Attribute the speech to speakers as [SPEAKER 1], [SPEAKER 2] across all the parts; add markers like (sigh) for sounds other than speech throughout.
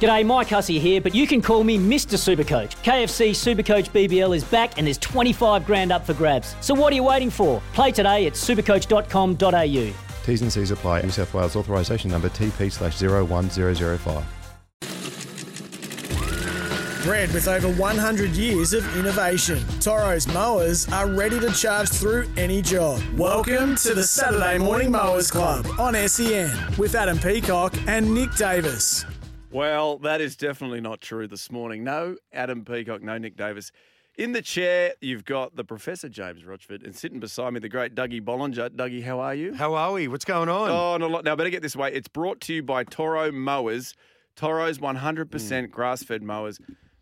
[SPEAKER 1] G'day, Mike Hussey here, but you can call me Mr. Supercoach. KFC Supercoach BBL is back and there's 25 grand up for grabs. So what are you waiting for? Play today at supercoach.com.au.
[SPEAKER 2] T's and C's apply. New South Wales authorisation number TP slash 01005.
[SPEAKER 3] Bred with over 100 years of innovation, Toro's mowers are ready to charge through any job. Welcome to the Saturday Morning Mowers Club on SEN with Adam Peacock and Nick Davis.
[SPEAKER 4] Well, that is definitely not true this morning. No Adam Peacock, no Nick Davis. In the chair, you've got the Professor James Rochford, and sitting beside me, the great Dougie Bollinger. Dougie, how are you?
[SPEAKER 5] How are we? What's going on?
[SPEAKER 4] Oh, not a lot. Now, better get this way. It's brought to you by Toro Mowers. Toro's 100%
[SPEAKER 5] Hmm.
[SPEAKER 4] grass fed mowers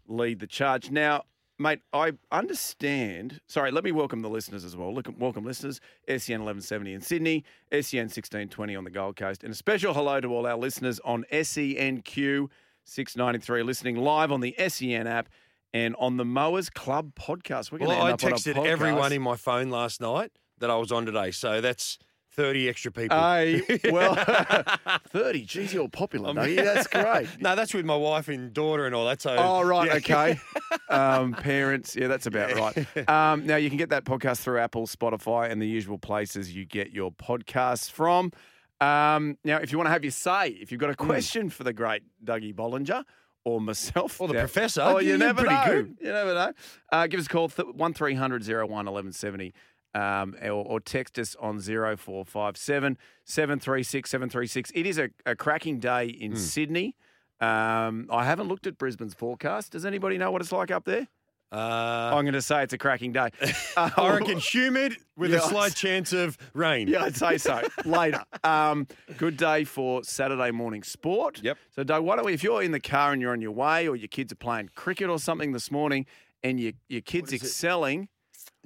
[SPEAKER 4] lead the charge. Now, mate, I understand. Sorry, let me welcome the listeners as well. Look, welcome, listeners. E SEN 1170 in Sydney, E SEN 1620 on the Gold Coast, and a special hello to all our listeners on E SENQ 693, listening live on the SEN app and on the Mowers Club podcast. We're going to
[SPEAKER 5] well,
[SPEAKER 4] end
[SPEAKER 5] I
[SPEAKER 4] up on a
[SPEAKER 5] texted
[SPEAKER 4] podcast.
[SPEAKER 5] everyone in my phone last night that I was on today, so that's 30 extra people.
[SPEAKER 4] (laughs) Hey, well, 30. Geez, you're popular, (laughs)
[SPEAKER 5] I'm-
[SPEAKER 4] mate. That's great.
[SPEAKER 5] no, that's with my wife and daughter and all that. So,
[SPEAKER 4] Oh, right.
[SPEAKER 5] Yeah.
[SPEAKER 4] (laughs) Okay. Um, parents. Yeah, that's about (laughs) right. Um, now, you can get that podcast through Apple, Spotify, and the usual places you get your podcasts from. Um, now, if you want to have your say, if you've got a question for the great Dougie Bollinger or myself,
[SPEAKER 5] Or the
[SPEAKER 4] now-
[SPEAKER 5] professor.
[SPEAKER 4] oh, you
[SPEAKER 5] You're
[SPEAKER 4] never
[SPEAKER 5] pretty
[SPEAKER 4] know.
[SPEAKER 5] good.
[SPEAKER 4] You never know. Uh, give us a call, th- 1300 01 1170. Um, or, or text us on 0457 736 736. It is a, a cracking day in
[SPEAKER 5] Hmm.
[SPEAKER 4] Sydney. Um, I haven't looked at Brisbane's forecast. Does anybody know what it's like up there?
[SPEAKER 5] Uh,
[SPEAKER 4] I'm going to say it's a cracking
[SPEAKER 5] (laughs)
[SPEAKER 4] day. Um,
[SPEAKER 5] I reckon humid with
[SPEAKER 4] Yeah.
[SPEAKER 5] a slight chance of rain.
[SPEAKER 4] Yeah, I'd say (laughs) so. Later. Um, good day for Saturday morning sport.
[SPEAKER 5] Yep.
[SPEAKER 4] So, Doug, why don't we, if you're in the car and you're on your way or your kids are playing cricket or something this morning and your, your kid's excelling,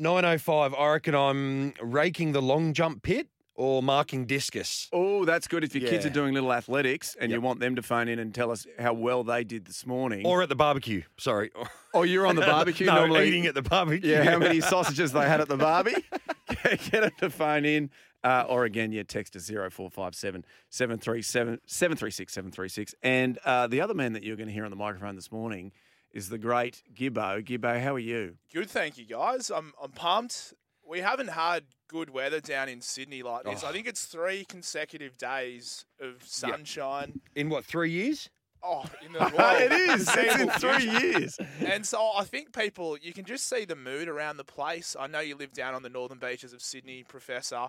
[SPEAKER 5] 9.05, I reckon I'm raking the long jump pit or marking discus.
[SPEAKER 4] oh, that's good if your kids are
[SPEAKER 5] Yeah.
[SPEAKER 4] doing little athletics and you
[SPEAKER 5] Yep.
[SPEAKER 4] want them to phone in and tell us how well they did this morning.
[SPEAKER 5] Or at the barbecue. Sorry.
[SPEAKER 4] or you're (laughs) on the barbecue
[SPEAKER 5] (laughs) no,
[SPEAKER 4] normally.
[SPEAKER 5] eating at the barbecue.
[SPEAKER 4] Yeah, how many sausages they had at the barbie. (laughs) Get them to phone in. Uh, or again, yeah, text us 0457 737 736 736. And uh, the other man that you're going to hear on the microphone this morning is the great Gibbo. Gibbo, how are you?
[SPEAKER 6] Good, thank you guys. I'm I'm pumped. We haven't had good weather down in Sydney like this. I think it's three consecutive days of sunshine.
[SPEAKER 5] In what, three years?
[SPEAKER 6] Oh, in (laughs) the world.
[SPEAKER 4] it is. It's in three years.
[SPEAKER 6] And so I think people, you can just see the mood around the place. I know you live down on the northern beaches of Sydney, Professor.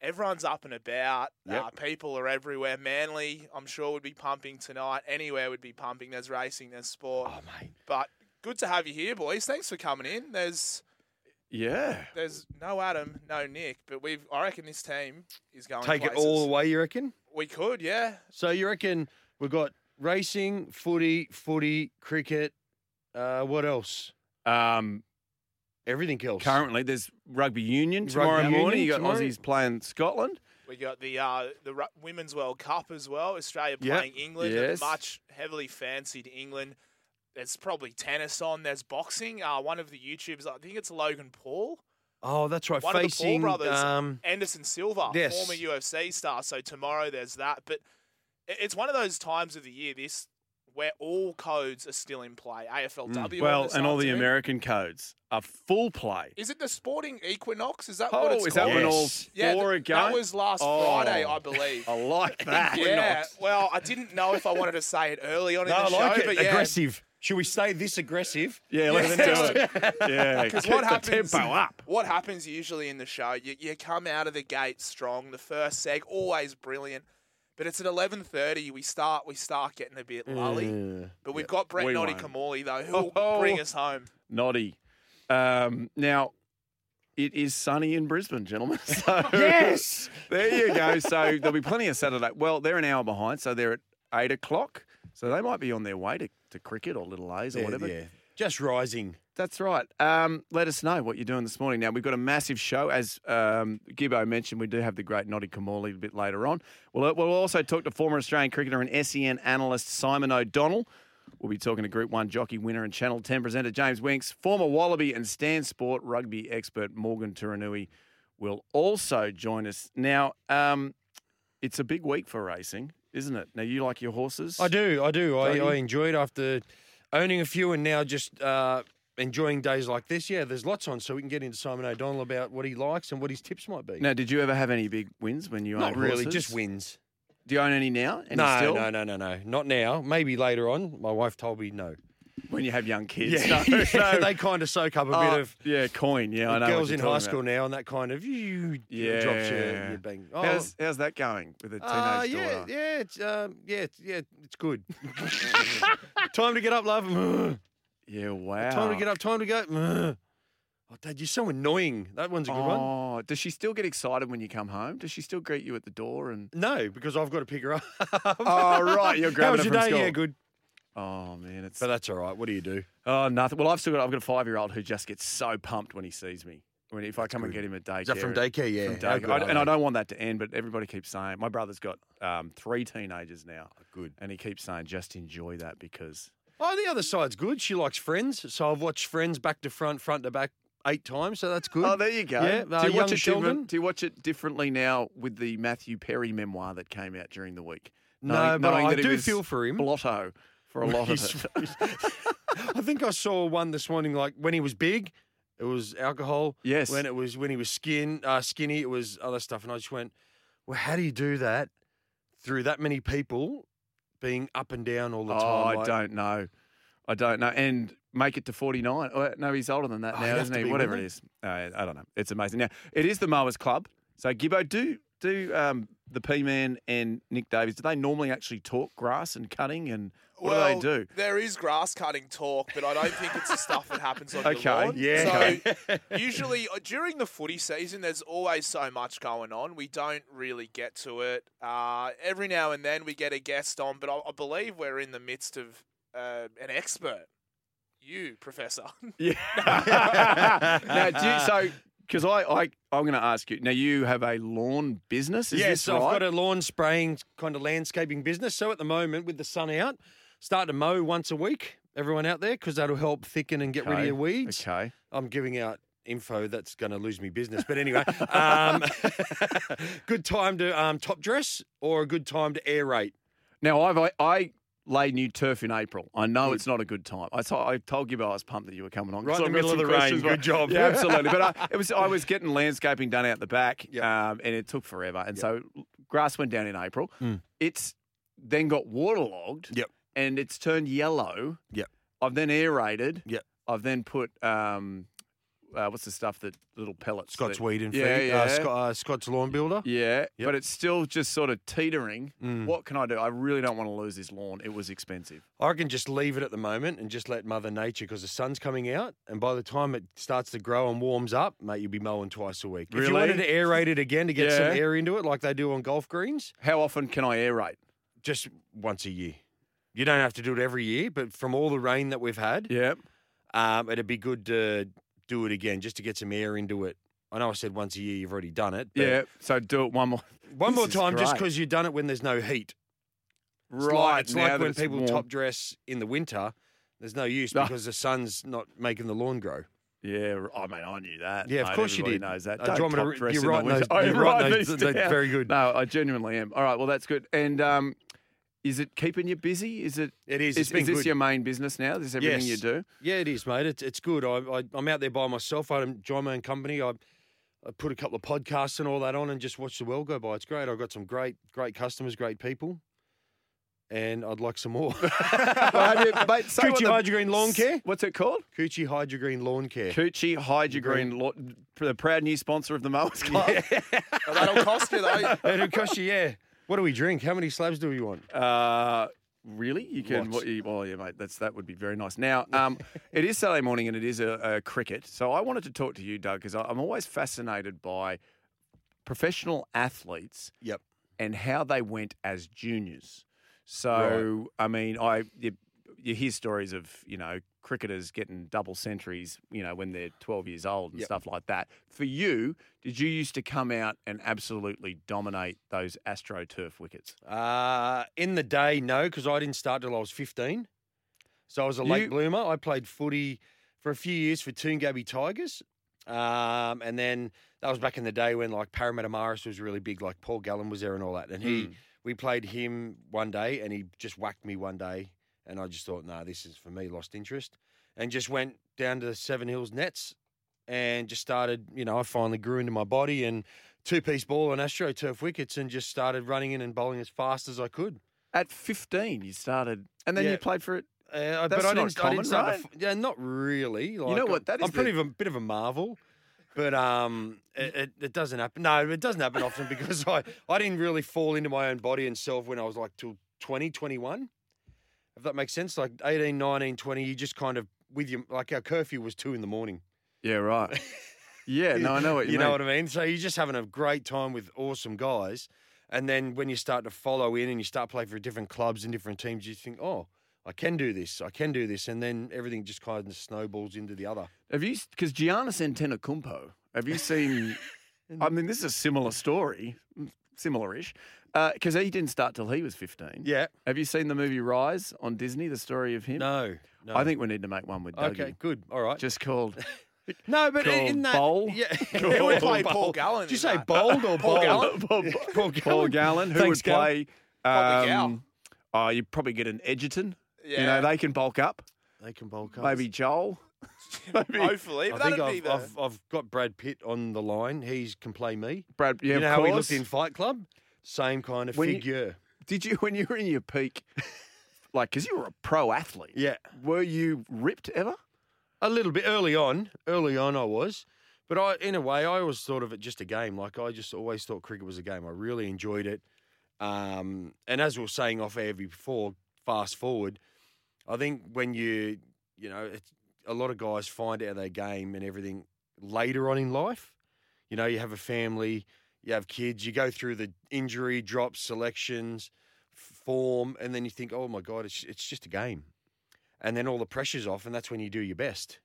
[SPEAKER 6] Everyone's up and about. Uh, people are everywhere. Manly, I'm sure, would be pumping tonight. Anywhere would be pumping. There's racing, there's sport. Oh, mate. But good to have you here, boys. Thanks for coming in. There's
[SPEAKER 4] Yeah.
[SPEAKER 6] there's no Adam, no Nick, but we've. I reckon this team is going.
[SPEAKER 5] Take it all the way, you reckon?
[SPEAKER 6] We could, yeah.
[SPEAKER 5] So you reckon we've got racing, footy, footy, cricket. Uh, what else?
[SPEAKER 4] Um,
[SPEAKER 5] Everything else.
[SPEAKER 4] currently, there's rugby union tomorrow
[SPEAKER 5] Rugby
[SPEAKER 4] morning.
[SPEAKER 5] union
[SPEAKER 4] you got
[SPEAKER 5] tomorrow.
[SPEAKER 4] Aussies playing Scotland.
[SPEAKER 6] We got the uh, the Ru- women's World Cup as well. Australia
[SPEAKER 5] Yep.
[SPEAKER 6] playing England,
[SPEAKER 4] Yes.
[SPEAKER 6] much heavily fancied England. There's probably tennis on. There's boxing. Uh, one of the YouTubers, I think it's Logan Paul,
[SPEAKER 5] Oh, that's right.
[SPEAKER 6] one
[SPEAKER 5] Facing.
[SPEAKER 6] of the Paul brothers,
[SPEAKER 5] um,
[SPEAKER 6] Anderson Silva,
[SPEAKER 5] yes.
[SPEAKER 6] former UFC star. So tomorrow there's that. But i- it's one of those times of the year this where all codes are still in play. AFLW. on
[SPEAKER 5] Hmm.
[SPEAKER 4] well,
[SPEAKER 6] this
[SPEAKER 4] and all the eh?
[SPEAKER 6] afternoon.
[SPEAKER 4] American codes are full play.
[SPEAKER 6] Is it the Sporting Equinox? Is that
[SPEAKER 4] Oh,
[SPEAKER 6] what it's
[SPEAKER 4] is that
[SPEAKER 6] called?
[SPEAKER 4] when all four
[SPEAKER 5] Yes.
[SPEAKER 6] yeah,
[SPEAKER 4] are
[SPEAKER 6] th-
[SPEAKER 4] going?
[SPEAKER 6] that was last
[SPEAKER 4] Oh.
[SPEAKER 6] Friday, I believe.
[SPEAKER 4] I
[SPEAKER 6] (laughs)
[SPEAKER 4] like that.
[SPEAKER 6] yeah. Well, I didn't know if I wanted to say it early on
[SPEAKER 5] no,
[SPEAKER 6] in
[SPEAKER 5] I
[SPEAKER 6] the
[SPEAKER 5] like
[SPEAKER 6] show,
[SPEAKER 5] it.
[SPEAKER 6] but yeah.
[SPEAKER 5] Aggressive. Should we stay this aggressive?
[SPEAKER 4] Yeah, let's do
[SPEAKER 6] (laughs)
[SPEAKER 4] it. Yeah, (laughs)
[SPEAKER 6] Because
[SPEAKER 4] keep
[SPEAKER 6] what
[SPEAKER 4] the
[SPEAKER 6] happens?
[SPEAKER 4] tempo up.
[SPEAKER 6] What happens usually in the show? You, you come out of the gate strong. The first seg always brilliant, but it's at eleven thirty. We start. We start getting a bit lully. but we've got Brett
[SPEAKER 4] Mm. We
[SPEAKER 6] Noddy
[SPEAKER 4] won't.
[SPEAKER 6] Kamali though, who'll
[SPEAKER 4] (laughs) Oh.
[SPEAKER 6] bring us home.
[SPEAKER 4] Noddy. Um, now, it is sunny in Brisbane, gentlemen. (laughs) So
[SPEAKER 5] Yes.
[SPEAKER 4] (laughs) there you go. So there'll be plenty of Saturday. Well, they're an hour behind, so they're at eight o'clock. So they might be on their way to, to cricket or little A's or
[SPEAKER 5] Yeah,
[SPEAKER 4] whatever.
[SPEAKER 5] yeah. Just rising.
[SPEAKER 4] That's right. Um, let us know what you're doing this morning. Now, we've got a massive show. As um, Gibbo mentioned, we do have the great Noddy Kamali a bit later on. We'll, we'll also talk to former Australian cricketer and SEN analyst Simon O'Donnell. We'll be talking to Group 1 jockey winner and Channel 10 presenter James Winks, former Wallaby and Stan Sport rugby expert Morgan Turanui will also join us. Now, um, it's a big week for racing, isn't it? Now, you like your horses?
[SPEAKER 5] I do. I do.
[SPEAKER 4] Don't
[SPEAKER 5] I,
[SPEAKER 4] you?
[SPEAKER 5] I enjoy it after owning a few and now just uh, enjoying days like this. Yeah, there's lots on, so we can get into Simon O'Donnell about what he likes and what his tips might be.
[SPEAKER 4] Now, did you ever have any big wins when you
[SPEAKER 5] Not
[SPEAKER 4] owned
[SPEAKER 5] really,
[SPEAKER 4] horses?
[SPEAKER 5] just wins.
[SPEAKER 4] Do you own any now? Any
[SPEAKER 5] no,
[SPEAKER 4] still?
[SPEAKER 5] no, no, no, no. Not now. Maybe later on. My wife told me no.
[SPEAKER 4] when you have young kids.
[SPEAKER 5] (laughs) Yeah,
[SPEAKER 4] (laughs) No, no.
[SPEAKER 5] they kind of soak up a
[SPEAKER 4] Oh,
[SPEAKER 5] bit of
[SPEAKER 4] yeah, coin. Yeah, I know.
[SPEAKER 5] girls
[SPEAKER 4] what
[SPEAKER 5] in
[SPEAKER 4] you're
[SPEAKER 5] high
[SPEAKER 4] talking
[SPEAKER 5] school
[SPEAKER 4] about.
[SPEAKER 5] now, and that kind of you
[SPEAKER 4] Yeah.
[SPEAKER 5] drops your, your bang. Oh,
[SPEAKER 4] how's, how's that going with a teenage
[SPEAKER 5] uh,
[SPEAKER 4] daughter?
[SPEAKER 5] yeah, yeah, it's, um, yeah, it's, yeah, it's good. (laughs) time to get
[SPEAKER 4] (laughs)
[SPEAKER 5] up, love.
[SPEAKER 4] Yeah, wow.
[SPEAKER 5] Time to get up. Time to go. (sighs) Mm. Oh, Dad, you're so annoying. That one's a good one.
[SPEAKER 4] Oh, does she still get excited when you come home? Does she still greet you at the door? And
[SPEAKER 5] No, because I've got to pick her up.
[SPEAKER 4] Oh, right, you're
[SPEAKER 5] (laughs) How
[SPEAKER 4] grabbing
[SPEAKER 5] was
[SPEAKER 4] her
[SPEAKER 5] your
[SPEAKER 4] from
[SPEAKER 5] day? Yeah,
[SPEAKER 4] school.
[SPEAKER 5] good.
[SPEAKER 4] oh man, it's
[SPEAKER 5] But uh, that's all right. What do you do?
[SPEAKER 4] oh nothing. Well, I've still got I've got a five year old who just gets so pumped when he sees me. When if I come and get him at daycare,
[SPEAKER 5] Is that from
[SPEAKER 4] and-
[SPEAKER 5] daycare? Yeah.
[SPEAKER 4] from
[SPEAKER 5] How
[SPEAKER 4] daycare.
[SPEAKER 5] good
[SPEAKER 4] I-
[SPEAKER 5] are
[SPEAKER 4] and I
[SPEAKER 5] they?
[SPEAKER 4] don't want that to end, but everybody keeps saying my brother's got um, three teenagers now,
[SPEAKER 5] Good.
[SPEAKER 4] and he keeps saying just enjoy that because
[SPEAKER 5] Oh, the other side's good. She likes Friends, so I've watched Friends back to front, front to back eight times. So that's good.
[SPEAKER 4] Oh, there you go.
[SPEAKER 5] Yeah, uh,
[SPEAKER 4] do you
[SPEAKER 5] young
[SPEAKER 4] watch it
[SPEAKER 5] Sheldon.
[SPEAKER 4] different? Do you watch it differently now with the Matthew Perry memoir that came out during the week?
[SPEAKER 5] No,
[SPEAKER 4] Knowing-
[SPEAKER 5] but
[SPEAKER 4] knowing
[SPEAKER 5] I
[SPEAKER 4] that he
[SPEAKER 5] do
[SPEAKER 4] was
[SPEAKER 5] feel for him.
[SPEAKER 4] Blotto
[SPEAKER 5] (laughs)
[SPEAKER 4] for a lot of
[SPEAKER 5] He's-
[SPEAKER 4] it.
[SPEAKER 5] I think I saw one this morning. Like when he was big, it was alcohol.
[SPEAKER 4] Yes.
[SPEAKER 5] When it was when he was skin uh, skinny, it was other stuff. And I just went, well, how do you do that through that many people being up and down all the
[SPEAKER 4] oh,
[SPEAKER 5] time?
[SPEAKER 4] I
[SPEAKER 5] Like,
[SPEAKER 4] don't know. I don't know. And make it to 49. Oh, no, he's older than that
[SPEAKER 5] Oh, he'd
[SPEAKER 4] now,
[SPEAKER 5] have
[SPEAKER 4] isn't
[SPEAKER 5] to
[SPEAKER 4] he?
[SPEAKER 5] be,
[SPEAKER 4] Whatever it
[SPEAKER 5] wouldn't
[SPEAKER 4] is. Uh, I don't know. It's amazing. Now, it is the Mowers Club. So, Gibbo, do do um, the P Man and Nick Davies, do they normally actually talk grass and cutting and what
[SPEAKER 6] well,
[SPEAKER 4] do they do?
[SPEAKER 6] There is grass cutting talk, but I don't think it's the stuff that happens on
[SPEAKER 4] Okay,
[SPEAKER 6] the lawn.
[SPEAKER 4] yeah.
[SPEAKER 6] So (laughs) usually uh, during the footy season, there's always so much going on. We don't really get to it. Uh, every now and then we get a guest on, but I, I believe we're in the midst of uh, an expert. You, Professor. (laughs)
[SPEAKER 4] Yeah. now, do
[SPEAKER 5] (laughs)
[SPEAKER 4] you, so because I, I I'm going to ask you now. You have a lawn business, is
[SPEAKER 5] Yes,
[SPEAKER 4] this
[SPEAKER 5] so I've
[SPEAKER 4] right?
[SPEAKER 5] got a lawn spraying kind of landscaping business. So at the moment, with the sun out, start to mow once a week. Everyone out there, because that'll help thicken and get rid of
[SPEAKER 4] Okay,
[SPEAKER 5] your weeds.
[SPEAKER 4] Okay.
[SPEAKER 5] I'm giving out info that's going to lose me business. But anyway, um, (laughs) good time to um, top dress or a good time to aerate.
[SPEAKER 4] Now I've I, I lay new turf in April. I know it's not a good time. I, told I told you, but I was pumped that you were coming on.
[SPEAKER 5] Right in the
[SPEAKER 4] I've got
[SPEAKER 5] middle of
[SPEAKER 4] some
[SPEAKER 5] the rain.
[SPEAKER 4] questions,
[SPEAKER 5] Good
[SPEAKER 4] right?
[SPEAKER 5] job. (laughs)
[SPEAKER 4] Yeah, absolutely. But I, it was I was getting landscaping done out the back,
[SPEAKER 5] Yep.
[SPEAKER 4] um, and it took forever. And so grass went down in April. It's then got waterlogged.
[SPEAKER 5] Hmm. Yep.
[SPEAKER 4] And it's turned yellow.
[SPEAKER 5] Yep.
[SPEAKER 4] I've then aerated.
[SPEAKER 5] Yep.
[SPEAKER 4] I've then put um, uh, what's the stuff that little pellets?
[SPEAKER 5] Scott's
[SPEAKER 4] that-
[SPEAKER 5] weed and
[SPEAKER 4] Yeah,
[SPEAKER 5] feed,
[SPEAKER 4] yeah.
[SPEAKER 5] Uh, Scott, uh, Scott's lawn builder.
[SPEAKER 4] Yeah,
[SPEAKER 5] Yep. Mm.
[SPEAKER 4] but it's still just sort of teetering. What can I do? I really don't want to lose this lawn. It was expensive.
[SPEAKER 5] I reckon just leave it at the moment and just let Mother Nature, because the sun's coming out, and by the time it starts to grow and warms up, mate, you'll be mowing twice a week. If you wanted
[SPEAKER 4] Really?
[SPEAKER 5] to aerate it again to get some
[SPEAKER 4] Yeah.
[SPEAKER 5] air into it, like they do on golf greens,
[SPEAKER 4] How often can I aerate?
[SPEAKER 5] just once a year. You don't have to do it every year, but from all the rain that we've had,
[SPEAKER 4] Yeah.
[SPEAKER 5] Um, it'd be good to do it again just to get some air into it. I know I said once a year you've already done it. But
[SPEAKER 4] Yeah. So do it one more. (laughs)
[SPEAKER 5] One
[SPEAKER 4] This
[SPEAKER 5] more
[SPEAKER 4] is
[SPEAKER 5] time, just
[SPEAKER 4] great.
[SPEAKER 5] because you've done it when there's no heat. It's like-
[SPEAKER 4] Right.
[SPEAKER 5] It's
[SPEAKER 4] now
[SPEAKER 5] like
[SPEAKER 4] that
[SPEAKER 5] when
[SPEAKER 4] it's
[SPEAKER 5] people
[SPEAKER 4] warm.
[SPEAKER 5] top dress in the winter. There's no use
[SPEAKER 4] No.
[SPEAKER 5] because the sun's not making the lawn grow.
[SPEAKER 4] Yeah. I mean, I knew that.
[SPEAKER 5] Yeah, of
[SPEAKER 4] mate.
[SPEAKER 5] course you
[SPEAKER 4] Everybody
[SPEAKER 5] did.
[SPEAKER 4] Knows that.
[SPEAKER 5] Uh,
[SPEAKER 4] Don't
[SPEAKER 5] do you want me to
[SPEAKER 4] top
[SPEAKER 5] re-
[SPEAKER 4] dress
[SPEAKER 5] you
[SPEAKER 4] in the
[SPEAKER 5] write
[SPEAKER 4] winter.
[SPEAKER 5] those-
[SPEAKER 4] I
[SPEAKER 5] you write
[SPEAKER 4] write
[SPEAKER 5] those-
[SPEAKER 4] these
[SPEAKER 5] they're
[SPEAKER 4] down.
[SPEAKER 5] very good.
[SPEAKER 4] No, I genuinely am. All right. Well, that's good. And um, is it keeping you busy? Is it?
[SPEAKER 5] It is.
[SPEAKER 4] Is,
[SPEAKER 5] It's been
[SPEAKER 4] is this
[SPEAKER 5] good.
[SPEAKER 4] your main business now? Is this everything you
[SPEAKER 5] Yes.
[SPEAKER 4] do?
[SPEAKER 5] Yeah, it is, mate. It's, it's good. I, I, I'm out there by myself. I join my own company. I, I put a couple of podcasts and all that on and just watch the world go by. It's great. I've got some great, great customers, great people. And I'd like
[SPEAKER 4] (laughs)
[SPEAKER 5] some more. (laughs)
[SPEAKER 4] Well, have you- mate, say what
[SPEAKER 5] Coochie
[SPEAKER 4] the-
[SPEAKER 5] Hydrogreen Lawn Care.
[SPEAKER 4] What's it called?
[SPEAKER 5] Coochie Hydrogreen Lawn Care.
[SPEAKER 4] Coochie Hydrogreen, Law- the proud new sponsor of the Mowers Club.
[SPEAKER 6] Now, That'll cost you,
[SPEAKER 4] (laughs)
[SPEAKER 6] though.
[SPEAKER 5] It'll cost you, yeah. What do we drink? How many slabs do we want?
[SPEAKER 4] Uh, really? You can?
[SPEAKER 5] Lots.
[SPEAKER 4] What you, well, yeah, mate. That's that would be very nice. Now, (laughs) um, it is Saturday morning and it is a, a cricket. So I wanted to talk to you, Doug, because I'm always fascinated by professional athletes
[SPEAKER 5] Yep.
[SPEAKER 4] and how they went as juniors. So I mean, I you, you hear stories of you know cricketers getting double centuries, you know, when they're twelve years old and
[SPEAKER 5] Yep.
[SPEAKER 4] stuff like that. For you, did you used to come out and absolutely dominate those AstroTurf wickets?
[SPEAKER 5] Uh, in the day, no, because I didn't start till I was 15. So I was a late
[SPEAKER 4] You-
[SPEAKER 5] bloomer. I played footy for a few years for Toongabby Tigers. Um, and then that was back in the day when like Parramatta Maris was really big, like Paul Gallen was there and all that. And he, we played him one day and he just whacked me one day. And I just thought, nah, this is for me, lost interest. And just went down to the Seven Hills Nets and just started, you know, I finally grew into my body and two piece ball on AstroTurf wickets and just started running in and bowling as fast as I could.
[SPEAKER 4] At fifteen, you started, and then
[SPEAKER 5] Yeah.
[SPEAKER 4] you played for it.
[SPEAKER 5] Uh,
[SPEAKER 4] That's
[SPEAKER 5] but I
[SPEAKER 4] not
[SPEAKER 5] didn't, I
[SPEAKER 4] common,
[SPEAKER 5] didn't start.
[SPEAKER 4] right?
[SPEAKER 5] bef- yeah, not really. Like,
[SPEAKER 4] know what,
[SPEAKER 5] I'm-
[SPEAKER 4] that is
[SPEAKER 5] I'm pretty
[SPEAKER 4] the-
[SPEAKER 5] of a bit of a marvel, but um, it, it, it doesn't happen. No, it doesn't happen often because I I didn't really fall into my own body and self when I was like till 20, 21. If that makes sense, like 18, 19, 20, you just kind of with your like our curfew was two in the morning.
[SPEAKER 4] Yeah, right. (laughs) yeah, no, I know what you,
[SPEAKER 5] you know
[SPEAKER 4] mean.
[SPEAKER 5] what I mean? So you're just having a great time with awesome guys. And then when you start to follow in and you start playing for different clubs and different teams, you think, oh, I can do this. I can do this. And then everything just kind of snowballs into the other.
[SPEAKER 4] Have you? Because Giannis Antetokounmpo. Have you
[SPEAKER 5] (laughs)
[SPEAKER 4] seen? I mean, this is a similar story, similar-ish, because he didn't start till he was fifteen.
[SPEAKER 5] Yeah.
[SPEAKER 4] Have you seen the movie Rise on Disney? The story of him.
[SPEAKER 5] No. no.
[SPEAKER 4] I think we need to make one with Dougie.
[SPEAKER 5] Okay, good. All right.
[SPEAKER 4] Just
[SPEAKER 5] (laughs)
[SPEAKER 4] called.
[SPEAKER 5] no, but
[SPEAKER 4] called
[SPEAKER 5] in that.
[SPEAKER 4] bowl. (laughs)
[SPEAKER 5] Yeah. (laughs)
[SPEAKER 6] Who would play
[SPEAKER 5] Bowl.
[SPEAKER 6] Paul Gallen?
[SPEAKER 5] Did you
[SPEAKER 6] in
[SPEAKER 5] say
[SPEAKER 6] that?
[SPEAKER 5] bold or
[SPEAKER 6] Paul
[SPEAKER 5] bold?
[SPEAKER 6] Gallen?
[SPEAKER 5] Paul
[SPEAKER 4] (laughs)
[SPEAKER 5] Gallen.
[SPEAKER 4] Paul Gallen, who
[SPEAKER 5] Thanks,
[SPEAKER 4] would
[SPEAKER 5] Gal.
[SPEAKER 4] play.
[SPEAKER 6] Probably Gal.
[SPEAKER 4] Um, oh, you'd probably get an Edgerton. You
[SPEAKER 6] Yeah.
[SPEAKER 4] know, they can bulk up.
[SPEAKER 5] They can bowl colours.
[SPEAKER 4] Maybe Joel.
[SPEAKER 5] (laughs)
[SPEAKER 6] Hopefully,
[SPEAKER 5] I
[SPEAKER 6] but
[SPEAKER 5] think
[SPEAKER 6] that'd be
[SPEAKER 5] I've,
[SPEAKER 6] the.
[SPEAKER 5] I've, I've got Brad Pitt on the line. He's can play me.
[SPEAKER 4] Brad. Yeah,
[SPEAKER 5] you know
[SPEAKER 4] of
[SPEAKER 5] how he
[SPEAKER 4] course.
[SPEAKER 5] looked in Fight Club? Same kind of
[SPEAKER 4] When you-
[SPEAKER 5] figure.
[SPEAKER 4] Did you when you were in your
[SPEAKER 5] (laughs)
[SPEAKER 4] peak? Like, because you were a pro athlete.
[SPEAKER 5] yeah.
[SPEAKER 4] Were you ripped ever?
[SPEAKER 5] A little bit early on. Early on, I was. But I, in a way, I always thought of it just a game. Like I just always thought cricket was a game. I really enjoyed it. Um, and as we were saying off air before, fast forward, I think when you, you know, it's, a lot of guys find out their game and everything later on in life. You know, you have a family, you have kids, you go through the injury, drops, selections, f- form, and then you think, oh my God, it's, it's just a game. And then all the pressure's off, and that's when you do your best.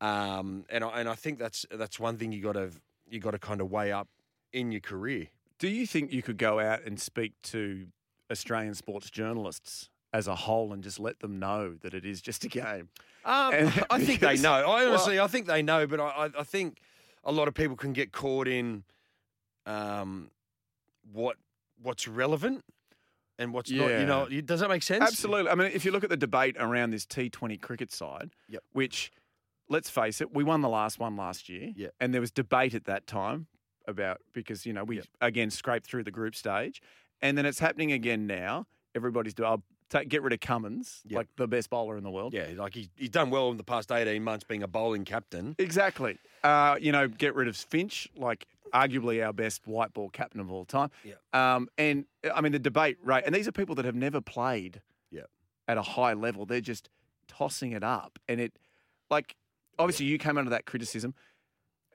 [SPEAKER 5] Um, and I, and I think that's that's one thing you got to you got to kind of weigh up in your career.
[SPEAKER 4] Do you think you could go out and speak to Australian sports journalists as a whole and just let them know that it is just a game?
[SPEAKER 5] Um,
[SPEAKER 4] And-
[SPEAKER 5] (laughs) I think they
[SPEAKER 4] because-
[SPEAKER 5] know. I
[SPEAKER 4] well-
[SPEAKER 5] honestly, I think they know, but I, I, I think a lot of people can get caught in um, what what's relevant and what's not.
[SPEAKER 4] Yeah.
[SPEAKER 5] You know, you- does that make sense?
[SPEAKER 4] Absolutely. I mean, if you look at the debate around this T20 cricket side,
[SPEAKER 5] Yep.
[SPEAKER 4] which, let's face it, we won the last one last year.
[SPEAKER 5] Yep.
[SPEAKER 4] And there was debate at that time about because, you know, we
[SPEAKER 5] Yep.
[SPEAKER 4] again scraped through the group stage. And then it's happening again now. Everybody's do oh, take, get rid of Cummins,
[SPEAKER 5] Yep.
[SPEAKER 4] like the best bowler in the world.
[SPEAKER 5] Yeah, like he, he's done well in the past eighteen months being a bowling captain.
[SPEAKER 4] Exactly. Uh, you know, get rid of Finch, like arguably our best white ball captain of all time.
[SPEAKER 5] Yeah.
[SPEAKER 4] Um, and I mean the debate, right? And these are people that have never played.
[SPEAKER 5] Yeah.
[SPEAKER 4] At a high level, they're just tossing it up, and it, like,
[SPEAKER 5] Oh,
[SPEAKER 4] obviously you came under that criticism.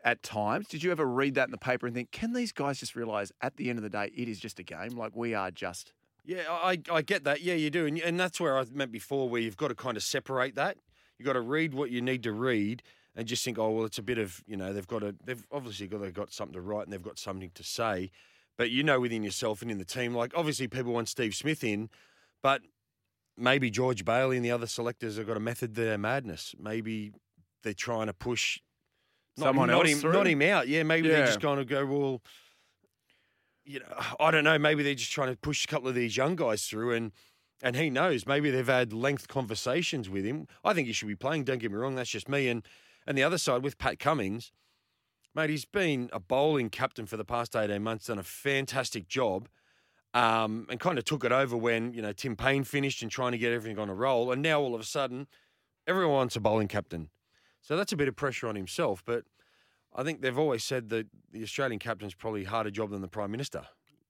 [SPEAKER 4] At times, did you ever read that in the paper and think, can these guys just realize at the end of the day, it is just a game? Like we are just
[SPEAKER 5] Yeah, I, I get that. Yeah, you do. And, and that's where I meant before, where you've got to kind of separate that. You've got to read what you need to read and just think, oh, well, it's a bit of, you know, they've got to, they've obviously got, they've got something to write and they've got something to say. But you know within yourself and in the team, like obviously people want Steve Smith in, but maybe George Bailey and the other selectors have got a method to their madness. Maybe they're trying to push not,
[SPEAKER 4] Someone
[SPEAKER 5] not
[SPEAKER 4] else
[SPEAKER 5] him,
[SPEAKER 4] through?
[SPEAKER 5] not him out. Yeah, maybe
[SPEAKER 4] Yeah.
[SPEAKER 5] they're just going to go, well, you know, I don't know. Maybe they're just trying to push a couple of these young guys through, and and he knows. Maybe they've had length conversations with him. I think he should be playing. Don't get me wrong. That's just me. And and the other side with Pat Cummings, mate, he's been a bowling captain for the past eighteen months. Done a fantastic job. Um, and kind of took it over when you know Tim Payne finished and trying to get everything on a roll, and now all of a sudden, everyone wants a bowling captain. So that's a bit of pressure on himself. But I think they've always said that the Australian captain's probably a harder job than the prime minister,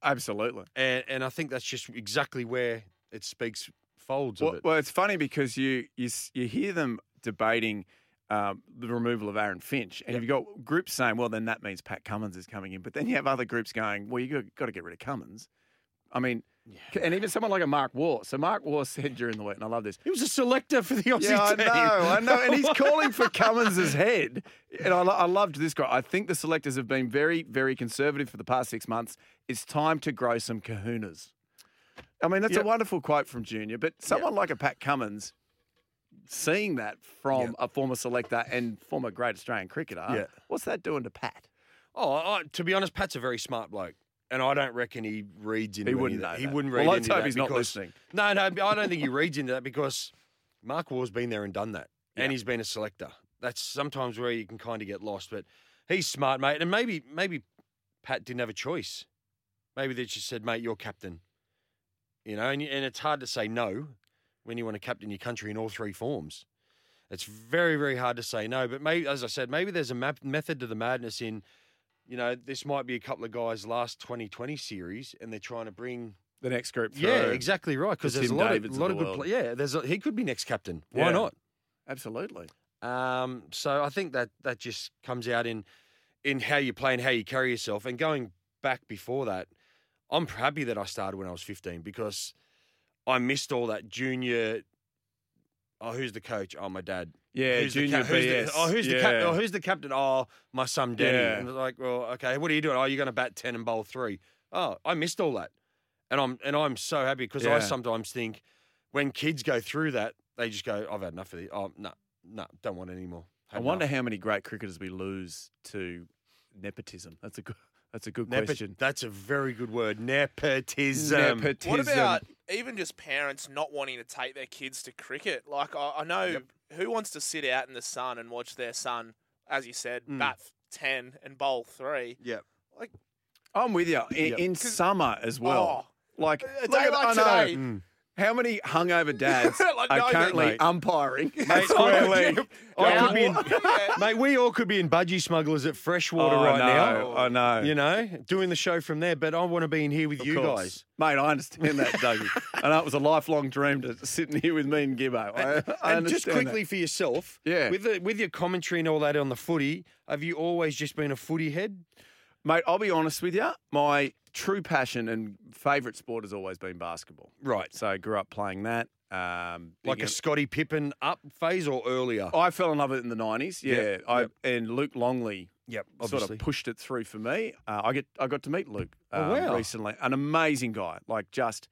[SPEAKER 4] absolutely.
[SPEAKER 5] and and I think that's just exactly where it speaks folds
[SPEAKER 4] Well,
[SPEAKER 5] of it.
[SPEAKER 4] well, it's funny because you you s- you hear them debating um, the removal of Aaron Finch, and you've got groups saying, "Well, then that means Pat Cummins is coming in," but then you have other groups going, "Well, you got, got to get rid of Cummins." I mean, And even someone like a Mark War. So Mark War said during the week, and I love this.
[SPEAKER 5] He was a selector for the Aussie
[SPEAKER 4] (laughs) Yeah, I
[SPEAKER 5] team.
[SPEAKER 4] know, I know. And
[SPEAKER 5] (laughs)
[SPEAKER 4] he's calling (laughs) for Cummins' head. And I, lo- I loved this guy. I think the selectors have been very, very conservative for the past six months. It's time to grow some kahunas. I mean, that's
[SPEAKER 5] Yep.
[SPEAKER 4] a wonderful quote from Junior, but someone like a Pat Cummins, seeing that from a former selector and former great Australian cricketer,
[SPEAKER 5] Yeah.
[SPEAKER 4] what's that doing to Pat?
[SPEAKER 5] Oh, I, to be honest, Pat's a very smart bloke, and I don't reckon he reads into
[SPEAKER 4] He
[SPEAKER 5] any
[SPEAKER 4] wouldn't
[SPEAKER 5] of that.
[SPEAKER 4] know
[SPEAKER 5] He
[SPEAKER 4] that.
[SPEAKER 5] wouldn't
[SPEAKER 4] Well,
[SPEAKER 5] read
[SPEAKER 4] let's
[SPEAKER 5] into
[SPEAKER 4] hope
[SPEAKER 5] that
[SPEAKER 4] he's not
[SPEAKER 5] because-
[SPEAKER 4] listening.
[SPEAKER 5] (laughs) No, no, I don't think he reads into that because Mark War's been there and done that,
[SPEAKER 4] Yeah.
[SPEAKER 5] and he's been a selector. That's sometimes where you can kind of get lost, but he's smart, mate, and maybe maybe Pat didn't have a choice. Maybe they just said, "Mate, you're captain," you know, and, you- and it's hard to say no when you want to captain your country in all three forms. It's very, very hard to say no. But maybe, as I said, maybe there's a map- method to the madness in, you know, this might be a couple of guys' last 2020 series, and they're trying to bring.
[SPEAKER 4] The next group
[SPEAKER 5] Yeah, exactly right. Because
[SPEAKER 4] The
[SPEAKER 5] there's a
[SPEAKER 4] Tim
[SPEAKER 5] lot
[SPEAKER 4] Davids
[SPEAKER 5] of,
[SPEAKER 4] of
[SPEAKER 5] lot
[SPEAKER 4] the
[SPEAKER 5] of good.
[SPEAKER 4] world.
[SPEAKER 5] Play- yeah, there's a, he could be next captain. Why
[SPEAKER 4] Yeah.
[SPEAKER 5] not?
[SPEAKER 4] Absolutely.
[SPEAKER 5] Um, so I think that that just comes out in in how you play and how you carry yourself. And going back before that, I'm happy that I started when I was 15 because I missed all that junior. Oh, who's the coach? Oh, my dad.
[SPEAKER 4] Yeah,
[SPEAKER 5] who's
[SPEAKER 4] junior
[SPEAKER 5] the ca- who's the-
[SPEAKER 4] BS.
[SPEAKER 5] oh, who's the
[SPEAKER 4] Yeah.
[SPEAKER 5] captain? Oh, who's the captain? Oh, my son Denny.
[SPEAKER 4] Yeah.
[SPEAKER 5] And it's like, well, okay, what are you doing? Oh, you're going to bat ten and bowl three. Oh, I missed all that, and I'm and I'm so happy because I
[SPEAKER 4] Yeah.
[SPEAKER 5] sometimes think when kids go through that, they just go, I've had enough of this. Oh, no, no, don't want it anymore.
[SPEAKER 4] I wonder how many great cricketers we lose to nepotism. That's a good. That's a good question.
[SPEAKER 5] That's a very good word. Nepotism.
[SPEAKER 4] um,
[SPEAKER 6] What about even just parents not wanting to take their kids to cricket? Like I, I know who wants to sit out in the sun and watch their son, as you said, bat ten and bowl three.
[SPEAKER 5] yeah.
[SPEAKER 4] I'm with you. In,
[SPEAKER 5] Yep.
[SPEAKER 4] in summer as well. like,
[SPEAKER 6] A day
[SPEAKER 4] look at-
[SPEAKER 6] like
[SPEAKER 4] I know. Mm.
[SPEAKER 6] today.
[SPEAKER 4] How many hungover dads
[SPEAKER 6] Like,
[SPEAKER 4] are
[SPEAKER 6] no,
[SPEAKER 4] currently
[SPEAKER 5] mate.
[SPEAKER 4] umpiring? (laughs)
[SPEAKER 5] Mate, I, (laughs) could, I could be in, (laughs)
[SPEAKER 6] Yeah.
[SPEAKER 5] mate, we all could be in budgie smugglers at Freshwater
[SPEAKER 4] Oh,
[SPEAKER 5] right
[SPEAKER 4] I
[SPEAKER 5] now.
[SPEAKER 4] know, I know.
[SPEAKER 5] You know, doing the show from there, but I want to be in here with
[SPEAKER 4] Of
[SPEAKER 5] you
[SPEAKER 4] course.
[SPEAKER 5] guys.
[SPEAKER 4] Mate, I understand that, Dougie. I know it was a lifelong dream to sit in here with me and Gibbo.
[SPEAKER 5] (laughs)
[SPEAKER 4] I, I
[SPEAKER 5] and just
[SPEAKER 4] understand that.
[SPEAKER 5] quickly for yourself,
[SPEAKER 4] Yeah.
[SPEAKER 5] with the, with your commentary and all that on the footy, have you always just been a footy head?
[SPEAKER 4] Mate, I'll be honest with you. My true passion and favourite sport has always been basketball.
[SPEAKER 5] Right.
[SPEAKER 4] So I grew up playing that. Um,
[SPEAKER 5] Like a
[SPEAKER 4] big-
[SPEAKER 5] Scotty Pippen up phase or earlier?
[SPEAKER 4] I fell in love with it in the nineties. Yeah,
[SPEAKER 5] Yep,
[SPEAKER 4] I
[SPEAKER 5] yep.
[SPEAKER 4] and Luke Longley.
[SPEAKER 5] Yep,
[SPEAKER 4] sort
[SPEAKER 5] obviously.
[SPEAKER 4] of pushed it through for me. Uh, I get I got to meet Luke
[SPEAKER 5] Oh,
[SPEAKER 4] um,
[SPEAKER 5] wow.
[SPEAKER 4] recently. An amazing guy. Like just,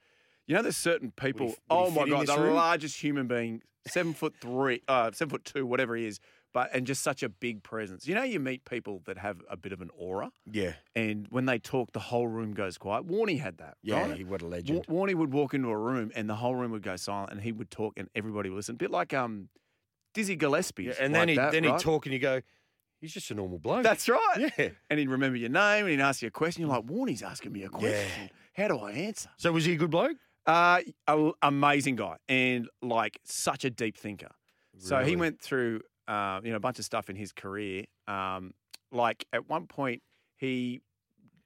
[SPEAKER 4] you know, there's certain people.
[SPEAKER 5] would he
[SPEAKER 4] oh my
[SPEAKER 5] fit in
[SPEAKER 4] god,
[SPEAKER 5] this
[SPEAKER 4] the
[SPEAKER 5] room?
[SPEAKER 4] largest human being, seven foot three, uh, seven foot two, whatever he is, but and just such a big presence. You know, you meet people that have a bit of an aura,
[SPEAKER 5] yeah.
[SPEAKER 4] and when they talk, the whole room goes quiet. Warney had that.
[SPEAKER 5] Yeah,
[SPEAKER 4] right?
[SPEAKER 5] he what a legend.
[SPEAKER 4] Wa- Warney would walk into a room and the whole room would go silent, and he would talk, and everybody would listen. A bit like um, Dizzy Gillespie.
[SPEAKER 5] Yeah, and then he then he'd talk and you go, he's just a normal
[SPEAKER 4] (laughs)
[SPEAKER 5] bloke.
[SPEAKER 4] That's right.
[SPEAKER 5] Yeah.
[SPEAKER 4] And he'd remember your name, and he'd ask you a question. You're like, Warney's asking me a question. How do I answer?
[SPEAKER 5] So was he a good bloke?
[SPEAKER 4] Uh, a- amazing guy, and like such a deep thinker. So he
[SPEAKER 5] Really?
[SPEAKER 4] went through uh, you know a bunch of stuff in his career. Um, like at one point, he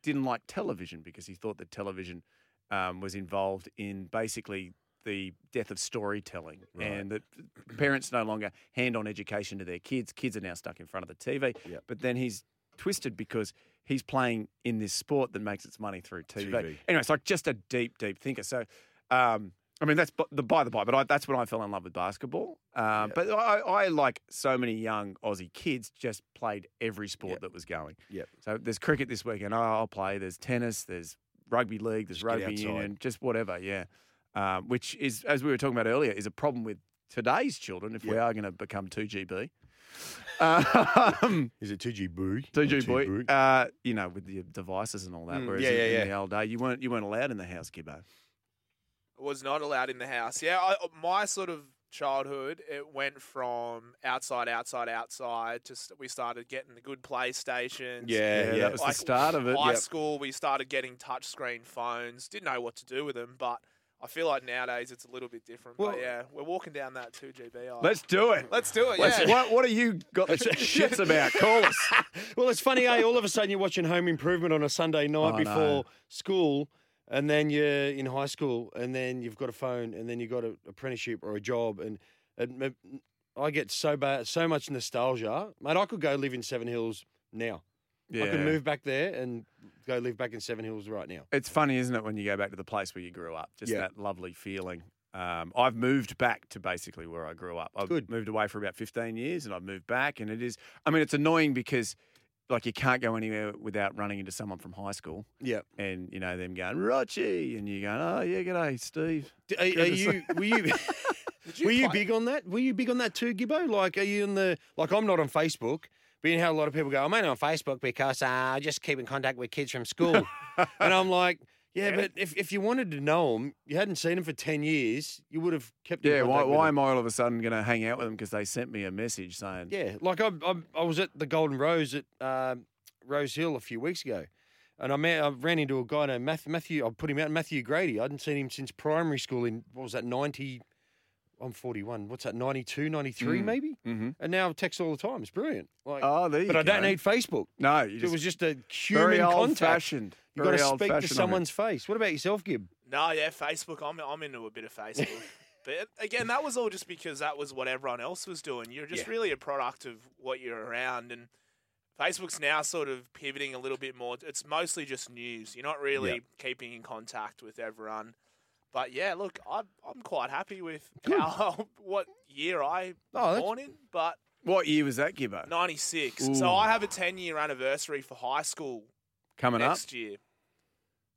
[SPEAKER 4] didn't like television because he thought that television um, was involved in basically the death of storytelling and that (clears throat) parents no longer hand on education to their kids. Kids are now stuck in front of the TV.
[SPEAKER 5] Yep.
[SPEAKER 4] But then he's twisted because he's playing in this sport that makes its money through TV.
[SPEAKER 5] TV.
[SPEAKER 4] Anyway, it's like just a deep, deep thinker. So, um, I mean, that's b- the by the by, but I, that's when I fell in love with basketball. Um, But I, I, like so many young Aussie kids, just played every sport
[SPEAKER 5] Yep.
[SPEAKER 4] that was going.
[SPEAKER 5] Yep.
[SPEAKER 4] So there's cricket this weekend. Oh, I'll play. There's tennis. There's rugby league. There's
[SPEAKER 5] Just get
[SPEAKER 4] rugby
[SPEAKER 5] outside.
[SPEAKER 4] union. Just whatever. Yeah. Um, which is, as we were talking about earlier, is a problem with today's children if we
[SPEAKER 5] Yeah.
[SPEAKER 4] are going to become
[SPEAKER 5] (laughs)
[SPEAKER 4] 2GB. um,
[SPEAKER 5] Hmm. Is it 2G Boo?
[SPEAKER 4] 2G boy. Uh, you know, with the devices and all that.
[SPEAKER 5] Mm,
[SPEAKER 4] whereas
[SPEAKER 5] yeah,
[SPEAKER 4] in,
[SPEAKER 5] yeah,
[SPEAKER 4] in
[SPEAKER 5] yeah.
[SPEAKER 4] the old day, you weren't, you weren't allowed in the house, Gibbo.
[SPEAKER 6] was not allowed in the house. Yeah, I, my sort of childhood it went from outside, outside, outside. Just we started getting the good PlayStations.
[SPEAKER 5] Yeah, yeah.
[SPEAKER 4] that was the start of it.
[SPEAKER 6] High
[SPEAKER 4] Yep.
[SPEAKER 6] school, we started getting touchscreen phones. Didn't know what to do with them, but I feel like nowadays it's a little bit different.
[SPEAKER 5] Well-
[SPEAKER 6] but yeah, we're walking down that two GB. aisle.
[SPEAKER 4] Let's do it.
[SPEAKER 6] let's do it.
[SPEAKER 4] Let's-
[SPEAKER 6] yeah.
[SPEAKER 4] What, what are you got (laughs) the shits about? Call (laughs) us.
[SPEAKER 5] Well, it's funny, eh? All of a sudden you're watching Home Improvement on a Sunday
[SPEAKER 4] I
[SPEAKER 5] night
[SPEAKER 4] know.
[SPEAKER 5] before school, and then you're in high school, and then you've got a phone, and then you've got an apprenticeship or a job, and, and m- I get so bad, so much nostalgia, mate. I could go live in Seven Hills now. I
[SPEAKER 4] Yeah.
[SPEAKER 5] could move back there and go live back in Seven Hills right now.
[SPEAKER 4] It's funny, isn't it, when you go back to the place where you grew up? Just
[SPEAKER 5] Yeah.
[SPEAKER 4] that lovely feeling. Um, I've moved back to basically where I grew up. I've
[SPEAKER 5] Good.
[SPEAKER 4] moved away for about 15 years and I've moved back. And it is, I mean, it's annoying because, like, you can't go anywhere without running into someone from high school
[SPEAKER 5] Yeah.
[SPEAKER 4] and, you know, them going, Rochi. And you going, oh, yeah, g'day, Steve.
[SPEAKER 5] Are, are
[SPEAKER 4] Goodness.
[SPEAKER 5] you?
[SPEAKER 4] (laughs)
[SPEAKER 5] Were you?
[SPEAKER 6] Did you
[SPEAKER 5] were you
[SPEAKER 6] play-
[SPEAKER 5] big on that? Were you big on that too, Gibbo? Like, are you in the? Like, I'm not on Facebook. But you know how a lot of people go, I'm only on Facebook because uh, I just keep in contact with kids
[SPEAKER 4] (laughs)
[SPEAKER 5] from school. and I'm like, yeah, but if, if you wanted to know them, you hadn't seen them for 10 years, you would have kept in
[SPEAKER 4] Yeah, why,
[SPEAKER 5] contact with
[SPEAKER 4] why
[SPEAKER 5] them.
[SPEAKER 4] am I all of a sudden going to hang out with them because they sent me a message saying,
[SPEAKER 5] Yeah, like I, I, I was at the Golden Rose at um Rose Hill a few weeks ago, and I met, I ran into a guy named Matthew. Matthew I put him out, Matthew Grady. I hadn't seen him since primary school in what was that ninety? I'm 41. What's that? 92, 93 maybe.
[SPEAKER 4] mhm.
[SPEAKER 5] And now I text all the time. It's brilliant. Like,
[SPEAKER 4] Oh, there you
[SPEAKER 5] but I don't
[SPEAKER 4] go.
[SPEAKER 5] need Facebook.
[SPEAKER 4] No, you
[SPEAKER 5] it
[SPEAKER 4] just
[SPEAKER 5] was just a
[SPEAKER 4] very
[SPEAKER 5] human
[SPEAKER 4] old
[SPEAKER 5] contact.
[SPEAKER 4] fashioned.
[SPEAKER 5] You got to speak to someone's face. What about yourself, Gib?
[SPEAKER 6] No, yeah, Facebook. I'm I'm into a bit of
[SPEAKER 4] (laughs)
[SPEAKER 6] Facebook. but again, that was all just because that was what everyone else was doing. You're just really a product of what you're around and Facebook's now sort of pivoting a little bit more. It's mostly just news. You're not really keeping in contact with everyone. But yeah, look, I'm I'm quite happy with how (laughs) what year I
[SPEAKER 5] Oh, that's-
[SPEAKER 6] born in, but
[SPEAKER 4] What year was that, Gibbo?
[SPEAKER 6] 96.
[SPEAKER 4] Ooh.
[SPEAKER 6] So I have a 10 year anniversary for high school
[SPEAKER 4] Coming up.
[SPEAKER 6] next year.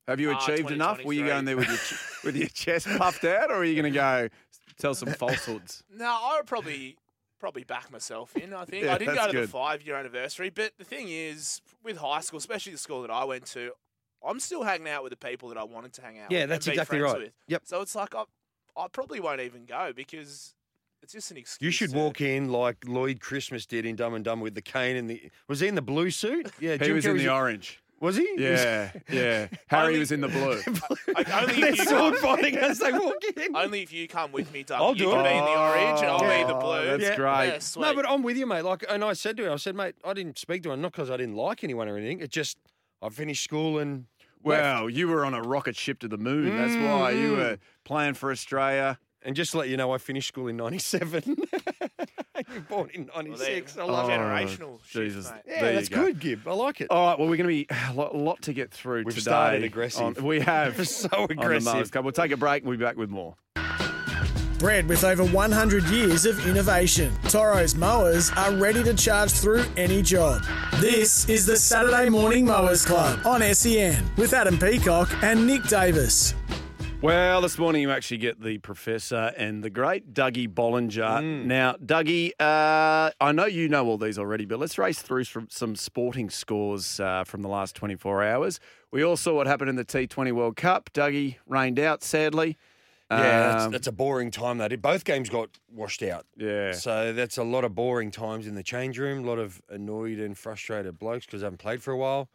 [SPEAKER 4] Have you
[SPEAKER 6] Ah,
[SPEAKER 4] achieved enough? Were you
[SPEAKER 6] 2023.
[SPEAKER 4] going there with your ch- with your chest puffed out, or are you going to go s- tell (laughs) some falsehoods?
[SPEAKER 6] No, I would probably probably back myself in.
[SPEAKER 5] (laughs)
[SPEAKER 6] I think
[SPEAKER 4] Yeah,
[SPEAKER 6] I didn't go
[SPEAKER 4] that's
[SPEAKER 6] to the
[SPEAKER 4] good.
[SPEAKER 6] five year anniversary, but the thing is, with high school, especially the school that I went to, I'm still hanging out with the people that I wanted to hang out.
[SPEAKER 5] Yeah,
[SPEAKER 6] with
[SPEAKER 5] that's
[SPEAKER 6] and be
[SPEAKER 5] exactly
[SPEAKER 6] friends
[SPEAKER 5] right.
[SPEAKER 6] With.
[SPEAKER 5] Yep.
[SPEAKER 6] So it's like I, I probably won't even go because it's just an excuse.
[SPEAKER 5] You should
[SPEAKER 6] to-
[SPEAKER 5] walk in like Lloyd Christmas did in Dumb and Dumb with the cane and the. Was he in the blue suit? Yeah,
[SPEAKER 4] He
[SPEAKER 5] Jim
[SPEAKER 4] was in
[SPEAKER 5] Carrey's
[SPEAKER 4] the (laughs) orange.
[SPEAKER 5] Was he? He
[SPEAKER 4] (laughs)
[SPEAKER 5] was- (laughs)
[SPEAKER 4] Yeah, yeah. Harry
[SPEAKER 6] Only-
[SPEAKER 4] was in the (laughs) blue.
[SPEAKER 6] Like, only
[SPEAKER 5] They're
[SPEAKER 6] if you
[SPEAKER 5] sword (laughs)
[SPEAKER 6] come,
[SPEAKER 5] fighting as they walk in.
[SPEAKER 6] only if you come with me, Doug.
[SPEAKER 5] I'll
[SPEAKER 6] you
[SPEAKER 5] do
[SPEAKER 6] can
[SPEAKER 5] it.
[SPEAKER 6] be in the orange and I'll be in the
[SPEAKER 4] Oh,
[SPEAKER 6] blue.
[SPEAKER 4] that's
[SPEAKER 6] Yeah,
[SPEAKER 4] great.
[SPEAKER 5] (laughs)
[SPEAKER 6] sweet.
[SPEAKER 5] No, but I'm with you, mate. Like, and I said to him, I said, mate, I didn't speak to him not because I didn't like anyone or anything. It just, I finished school and
[SPEAKER 4] Wow, you were on a rocket ship to the moon. That's why you were playing for Australia.
[SPEAKER 5] and just to let you know, I finished school in '97. (laughs) you born in
[SPEAKER 6] Well, there you-
[SPEAKER 5] '96. I love
[SPEAKER 4] Oh,
[SPEAKER 5] it.
[SPEAKER 6] generational shift,
[SPEAKER 4] Jesus.
[SPEAKER 5] (laughs)
[SPEAKER 6] mate.
[SPEAKER 5] Yeah,
[SPEAKER 4] There you
[SPEAKER 5] that's
[SPEAKER 4] go. Oh,
[SPEAKER 5] good, Gib. I like it.
[SPEAKER 4] All right, well, we're going to be (sighs) a lot, lot to get through
[SPEAKER 5] We've
[SPEAKER 4] today.
[SPEAKER 5] started aggressive.
[SPEAKER 4] on- we
[SPEAKER 5] (laughs)
[SPEAKER 4] have.
[SPEAKER 5] so
[SPEAKER 4] on the Mars
[SPEAKER 5] aggressive.
[SPEAKER 4] Cup. We'll take a break. We'll be back with more.
[SPEAKER 3] Bred with over 100 years of innovation, Toro's mowers are ready to charge through any job. This is the Saturday Morning Mowers Club on SEN with Adam Peacock and Nick Davis.
[SPEAKER 4] Well, this morning you actually get the professor and the great Dougie Bollinger.
[SPEAKER 5] Mm.
[SPEAKER 4] Now, Dougie, uh, I know you know all these already, but let's race through some, some sporting scores uh, from the last 24 hours. We all saw what happened in the T20 World Cup. Dougie rained out, sadly.
[SPEAKER 5] Yeah, that's,
[SPEAKER 4] Um,
[SPEAKER 5] that's a boring time. That did. Both games got washed out.
[SPEAKER 4] Yeah.
[SPEAKER 5] So that's a lot of boring times in the change room. A lot of annoyed and frustrated blokes because they haven't played for a while.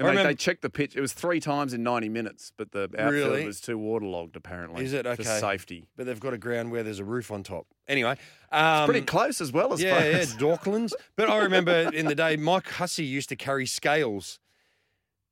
[SPEAKER 4] I mean, they checked the pitch. It was three times in 90 minutes, but the outfield
[SPEAKER 5] Really?
[SPEAKER 4] was too waterlogged, apparently.
[SPEAKER 5] Is it
[SPEAKER 4] For
[SPEAKER 5] okay?
[SPEAKER 4] safety.
[SPEAKER 5] But they've got a ground where there's a roof on top. Anyway, um,
[SPEAKER 4] Pretty close as well, as
[SPEAKER 5] Yeah, yeah,
[SPEAKER 4] (laughs)
[SPEAKER 5] Dorklands. But I remember in the day, Mike Hussey used to carry scales,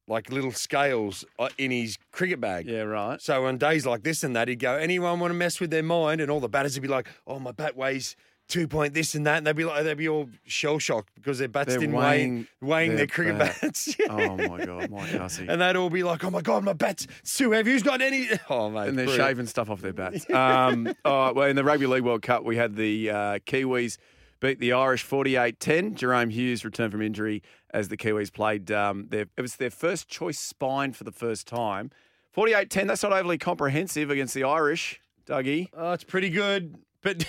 [SPEAKER 5] like little scales, uh, in his cricket bag.
[SPEAKER 4] Yeah, right. (laughs)
[SPEAKER 5] So on days like this and that, he'd go, "Anyone want to mess with their mind?" And all the batters would be like, "Oh, my bat weighs two point this and that," and they'd be like, they'd be all shell shocked because their bats
[SPEAKER 4] They're
[SPEAKER 5] didn't
[SPEAKER 4] weighing
[SPEAKER 5] weigh weighing their,
[SPEAKER 4] their
[SPEAKER 5] cricket
[SPEAKER 4] bat.
[SPEAKER 5] bats. (laughs)
[SPEAKER 4] Oh, my God. (laughs) My hussy.
[SPEAKER 5] And they'd all be like, "Oh my god, my bat's too heavy. Who's got any?" (laughs) Oh mate,
[SPEAKER 4] and they're
[SPEAKER 5] brilliant.
[SPEAKER 4] shaving stuff off their (laughs) bats. Um, all right, well, in the Rugby League World Cup, we had the uh, Kiwis beat the Irish 48-10. Jerome Hughes returned from injury as the Kiwis played. Um, their, it was their first choice spine for the first time. 48-10, that's not overly comprehensive against the Irish, Dougie.
[SPEAKER 5] Oh, it's pretty good. But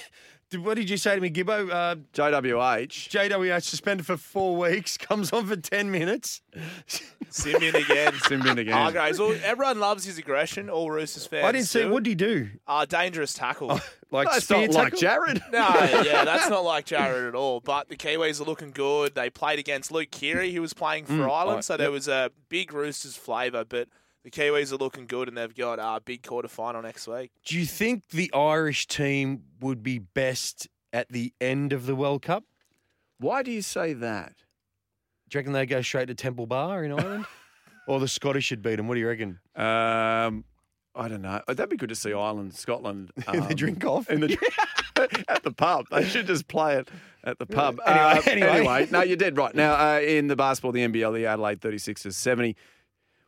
[SPEAKER 5] (laughs) what did you say to me, Gibbo? Uh,
[SPEAKER 4] JWH.
[SPEAKER 5] JWH suspended for four weeks, (laughs) comes on for 10 minutes. (laughs)
[SPEAKER 6] Simeon again.
[SPEAKER 4] Simbin (laughs) again.
[SPEAKER 6] Hargraves. All, Ah, everyone loves his aggression. All Roosters fans.
[SPEAKER 5] I didn't see,
[SPEAKER 6] do.
[SPEAKER 5] what did he do?
[SPEAKER 6] Uh, dangerous
[SPEAKER 4] Oh.
[SPEAKER 6] (laughs) tackle.
[SPEAKER 5] Like,
[SPEAKER 4] That's
[SPEAKER 5] spear
[SPEAKER 4] not like
[SPEAKER 5] tackle?
[SPEAKER 4] Jared.
[SPEAKER 6] No, yeah, that's not like Jared at all. But the Kiwis are looking good. They played against Luke Keary, who was playing for
[SPEAKER 4] Mm,
[SPEAKER 6] Ireland, so there was a big Roosters flavour. But the Kiwis are looking good, and they've got a uh, big quarter final next week.
[SPEAKER 5] Do you think the Irish team would be best at the end of the World Cup?
[SPEAKER 4] Why do you say that?
[SPEAKER 5] Do you reckon they go straight to Temple Bar in Ireland? (laughs) or the Scottish should beat them? What do you reckon? (laughs) (laughs)
[SPEAKER 4] Um, I don't know. That'd be good to see Ireland, Scotland.
[SPEAKER 5] In the
[SPEAKER 4] um, (laughs)
[SPEAKER 5] drink off?
[SPEAKER 4] In the, at the pub. They should just play it at the pub.
[SPEAKER 5] Anyway,
[SPEAKER 4] Uh,
[SPEAKER 5] anyway.
[SPEAKER 4] no, you're dead right. Now, uh, in the basketball, the NBL, the Adelaide 36ers 70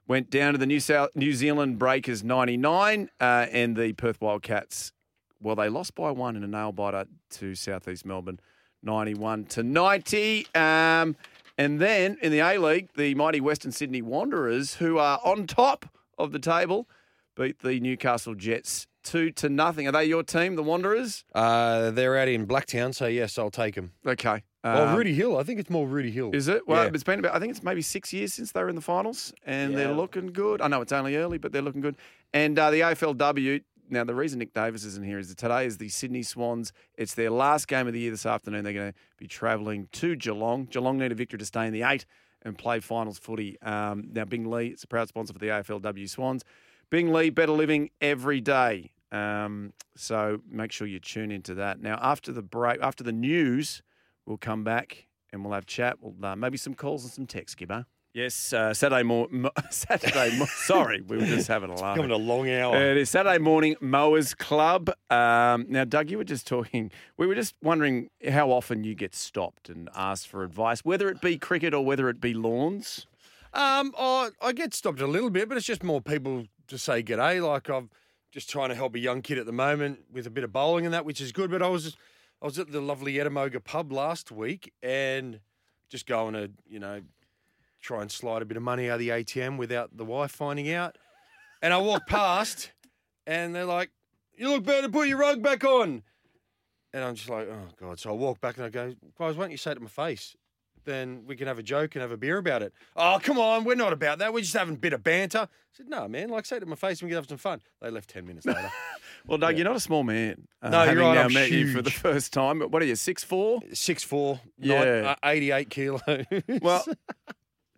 [SPEAKER 4] went down to the New South New Zealand Breakers 99, uh, and the Perth Wildcats. Well, they lost by one in a nail biter to Southeast Melbourne, 91 to 90. Um, and then in the A League, the mighty Western Sydney Wanderers, who are on top of the table, beat the Newcastle Jets two to nothing. Are they your team, the Wanderers?
[SPEAKER 5] Uh, they're out in Blacktown, so yes, I'll take them.
[SPEAKER 4] Okay.
[SPEAKER 5] well,
[SPEAKER 4] Um,
[SPEAKER 5] Oh, Rudy Hill. I think it's more Rudy Hill.
[SPEAKER 4] Is it? Well,
[SPEAKER 5] Yeah.
[SPEAKER 4] it's been about, I think it's maybe six years since they were in the finals, and they're
[SPEAKER 5] Yeah.
[SPEAKER 4] looking good. I know it's only early, but they're looking good. And uh, the AFLW, now the reason Nick Davis isn't here is that today is the Sydney Swans. It's their last game of the year this afternoon. They're going to be travelling to Geelong. Geelong need a victory to stay in the eight and play finals footy. Um, now, Bing Lee, it's a proud sponsor for the AFLW Swans. Bing Lee, better living every day. Um, so make sure you tune into that. Now, after the break, after the news, we'll come back and we'll have chat. We'll uh, maybe some calls and some texts, Gibbo. Yes, uh, Saturday (laughs) morning. Saturday. Mo- (laughs) sorry, we were just having a laugh. Uh,
[SPEAKER 5] Coming a long hour.
[SPEAKER 4] It is Saturday morning, Mowers Club. Um, now, Doug, you were just talking. We were just wondering how often you get stopped and asked for advice, whether it be cricket or whether it be lawns.
[SPEAKER 5] Um, I, I get stopped a little bit, but it's just more people to say g'day. Like I'm just trying to help a young kid at the moment with a bit of bowling and that, which is good. But I was I was at the lovely Edamoga pub last week and just going to you know try and slide a bit of money out of the ATM without the wife finding out. And I walk past, and they're like, "You look better. Put your rug back on." And I'm just like, "Oh God!" So I walk back and I go, "Guys, why don't you say it to my face?" then we can have a joke and have a beer about it. Oh, come on, we're not about that. We're just having a bit of banter. I said, no, man, like say it to my face and we can have some fun. They left 10 minutes later. (laughs)
[SPEAKER 4] Well, Doug, you're not a small man. Uh,
[SPEAKER 5] No, you're
[SPEAKER 4] having
[SPEAKER 5] right,
[SPEAKER 4] Now
[SPEAKER 5] I'm
[SPEAKER 4] met you for the
[SPEAKER 5] huge.
[SPEAKER 4] first time. What are you? Six four?
[SPEAKER 5] Six four, uh,
[SPEAKER 4] Yeah.
[SPEAKER 5] yeah. 88 kilo. (laughs)
[SPEAKER 4] Well,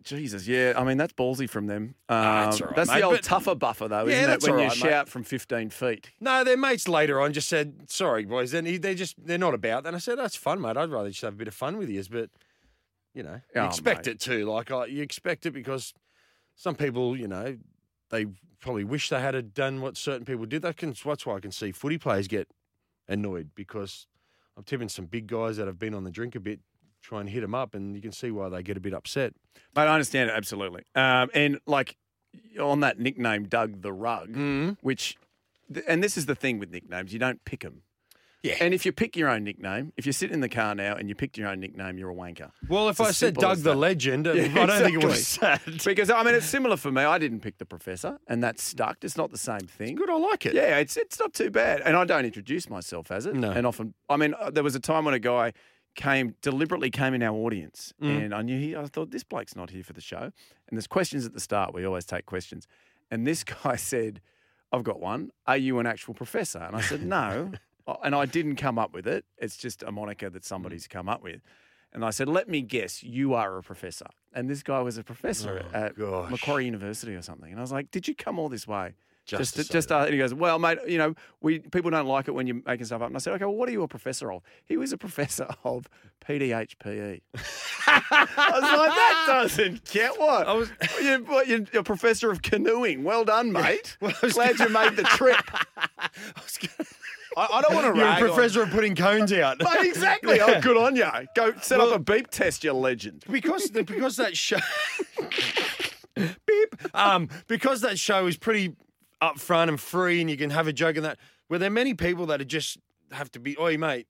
[SPEAKER 4] Jesus, yeah. I mean, that's ballsy from them. Um,
[SPEAKER 5] Ah, that's all right,
[SPEAKER 4] the
[SPEAKER 5] mate,
[SPEAKER 4] old
[SPEAKER 5] but-
[SPEAKER 4] tougher buffer, though,
[SPEAKER 5] Yeah,
[SPEAKER 4] isn't
[SPEAKER 5] that's
[SPEAKER 4] it? When
[SPEAKER 5] all
[SPEAKER 4] you
[SPEAKER 5] right, mate.
[SPEAKER 4] shout from 15 feet.
[SPEAKER 5] no, their mates later on just said, sorry, boys, then he- they're just, they're not about that. And I said, that's fun, mate. I'd rather just have a bit of fun with you, but, you know, you
[SPEAKER 4] Oh,
[SPEAKER 5] expect
[SPEAKER 4] mate.
[SPEAKER 5] it too. Like, I, you expect it because some people, you know, they probably wish they had had done what certain people did. That can, that's why I can see footy players get annoyed because I'm tipping some big guys that have been on the drink a bit, try and hit them up, and you can see why they get a bit upset.
[SPEAKER 4] Mate, I understand it absolutely. Um, and like on that nickname, Doug the Rug,
[SPEAKER 5] Mm-hmm.
[SPEAKER 4] which, th- and this is the thing with nicknames, you don't pick them.
[SPEAKER 5] Yeah.
[SPEAKER 4] And if you pick your own nickname, if you're sitting in the car now and you picked your own nickname, you're a wanker.
[SPEAKER 5] Well, if
[SPEAKER 4] It's
[SPEAKER 5] I
[SPEAKER 4] as
[SPEAKER 5] said
[SPEAKER 4] simple
[SPEAKER 5] Doug
[SPEAKER 4] as
[SPEAKER 5] the
[SPEAKER 4] that.
[SPEAKER 5] (laughs) Legend, I
[SPEAKER 4] Yeah,
[SPEAKER 5] don't think it was (laughs)
[SPEAKER 4] exactly.
[SPEAKER 5] sad.
[SPEAKER 4] Because I mean, it's similar for me. I didn't pick the professor, and that stuck. It's not the same thing.
[SPEAKER 5] Good, I like it.
[SPEAKER 4] Yeah, it's it's not too bad, and I don't introduce myself as it.
[SPEAKER 5] No.
[SPEAKER 4] and often I mean, uh, there was a time when a guy came deliberately came in our audience,
[SPEAKER 5] Mm.
[SPEAKER 4] and I knew he. I thought this bloke's not here for the show, and there's questions at the start. We always take questions, and this (laughs) guy said, "I've got one. Are you an actual professor?" And I
[SPEAKER 5] (laughs)
[SPEAKER 4] said, "No." Uh, And I didn't come up with it. It's just a moniker that somebody's
[SPEAKER 5] Mm.
[SPEAKER 4] come up with. And I said, "Let me guess, you are a professor." And this guy was a professor
[SPEAKER 5] Oh,
[SPEAKER 4] at
[SPEAKER 5] gosh.
[SPEAKER 4] Macquarie University or something. And I was like, "Did you come all this way
[SPEAKER 5] Just
[SPEAKER 4] just
[SPEAKER 5] to
[SPEAKER 4] to,
[SPEAKER 5] say
[SPEAKER 4] just uh, and he goes, well, mate, you know, we people don't like it when you're making stuff up. And I said, okay, well, what are you a professor of? He was a (laughs) professor of PDHPE. E. I was like, that doesn't get what. (laughs) I was, you're, what, you're, you're a professor of canoeing. Well done, mate. Glad you made the trip.
[SPEAKER 6] I, I don't want to
[SPEAKER 5] You're a
[SPEAKER 6] rag on-
[SPEAKER 5] professor of putting cones (laughs) out.
[SPEAKER 4] Mate, exactly. Oh, good on you. Go set up a beep test, you legend.
[SPEAKER 5] because the, because that show (laughs) beep um because that show is pretty upfront and free and you can have a joke and that were there many people that are just have to be oi mate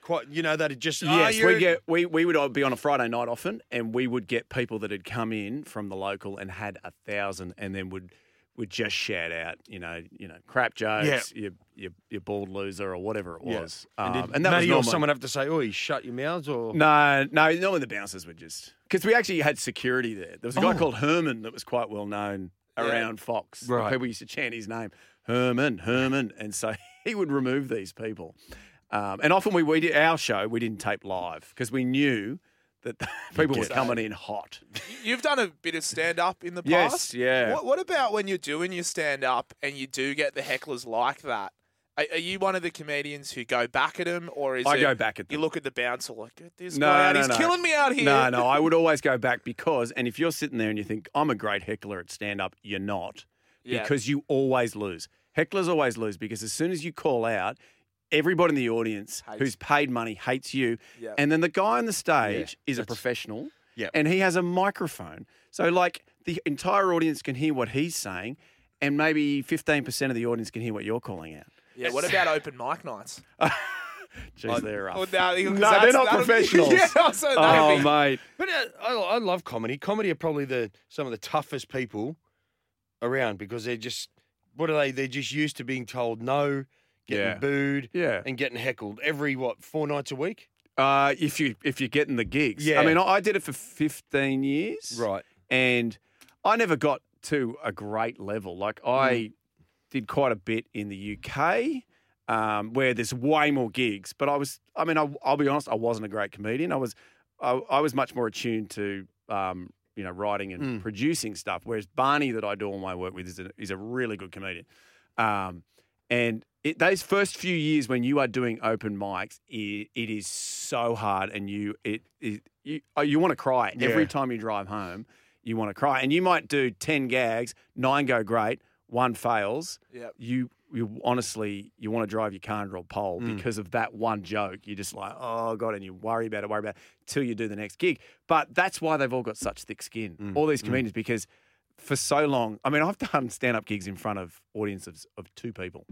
[SPEAKER 5] quite you know that are just "Oh,
[SPEAKER 4] Yes,
[SPEAKER 5] you're-"
[SPEAKER 4] we get we, we would be on a Friday night often, and we would get people that had come in from the local and had a thousand, and then would would just shout out, you know, you know, crap jokes, you you you bald loser or whatever it
[SPEAKER 5] Yeah.
[SPEAKER 4] was,
[SPEAKER 5] and,
[SPEAKER 4] Um,
[SPEAKER 5] did
[SPEAKER 4] and that was
[SPEAKER 5] Matty or
[SPEAKER 4] normally,
[SPEAKER 5] someone have to say oi shut your mouths or
[SPEAKER 4] No, no, normally the bouncers would just because we actually had security there. There was a guy called Herman that was quite well known around Fox.
[SPEAKER 5] Right.
[SPEAKER 4] people used to chant his name, Herman, Herman, and so (laughs) he would remove these people. Um, and often we, we did our show we didn't tape live because we knew that (laughs) the people were
[SPEAKER 5] get
[SPEAKER 4] coming in hot.
[SPEAKER 6] You've done a bit of stand up in the
[SPEAKER 4] Yes,
[SPEAKER 6] past.
[SPEAKER 4] yeah.
[SPEAKER 6] What, what about when you're doing your stand up and you do get the hecklers like that? Are, are you one of the comedians who go back at him, or is
[SPEAKER 4] I
[SPEAKER 6] it
[SPEAKER 4] go back at
[SPEAKER 6] You
[SPEAKER 4] them.
[SPEAKER 6] look at the bouncer like "Get this
[SPEAKER 4] No,
[SPEAKER 6] guy out.
[SPEAKER 4] no,
[SPEAKER 6] He's
[SPEAKER 4] no.
[SPEAKER 6] killing me out here.
[SPEAKER 4] No, no, I
[SPEAKER 6] (laughs)
[SPEAKER 4] would always go back because, and if you're sitting there and you think I'm a great heckler at stand up, you're not
[SPEAKER 6] Yeah.
[SPEAKER 4] because you always lose. Hecklers always lose because as soon as you call out, everybody in the audience
[SPEAKER 6] Hates.
[SPEAKER 4] who's paid money hates you.
[SPEAKER 6] Yeah.
[SPEAKER 4] And then the guy on the stage is a professional
[SPEAKER 5] Yeah.
[SPEAKER 4] and he has a microphone. So, like, the entire audience can hear what he's saying, and maybe 15% of the audience can hear what you're calling out.
[SPEAKER 6] Yeah, what about open mic nights?
[SPEAKER 4] Jeez, they're
[SPEAKER 5] Oh,
[SPEAKER 4] rough.
[SPEAKER 6] Well, no, because
[SPEAKER 4] No,
[SPEAKER 6] that's-
[SPEAKER 4] they're not
[SPEAKER 6] that'll be-
[SPEAKER 4] professionals.
[SPEAKER 6] (laughs) yeah, also, that'll
[SPEAKER 4] (laughs) oh,
[SPEAKER 6] be-
[SPEAKER 4] mate.
[SPEAKER 5] But uh, I, I love comedy. Comedy are probably the some of the toughest people around because they're just what are they? They're just used to being told no, getting
[SPEAKER 4] Yeah.
[SPEAKER 5] booed,
[SPEAKER 4] Yeah.
[SPEAKER 5] and getting heckled every what four nights a week.
[SPEAKER 4] Uh, if you if you're getting the gigs,
[SPEAKER 5] Yeah.
[SPEAKER 4] I mean, I, I did it for 15 years,
[SPEAKER 5] Right.
[SPEAKER 4] And I never got to a great level. Like I
[SPEAKER 5] Hmm.
[SPEAKER 4] did quite a bit in the UK, um, where there's way more gigs. But I was, I mean, I, I'll be honest, I wasn't a great comedian. I was, I, I was much more attuned to, um, you know, writing
[SPEAKER 5] Hmm.
[SPEAKER 4] and producing stuff. Whereas Barney, that I do all my work with, is a, is a really good comedian. Um, and it, those first few years when you are doing open mics, it, it is so hard, and you it, it you oh, you want to cry every
[SPEAKER 5] Yeah.
[SPEAKER 4] time you drive home. You want to cry, and you might do ten gags, nine go great, one fails.
[SPEAKER 6] Yep.
[SPEAKER 4] You you honestly you want to drive your car into a pole because of that one joke. You're just like oh god, and you worry about it, worry about it till you do the next gig. But that's why they've all got such thick skin, all these comedians, because for so long. I mean, I've done stand up gigs in front of audiences of two people,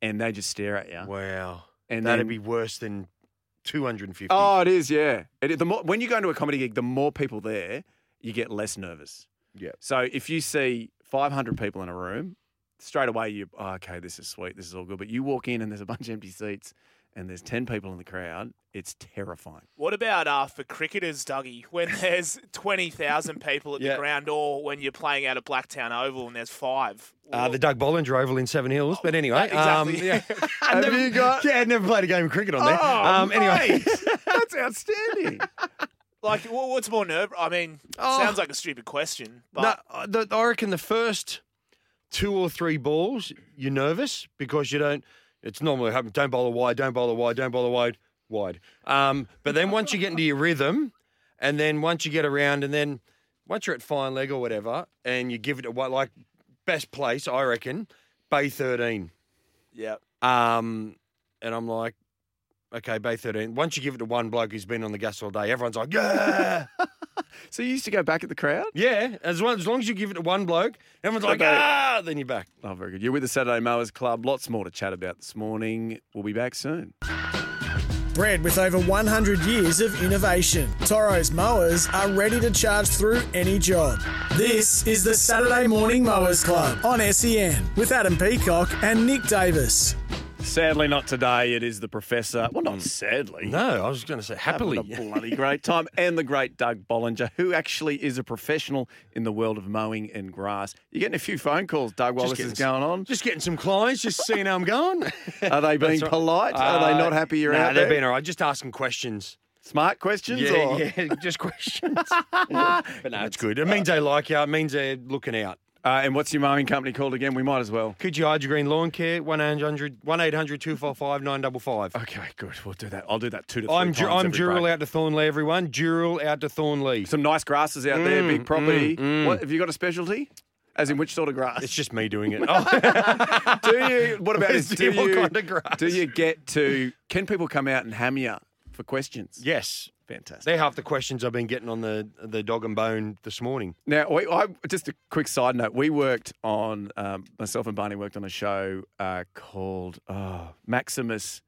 [SPEAKER 4] and they just stare at you.
[SPEAKER 5] Wow.
[SPEAKER 4] and
[SPEAKER 5] That'd
[SPEAKER 4] then-
[SPEAKER 5] be worse than two hundred and fifty.
[SPEAKER 4] Oh, it is, yeah. It, is- the more, when you go into a comedy gig, the more people there, you get less nervous.
[SPEAKER 5] Yeah.
[SPEAKER 4] So if you see 500 people in a room, straight away you, oh, okay, this is sweet, this is all good. But you walk in and there's a bunch of empty seats and there's 10 people in the crowd, it's terrifying.
[SPEAKER 6] What about uh, for cricketers, Dougie,
[SPEAKER 5] (laughs)
[SPEAKER 6] when there's 20,000 people at
[SPEAKER 5] Yeah.
[SPEAKER 6] the ground or when you're playing out at Blacktown Oval and there's five?
[SPEAKER 5] Uh, the Doug Bollinger Oval in Seven Hills. But anyway,
[SPEAKER 6] exactly.
[SPEAKER 5] Um, Oh, yeah. (laughs) Have you got? Yeah, I'd never played a game of cricket on there. um, anyway,
[SPEAKER 4] That's outstanding.
[SPEAKER 6] Like, wha- what's more nerve? I mean,
[SPEAKER 5] Oh.
[SPEAKER 6] sounds like a stupid question, but
[SPEAKER 5] No, I- uh, the, I reckon the first two or three balls, you're nervous because you don't. It's normally happen. Don't bowl a wide. Don't bowl a wide. Don't bowl a wide. Wide. Um, but then once you get into your rhythm, and then once you get around, and then once you're at fine leg or whatever, and you give it a wa- like best place, I reckon, bay thirteen.
[SPEAKER 6] yeah.
[SPEAKER 5] Um, and I'm like, okay, bay thirteen. Once you give it to one bloke who's been on the gas all day, everyone's like, yeah.
[SPEAKER 4] (laughs) so you used to go back at the crowd?
[SPEAKER 5] Yeah, as long, as long as you give it to one bloke, everyone's like,
[SPEAKER 4] Okay.
[SPEAKER 5] ah, then you're back.
[SPEAKER 4] Oh, very good. You're with the Saturday Mowers Club. Lots more to chat about this morning. We'll be back soon.
[SPEAKER 3] Bred with over 100 years of innovation, Toro's mowers are ready to charge through any job. This is the Saturday Morning Mowers Club on SEN with Adam Peacock and Nick Davis.
[SPEAKER 4] Sadly, not today. It is the professor. Well, not sadly.
[SPEAKER 5] Mm. No, I was going to say happily.
[SPEAKER 4] Having a (laughs) bloody great time.
[SPEAKER 5] (laughs)
[SPEAKER 4] And the great Doug Bollinger, who actually is a professional in the world of mowing and grass. You're getting a few phone calls, Doug, while this is going on.
[SPEAKER 5] Just getting some clients, just seeing how I'm going.
[SPEAKER 4] (laughs) Are they being
[SPEAKER 5] That's right.
[SPEAKER 4] polite? Are they
[SPEAKER 5] Uh,
[SPEAKER 4] not happy you're
[SPEAKER 5] nah,
[SPEAKER 4] out
[SPEAKER 5] they've
[SPEAKER 4] there?
[SPEAKER 5] been all right. Just asking questions.
[SPEAKER 4] Smart questions?
[SPEAKER 5] Yeah,
[SPEAKER 4] or-
[SPEAKER 5] yeah, just questions.
[SPEAKER 4] (laughs)
[SPEAKER 5] but no, it's good. It means they like you. It means they're looking out.
[SPEAKER 4] Uh, and what's your mowing company called again? We might as well.
[SPEAKER 5] Could you hide your green lawn care? 1-800-255-955. 955
[SPEAKER 4] Okay, good. We'll do that. I'll do that two to 3
[SPEAKER 5] I'm,
[SPEAKER 4] times
[SPEAKER 5] Dur- I'm
[SPEAKER 4] every
[SPEAKER 5] Dural
[SPEAKER 4] break.
[SPEAKER 5] out to Thornley, everyone. Dural out to Thornley.
[SPEAKER 4] Some nice grasses out there,
[SPEAKER 5] Mm,
[SPEAKER 4] big property. What, have you got a specialty? As in which sort of grass? (laughs)
[SPEAKER 5] It's just me doing it. Oh.
[SPEAKER 4] do you? What
[SPEAKER 5] (laughs)
[SPEAKER 4] about this?
[SPEAKER 5] Do you- what kind of grass?
[SPEAKER 4] Do you get to? Can people come out and ham you for questions?
[SPEAKER 5] yes.
[SPEAKER 4] fantastic.
[SPEAKER 5] They're half the questions I've been getting on the the dog and bone this morning.
[SPEAKER 4] Now, we, I, just a quick side note. We worked on, um, myself and Barney worked on a show uh, called oh, Maximus.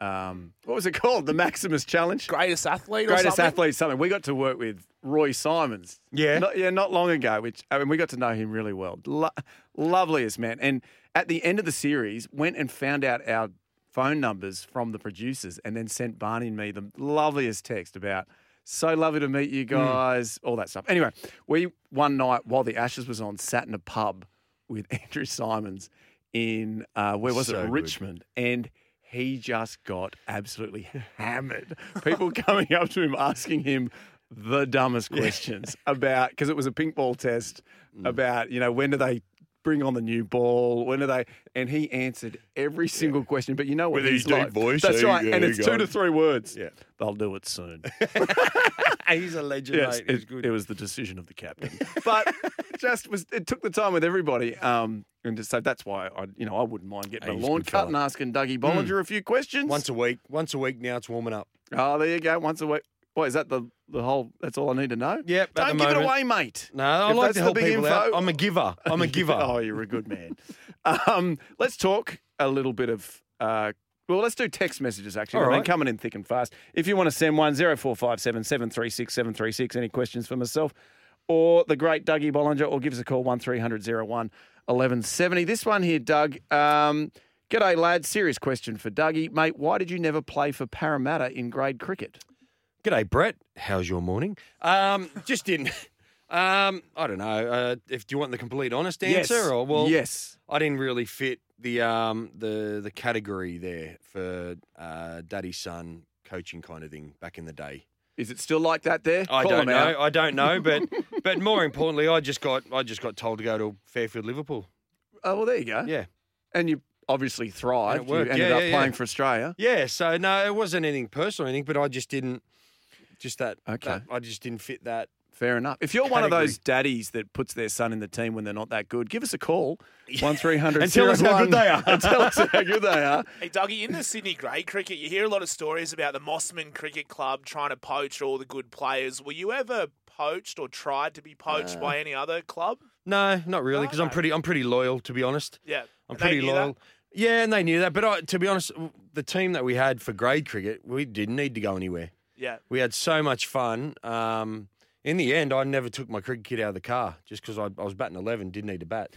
[SPEAKER 4] Um, what was it called? The Maximus Challenge?
[SPEAKER 6] Greatest athlete or
[SPEAKER 4] Greatest
[SPEAKER 6] something?
[SPEAKER 4] Athlete something. We got to work with Roy Simons.
[SPEAKER 5] Yeah.
[SPEAKER 4] Not, yeah, not long ago, which, I mean, we got to know him really well. Lo- loveliest man. And at the end of the series, went and found out our phone numbers from the producers and then sent Barney and me the loveliest text about, so lovely to meet you guys, all that stuff. Anyway, we one night while the Ashes was on, sat in a pub with (laughs) Andrew Simons in, uh, where was
[SPEAKER 5] So
[SPEAKER 4] it,
[SPEAKER 5] good.
[SPEAKER 4] Richmond. And he just got
[SPEAKER 5] (laughs)
[SPEAKER 4] absolutely hammered. People coming up to him asking him
[SPEAKER 5] Mm.
[SPEAKER 4] the dumbest questions about because it was a pink ball test about you know when do they bring on the new ball? When are they? And he answered every single question. But you know what?
[SPEAKER 5] With his
[SPEAKER 4] he's
[SPEAKER 5] deep
[SPEAKER 4] like.
[SPEAKER 5] voice,
[SPEAKER 4] That's
[SPEAKER 5] so
[SPEAKER 4] right.
[SPEAKER 5] you-
[SPEAKER 4] and
[SPEAKER 5] you
[SPEAKER 4] it's
[SPEAKER 5] go
[SPEAKER 4] two
[SPEAKER 5] on.
[SPEAKER 4] to three words.
[SPEAKER 5] Yeah.
[SPEAKER 4] They'll do it soon.
[SPEAKER 5] He's a legend,
[SPEAKER 4] yes,
[SPEAKER 5] mate. He's
[SPEAKER 4] it,
[SPEAKER 5] good.
[SPEAKER 4] it was the decision of the captain.
[SPEAKER 5] (laughs)
[SPEAKER 4] but just was it took the time with everybody. Um, and just, so that's why I, you know, I wouldn't mind getting
[SPEAKER 5] Hey,
[SPEAKER 4] a
[SPEAKER 5] he's a
[SPEAKER 4] lawn
[SPEAKER 5] good
[SPEAKER 4] cut
[SPEAKER 5] fella. Mm.
[SPEAKER 4] and asking Dougie Bollinger a few questions.
[SPEAKER 5] once a week. Once a week now, it's warming up.
[SPEAKER 4] Oh, there you go. Once a week. What is that? The the whole. That's all I need to know.
[SPEAKER 5] Yep, at
[SPEAKER 4] Don't
[SPEAKER 5] the
[SPEAKER 4] give it
[SPEAKER 5] moment.
[SPEAKER 4] away, mate.
[SPEAKER 5] No, I
[SPEAKER 4] If
[SPEAKER 5] like
[SPEAKER 4] that's
[SPEAKER 5] to
[SPEAKER 4] the
[SPEAKER 5] help
[SPEAKER 4] big
[SPEAKER 5] people out.
[SPEAKER 4] info-
[SPEAKER 5] I'm a giver.
[SPEAKER 4] (laughs)
[SPEAKER 5] I'm (laughs) a giver.
[SPEAKER 4] oh, you're a good man. um, let's talk a little bit of. Uh, well, let's do text messages actually.
[SPEAKER 5] All
[SPEAKER 4] I mean,
[SPEAKER 5] right.
[SPEAKER 4] coming in thick and fast. If you want to send one zero four five seven seven three six seven three six. Any questions for myself or the great Dougie Bollinger, or give us a call one 01 1170. This one here, Doug. Um, G'day, lad. Serious question for Dougie, mate. Why did you never play for Parramatta in grade cricket?
[SPEAKER 5] G'day, Brett. How's your morning? Um, just didn't. Um, I don't know. Uh, if do you want the complete honest answer, or well,
[SPEAKER 4] yes.
[SPEAKER 5] I didn't really fit the um the the category there for uh, daddy son coaching kind of thing back in the day.
[SPEAKER 4] Is it still like that there?
[SPEAKER 5] I
[SPEAKER 4] Call
[SPEAKER 5] don't
[SPEAKER 4] them
[SPEAKER 5] know.
[SPEAKER 4] out.
[SPEAKER 5] I don't know,
[SPEAKER 6] (laughs)
[SPEAKER 5] but but more importantly, I just got I just got told to go to Fairfield, Liverpool.
[SPEAKER 4] Oh, well, there you go.
[SPEAKER 5] Yeah.
[SPEAKER 4] And you obviously thrived.
[SPEAKER 5] And it
[SPEAKER 4] You
[SPEAKER 5] worked.
[SPEAKER 4] ended
[SPEAKER 5] Yeah,
[SPEAKER 4] up
[SPEAKER 5] yeah, yeah.
[SPEAKER 4] playing for Australia.
[SPEAKER 5] Yeah, so no, it wasn't anything personal, or anything, but I just didn't, just that.
[SPEAKER 4] Okay.
[SPEAKER 5] that- I just didn't fit that.
[SPEAKER 4] Fair enough. If you're one of
[SPEAKER 5] Category.
[SPEAKER 4] those daddies that puts their son in the team when they're not that good, give us a
[SPEAKER 5] (laughs)
[SPEAKER 4] call. One three hundred.
[SPEAKER 5] And tell us how good they are.
[SPEAKER 4] and (laughs) tell us how good they are.
[SPEAKER 6] Hey, Dougie, in the Sydney grade cricket, you hear a lot of stories about the Mossman Cricket Club trying to poach all the good players. Were you ever poached or tried to be poached by any other club?
[SPEAKER 5] No, not really, because I'm
[SPEAKER 6] No.
[SPEAKER 5] pretty I'm pretty loyal, to be honest.
[SPEAKER 6] Yeah.
[SPEAKER 5] I'm
[SPEAKER 6] and they
[SPEAKER 5] pretty
[SPEAKER 6] knew that?
[SPEAKER 5] loyal. Yeah, and they knew that. But I, to be honest, w- the team that we had for grade cricket, we didn't need to go anywhere.
[SPEAKER 6] Yeah.
[SPEAKER 5] We had so much fun. Um, in the end, I never took my cricket kit out of the car just because I, I was batting eleven, didn't need to bat.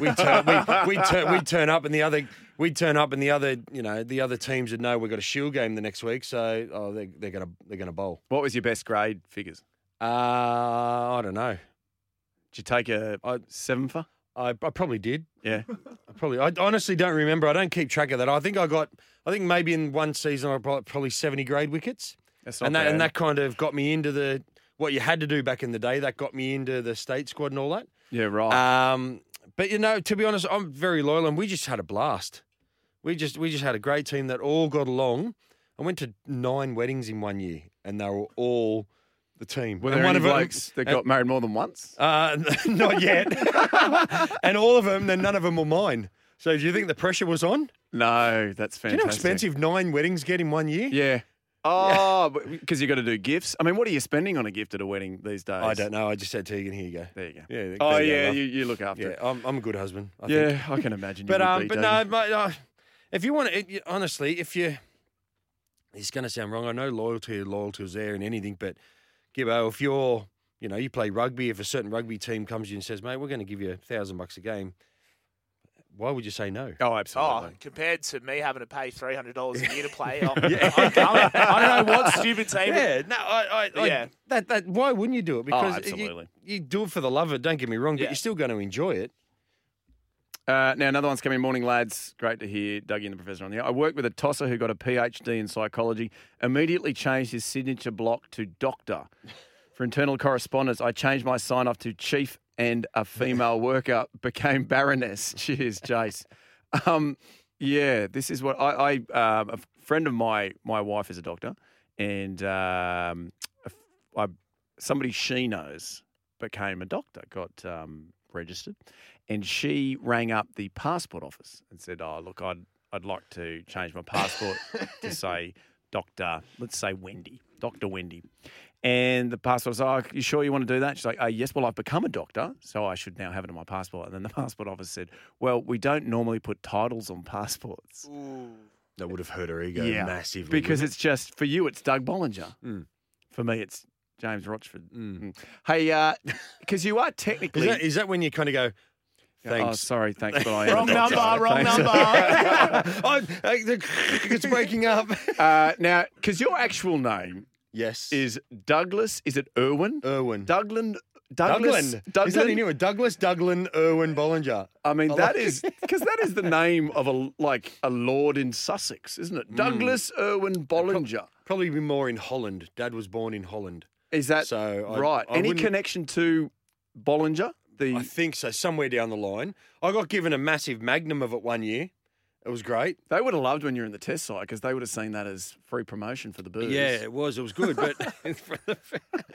[SPEAKER 5] We turn, we we turn, we'd turn up, and the other we'd turn up, and the other you know the other teams would know we've got a shield game the next week, so oh they, they're gonna they're gonna bowl.
[SPEAKER 4] What was your best grade figures?
[SPEAKER 5] Uh, I don't know.
[SPEAKER 4] Did you take a seven for?
[SPEAKER 5] I, I probably did. (laughs)
[SPEAKER 4] Yeah.
[SPEAKER 5] I probably. I honestly don't remember. I don't keep track of that. I think I got. I think maybe in one season I brought probably seventy grade wickets,
[SPEAKER 4] That's
[SPEAKER 5] and that and
[SPEAKER 4] bad.
[SPEAKER 5] that kind of got me into the what you had to do back in the day. That got me into the state squad and all that.
[SPEAKER 4] Yeah, right.
[SPEAKER 5] Um, but you know, to be honest, I'm very loyal, and we just had a blast. We just we just had a great team that all got along. I went to nine weddings in one year, and they were all the team.
[SPEAKER 4] Were
[SPEAKER 5] And
[SPEAKER 4] there any
[SPEAKER 5] one of them-
[SPEAKER 4] blokes that
[SPEAKER 5] and-
[SPEAKER 4] got married more than once?
[SPEAKER 5] uh, (laughs) not yet. and all of them, then none of them were mine. So do you think the pressure was on?
[SPEAKER 4] No, that's fantastic.
[SPEAKER 5] Do you know how expensive nine weddings get in one year? (laughs)
[SPEAKER 4] Yeah. Oh, because you got to do gifts. I mean, what are you spending on a gift at a wedding these days?
[SPEAKER 5] I don't know. I just said Tegan, here you go.
[SPEAKER 4] There you go.
[SPEAKER 5] Yeah.
[SPEAKER 4] oh
[SPEAKER 5] there you go,
[SPEAKER 4] yeah,
[SPEAKER 5] love.
[SPEAKER 4] you, you look after
[SPEAKER 5] yeah.
[SPEAKER 4] it.
[SPEAKER 5] I'm, I'm a good husband. I think.
[SPEAKER 4] yeah, I can imagine.
[SPEAKER 5] But
[SPEAKER 4] you would
[SPEAKER 5] um,
[SPEAKER 4] be,
[SPEAKER 5] but
[SPEAKER 4] Dougie.
[SPEAKER 5] no, but, uh, if you want to, it, you- honestly, if you, it's going to sound wrong. I know loyalty, loyalty is there in anything, but Gibbo, if you're, you know, you play rugby, if a certain rugby team comes to you and says, "Mate, we're going to give you a thousand bucks a game," why would you say no?
[SPEAKER 4] Oh,
[SPEAKER 6] Oh,
[SPEAKER 4] absolutely.
[SPEAKER 6] compared to me having to pay three hundred dollars a year to play, I'm, I'm going. I don't know (laughs) what stupid team.
[SPEAKER 5] Yeah, no, I, I, I
[SPEAKER 6] Oh, Yeah. Oh,
[SPEAKER 5] That, that, why wouldn't you do it? Because you-
[SPEAKER 4] absolutely.
[SPEAKER 5] You, do it for the love of it. Don't get me wrong, but
[SPEAKER 6] Yeah.
[SPEAKER 5] you're still going to enjoy it.
[SPEAKER 4] Uh, now, another one's coming. Morning, lads. Great to hear Dougie and the professor on the air. I worked with a tosser who got a PhD in psychology, immediately changed his signature block to doctor. For internal correspondence, I changed my sign off to chief and a female worker, became baroness. (laughs) Cheers, Jace. Um, yeah, this is what I, I um, a friend of my, my wife is a doctor, and um, a f- I, somebody she knows became a doctor, got um, registered, and she rang up the passport office and said, "Oh, look, I'd I'd like to change my passport to say Doctor, let's say Wendy, Doctor Wendy." And the passport was, "Oh, you sure you want to do that?" She's like, "Oh, yes. Well, I've become a doctor, so I should now have it on my passport." And then the (laughs) passport office said, "Well, we don't normally put titles on passports."
[SPEAKER 5] That would have hurt her ego massively.
[SPEAKER 4] Because it's just for you, it's Doug Bollinger.
[SPEAKER 5] Mm.
[SPEAKER 4] For me, it's James Rochford.
[SPEAKER 5] Mm.
[SPEAKER 4] Mm. (laughs) Hey, because you are
[SPEAKER 5] is
[SPEAKER 4] technically.
[SPEAKER 5] that, is that when you kind of go,
[SPEAKER 4] Oh,
[SPEAKER 5] thanks?
[SPEAKER 4] sorry, thanks,
[SPEAKER 5] (laughs)
[SPEAKER 4] but I am a
[SPEAKER 6] Wrong
[SPEAKER 4] doctor.
[SPEAKER 6] number, wrong
[SPEAKER 4] Thanks.
[SPEAKER 6] number.
[SPEAKER 5] I'm- I- the- it's breaking up.
[SPEAKER 4] Uh, now, because your actual name
[SPEAKER 5] (laughs) Yes,
[SPEAKER 4] is Douglas, is it Irwin?
[SPEAKER 5] Irwin
[SPEAKER 4] Dougland. Douglas.
[SPEAKER 5] Douglas. Is that a new one? Douglas Douglan Irwin Bollinger.
[SPEAKER 4] I mean,
[SPEAKER 5] I
[SPEAKER 4] that
[SPEAKER 5] like-
[SPEAKER 4] is because that
[SPEAKER 5] (laughs)
[SPEAKER 4] is the name of a like a lord in Sussex, isn't
[SPEAKER 5] Mm.
[SPEAKER 4] it? Douglas Irwin Bollinger.
[SPEAKER 5] Probably be more in Holland. Dad was born in Holland.
[SPEAKER 4] Is that
[SPEAKER 5] So I-
[SPEAKER 4] right?
[SPEAKER 5] I
[SPEAKER 4] Any
[SPEAKER 5] wouldn't-
[SPEAKER 4] connection to Bollinger?
[SPEAKER 7] the
[SPEAKER 5] I think so. Somewhere down the line, I got given a massive magnum of it one year. It was great.
[SPEAKER 4] They would have loved when you were in the test site because they would have seen that as free promotion for the booze.
[SPEAKER 5] Yeah, it was. It was good, (laughs) but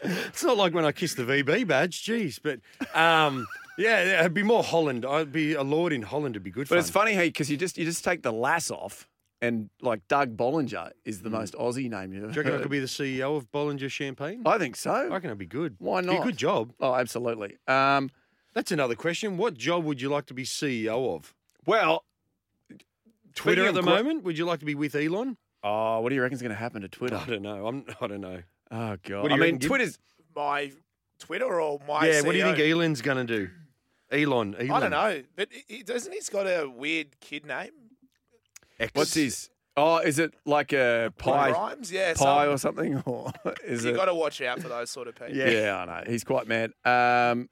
[SPEAKER 5] it's not like when I kissed the VB badge. Jeez, but um, yeah, it'd be more Holland. I'd be a lord in Holland. It'd be good.
[SPEAKER 4] But it's funny how because you just you just take the lass off, and like Doug Bollinger is the most Aussie name you've
[SPEAKER 5] Mm. Do
[SPEAKER 4] ever
[SPEAKER 5] you reckon I
[SPEAKER 4] heard.
[SPEAKER 5] could be the CEO of Bollinger Champagne?
[SPEAKER 4] I think so.
[SPEAKER 5] I reckon it'd be good.
[SPEAKER 4] Why
[SPEAKER 5] It'd be
[SPEAKER 4] not?
[SPEAKER 5] a good job.
[SPEAKER 4] Oh, absolutely. Um,
[SPEAKER 5] That's another question. What job would you like to be CEO of?
[SPEAKER 4] well,
[SPEAKER 5] Twitter
[SPEAKER 4] Speaking
[SPEAKER 5] at the
[SPEAKER 4] of gro-
[SPEAKER 5] moment? Would you like to be with Elon?
[SPEAKER 4] Oh, what do you reckon's going to happen to Twitter?
[SPEAKER 5] I don't know. I'm. I don't know.
[SPEAKER 4] Oh God! I
[SPEAKER 5] What do you
[SPEAKER 4] mean,
[SPEAKER 5] reckon, Gib?
[SPEAKER 4] Twitter's
[SPEAKER 6] My Twitter or my
[SPEAKER 5] yeah. What do you think
[SPEAKER 6] CEO?
[SPEAKER 4] E
[SPEAKER 5] Elon's gonna do? Elon. Elon.
[SPEAKER 6] I don't know, but i- i doesn't he's got a weird kid name?
[SPEAKER 5] X.
[SPEAKER 4] what's his? Oh, is it like a
[SPEAKER 6] Pie
[SPEAKER 4] pie
[SPEAKER 6] rhymes, yeah.
[SPEAKER 4] pie
[SPEAKER 6] some-
[SPEAKER 4] or something? (laughs) Or is
[SPEAKER 6] you
[SPEAKER 4] it?
[SPEAKER 6] got to watch out for those sort of people.
[SPEAKER 4] yeah. I know. He's quite mad. Um,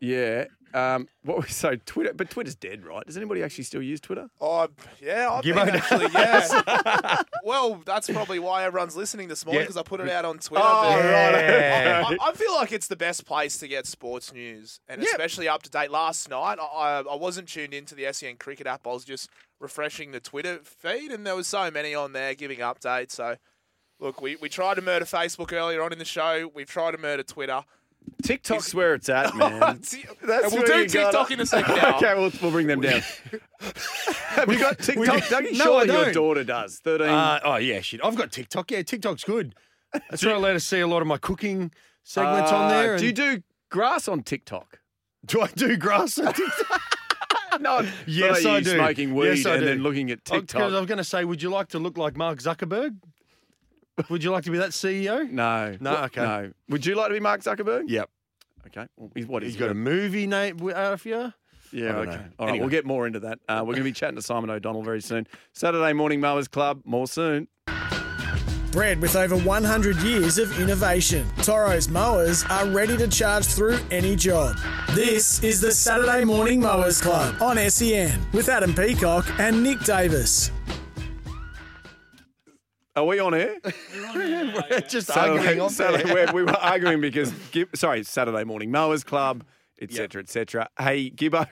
[SPEAKER 4] yeah. Um, what we so Twitter, but Twitter's dead, right? Does anybody actually still use Twitter?
[SPEAKER 6] Oh, yeah, I've been
[SPEAKER 5] Gibbo
[SPEAKER 6] actually,
[SPEAKER 4] (laughs)
[SPEAKER 6] yeah. well, that's probably why everyone's listening this morning
[SPEAKER 5] Yeah.
[SPEAKER 6] because I put it out on Twitter.
[SPEAKER 4] Oh,
[SPEAKER 6] but-
[SPEAKER 5] Yeah.
[SPEAKER 6] I, I feel like it's the best place to get sports news, and especially up to date. Last night, I, I- I wasn't tuned into the SEN cricket app. I was just refreshing the Twitter feed, and there was so many on there giving updates. So, look, we, we tried to murder Facebook earlier on in the show. We've tried to murder Twitter.
[SPEAKER 4] TikTok's where it's
[SPEAKER 5] (laughs) Oh,
[SPEAKER 4] at, man.
[SPEAKER 6] See,
[SPEAKER 4] That's
[SPEAKER 6] we'll
[SPEAKER 4] where
[SPEAKER 6] do
[SPEAKER 4] you gotta-
[SPEAKER 6] TikTok in a second
[SPEAKER 4] (laughs)
[SPEAKER 6] hour.
[SPEAKER 4] okay, we'll, we'll bring them
[SPEAKER 5] (laughs)
[SPEAKER 4] down. Have you got TikTok? Dougie?
[SPEAKER 5] No, I
[SPEAKER 4] Surely your
[SPEAKER 5] don't.
[SPEAKER 4] daughter does. Thirteen.
[SPEAKER 5] Uh, oh yeah, shit. I've got TikTok. Yeah, TikTok's good. That's where I let us see a lot of my cooking segments on there.
[SPEAKER 4] Uh,
[SPEAKER 5] and-
[SPEAKER 4] Do you do grass on TikTok?
[SPEAKER 5] do I do grass on TikTok?
[SPEAKER 4] (laughs) No,
[SPEAKER 5] Yes,
[SPEAKER 4] not
[SPEAKER 5] I
[SPEAKER 4] you
[SPEAKER 5] do.
[SPEAKER 4] Smoking weed
[SPEAKER 5] Yes, I
[SPEAKER 4] and
[SPEAKER 5] do. Oh,
[SPEAKER 4] then looking at
[SPEAKER 5] Because I
[SPEAKER 4] TikTok.
[SPEAKER 5] was going to say, would you like to look like Mark Zuckerberg? Would you like to be that E
[SPEAKER 4] (laughs)
[SPEAKER 5] CEO?
[SPEAKER 4] No,
[SPEAKER 5] No,
[SPEAKER 4] What-
[SPEAKER 5] okay.
[SPEAKER 4] No, would you like to be Mark Zuckerberg?
[SPEAKER 5] Yep.
[SPEAKER 4] Okay. Well, he's what
[SPEAKER 5] He's got a movie name wi- out of you.
[SPEAKER 4] Yeah.
[SPEAKER 5] I don't
[SPEAKER 4] Okay. All
[SPEAKER 5] know.
[SPEAKER 4] right,
[SPEAKER 5] Anyway.
[SPEAKER 4] We'll get more into that. Uh, we're going to be chatting to Simon O'Donnell very soon. Saturday morning mowers club. More soon.
[SPEAKER 3] Bred with over 100 years of innovation, Toro's mowers are ready to charge through any job. This is the Saturday Morning Mowers Club on SEN with Adam Peacock and Nick Davis.
[SPEAKER 4] Are we on
[SPEAKER 6] (laughs)
[SPEAKER 4] air?
[SPEAKER 5] (laughs) Just
[SPEAKER 4] Saturday,
[SPEAKER 5] arguing off
[SPEAKER 4] Saturday-
[SPEAKER 5] there.
[SPEAKER 4] we we
[SPEAKER 6] (laughs)
[SPEAKER 4] were arguing because Gib, sorry, Saturday morning mowers club, etc. etc. Hey, Gibbo,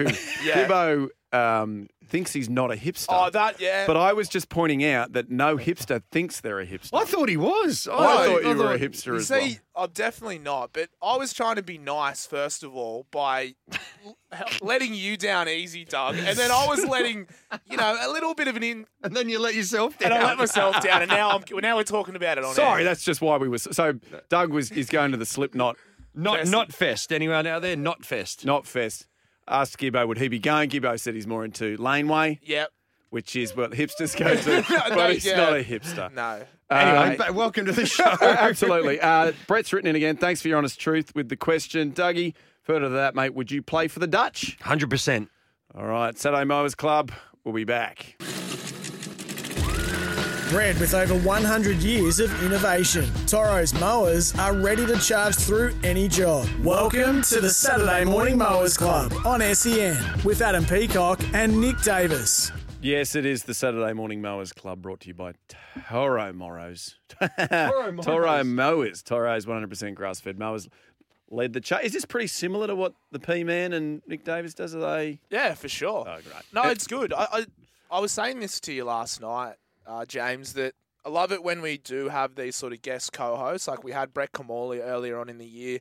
[SPEAKER 6] (laughs) Yeah.
[SPEAKER 4] Gibbo um, thinks he's not a hipster.
[SPEAKER 6] Oh, that, yeah.
[SPEAKER 4] But I was just pointing out that no hipster thinks they're a hipster.
[SPEAKER 5] I thought he was. I,
[SPEAKER 4] I thought you were a hipster
[SPEAKER 6] You
[SPEAKER 4] as well.
[SPEAKER 6] see, I'm definitely not, but I was trying to be nice, first of all, by (laughs) l- letting you down easy, Doug. And then I (laughs) was letting, you know, a little bit of an in.
[SPEAKER 5] (laughs) And then you let yourself down.
[SPEAKER 6] And I let myself down, and now I'm (laughs) now we're talking about it on
[SPEAKER 4] Sorry,
[SPEAKER 6] air.
[SPEAKER 4] that's just why we were. So Doug was is going to the Slipknot
[SPEAKER 5] not
[SPEAKER 6] Fest.
[SPEAKER 5] not fest. Anyone out there? Not fest.
[SPEAKER 4] Knot Fest. Asked Gibbo would he be going. Gibbo said he's more into laneway,
[SPEAKER 6] Yep.
[SPEAKER 4] which is what hipsters go to, but
[SPEAKER 6] no,
[SPEAKER 4] he's
[SPEAKER 6] yeah.
[SPEAKER 4] not a hipster.
[SPEAKER 6] No.
[SPEAKER 5] anyway, but
[SPEAKER 4] (laughs)
[SPEAKER 5] welcome to the show.
[SPEAKER 4] Absolutely. Uh, Brett's written in again. Thanks for your honest truth with the question, Dougie. Further to that, mate, would you play for the Dutch?
[SPEAKER 5] Hundred percent.
[SPEAKER 4] All right, Saturday Mowers Club. We'll be back.
[SPEAKER 3] Bred with over 100 years of innovation, Toro's mowers are ready to charge through any job. Welcome to the Saturday Morning Mowers Club on SEN with Adam Peacock and Nick Davis.
[SPEAKER 4] Yes, it is the Saturday Morning Mowers Club brought to you by Toro Morrows. (laughs)
[SPEAKER 5] Morrows.
[SPEAKER 4] Toro Mowers. Toro's 100% grass fed mowers led the charge. Is this pretty similar to what the P Man and Nick Davis does? Are they?
[SPEAKER 6] Yeah, for sure.
[SPEAKER 4] Oh, great.
[SPEAKER 6] No, it's good. I, I I was saying this to you last night, uh, James, that I love it when we do have these sort of guest co-hosts. Like we had Brett Kamali earlier on in the year,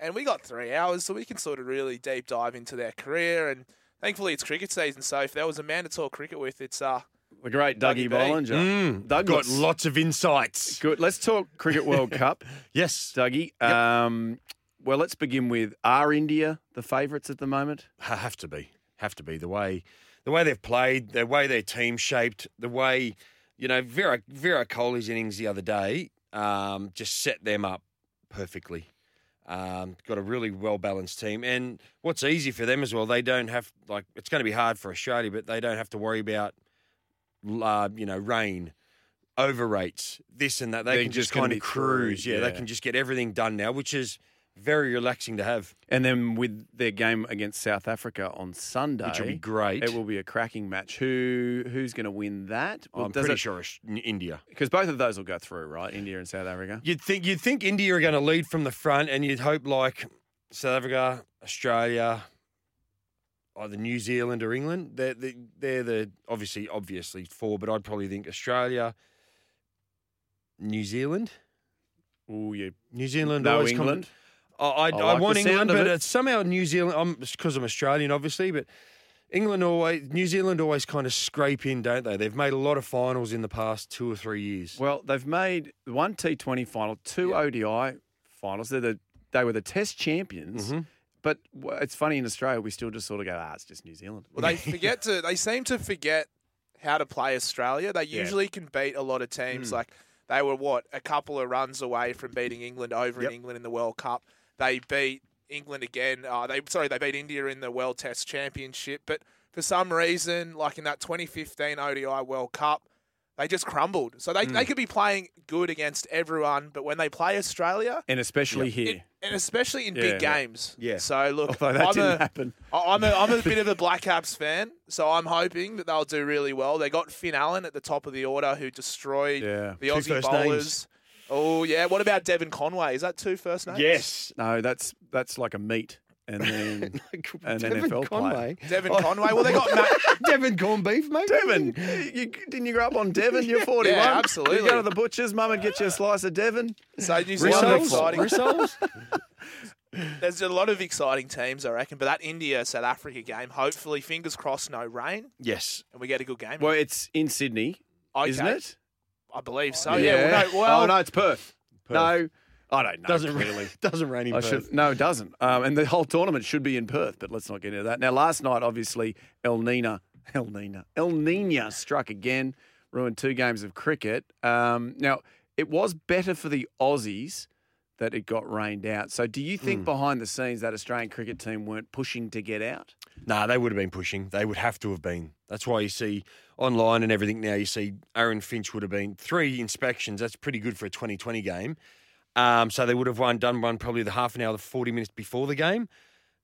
[SPEAKER 6] and we got three hours, so we can sort of really deep dive into their career. And thankfully, it's cricket season, so if there was a man to talk cricket with, it's uh,
[SPEAKER 4] The great
[SPEAKER 6] Dougie B.
[SPEAKER 4] Dougie, Bollinger. Doug
[SPEAKER 5] Mm. Got
[SPEAKER 4] looks
[SPEAKER 5] lots of insights.
[SPEAKER 4] Good. Let's talk Cricket World Cup,
[SPEAKER 5] Yes.
[SPEAKER 4] Dougie. Um, well, let's begin with are India the favourites at the moment?
[SPEAKER 5] Ha- have to be have to be the way the way they've played the way their team shaped the way you know Vera Vera Kohli's innings the other day um, just set them up perfectly um, got a really well balanced team and what's easy for them as well they don't have like it's going to be hard for Australia but they don't have to worry about uh, you know rain over rates this and that they
[SPEAKER 4] They're
[SPEAKER 5] can just,
[SPEAKER 4] just gonna
[SPEAKER 5] kind of
[SPEAKER 4] be
[SPEAKER 5] cruise
[SPEAKER 4] cruise,
[SPEAKER 5] yeah they
[SPEAKER 4] yeah.
[SPEAKER 5] can just get everything done now which is very relaxing to have
[SPEAKER 4] And then with their game against South Africa on Sunday,
[SPEAKER 5] which will be great
[SPEAKER 4] It will be a cracking match. Who who's going to win that?
[SPEAKER 5] I'm
[SPEAKER 4] (laughs)
[SPEAKER 5] pretty sure it's N- India.
[SPEAKER 4] because both of those will go through, right? India and South Africa.
[SPEAKER 5] You'd think you'd think India are going to lead from the front, and you'd hope like South Africa, Australia, either New Zealand or England. They're the, they're the obviously obviously four, but I'd probably think Australia, New Zealand.
[SPEAKER 4] Oh, you (laughs)
[SPEAKER 5] New Zealand
[SPEAKER 4] No,
[SPEAKER 5] always
[SPEAKER 4] England.
[SPEAKER 5] Come, I, I, I,
[SPEAKER 4] I like
[SPEAKER 5] want
[SPEAKER 4] the sound
[SPEAKER 5] England,
[SPEAKER 4] of
[SPEAKER 5] but
[SPEAKER 4] it.
[SPEAKER 5] it's somehow New Zealand. I'm because I'm Australian, obviously, but England always, New Zealand always kind of scrape in, don't they? They've made a lot of finals in the past two or three years.
[SPEAKER 4] Well, they've made one T20 final, two ODI finals. They're the, they were the Test champions.
[SPEAKER 5] Mm-hmm.
[SPEAKER 4] But w- it's funny in Australia, we still just sort of go, ah, it's just New Zealand. (laughs)
[SPEAKER 6] Well, they forget to. They seem to forget how to play Australia. They usually can beat a lot of teams. Like they were what a couple of runs away from beating England over in England in the World Cup. They beat England again. Uh, they sorry, they beat India in the World Test Championship. But for some reason, like in that 2015 ODI World Cup. They just crumbled. So they, they could be playing good against everyone, but when they play Australia,
[SPEAKER 4] and especially here.
[SPEAKER 6] it- and especially in
[SPEAKER 4] Yeah.
[SPEAKER 6] big games.
[SPEAKER 4] Yeah.
[SPEAKER 6] So look,
[SPEAKER 4] Although that
[SPEAKER 6] I'm
[SPEAKER 4] didn't
[SPEAKER 6] a,
[SPEAKER 4] happen.
[SPEAKER 6] I- I'm a I'm a bit of a Black Caps fan, so I'm hoping that they'll do really well. They got Finn Allen at the top of the order, who destroyed
[SPEAKER 4] Yeah.
[SPEAKER 6] the
[SPEAKER 5] Two
[SPEAKER 6] Aussie
[SPEAKER 5] first
[SPEAKER 6] bowlers.
[SPEAKER 5] names.
[SPEAKER 6] Oh yeah, what about Devin Conway? Is that two first names?
[SPEAKER 4] No, that's that's like a meat and
[SPEAKER 5] (laughs)
[SPEAKER 4] then an NFL player.
[SPEAKER 6] Devin
[SPEAKER 5] Oh.
[SPEAKER 6] Conway. Well, they got Matt.
[SPEAKER 5] Devin gone beef, mate.
[SPEAKER 4] Devon, you, didn't you grow
[SPEAKER 5] (laughs)
[SPEAKER 4] up on Devon? You're 41. You
[SPEAKER 6] absolutely.
[SPEAKER 4] go to the butcher's, mum, and
[SPEAKER 5] (gasps)
[SPEAKER 4] get you a slice of Devon.
[SPEAKER 6] So New Zealand
[SPEAKER 4] (laughs)
[SPEAKER 5] Rissoles.
[SPEAKER 6] exciting.
[SPEAKER 5] Rissoles.
[SPEAKER 6] There's a lot of exciting teams, I reckon. But that India South Africa game, hopefully, fingers crossed, no rain,
[SPEAKER 4] Yes.
[SPEAKER 6] and we get a good game.
[SPEAKER 4] Well, it's in Sydney,
[SPEAKER 6] Okay.
[SPEAKER 4] isn't it?
[SPEAKER 6] I believe so. Yeah. well, no, well
[SPEAKER 4] oh no, it's Perth. No, I don't know.
[SPEAKER 5] Doesn't
[SPEAKER 4] clearly. (laughs)
[SPEAKER 5] really. Doesn't rain in
[SPEAKER 4] I
[SPEAKER 5] Perth.
[SPEAKER 4] should, no, it doesn't. Um, and the whole tournament should be in Perth, but let's not get into that. Now, last night, obviously, El Nina, El Nina, El Nina struck again, ruined two games of cricket. Um, now, it was better for the Aussies that it got rained out. So, do you
[SPEAKER 5] Hmm.
[SPEAKER 4] think behind the scenes that Australian cricket team weren't pushing to get out?
[SPEAKER 5] Nah, they would have been pushing. They would have to have been. That's why you see online and everything now. You see Aaron Finch would have been three inspections. That's pretty good for a 2020 game. Um, so they would have one done one probably the half an hour, the 40 minutes before the game.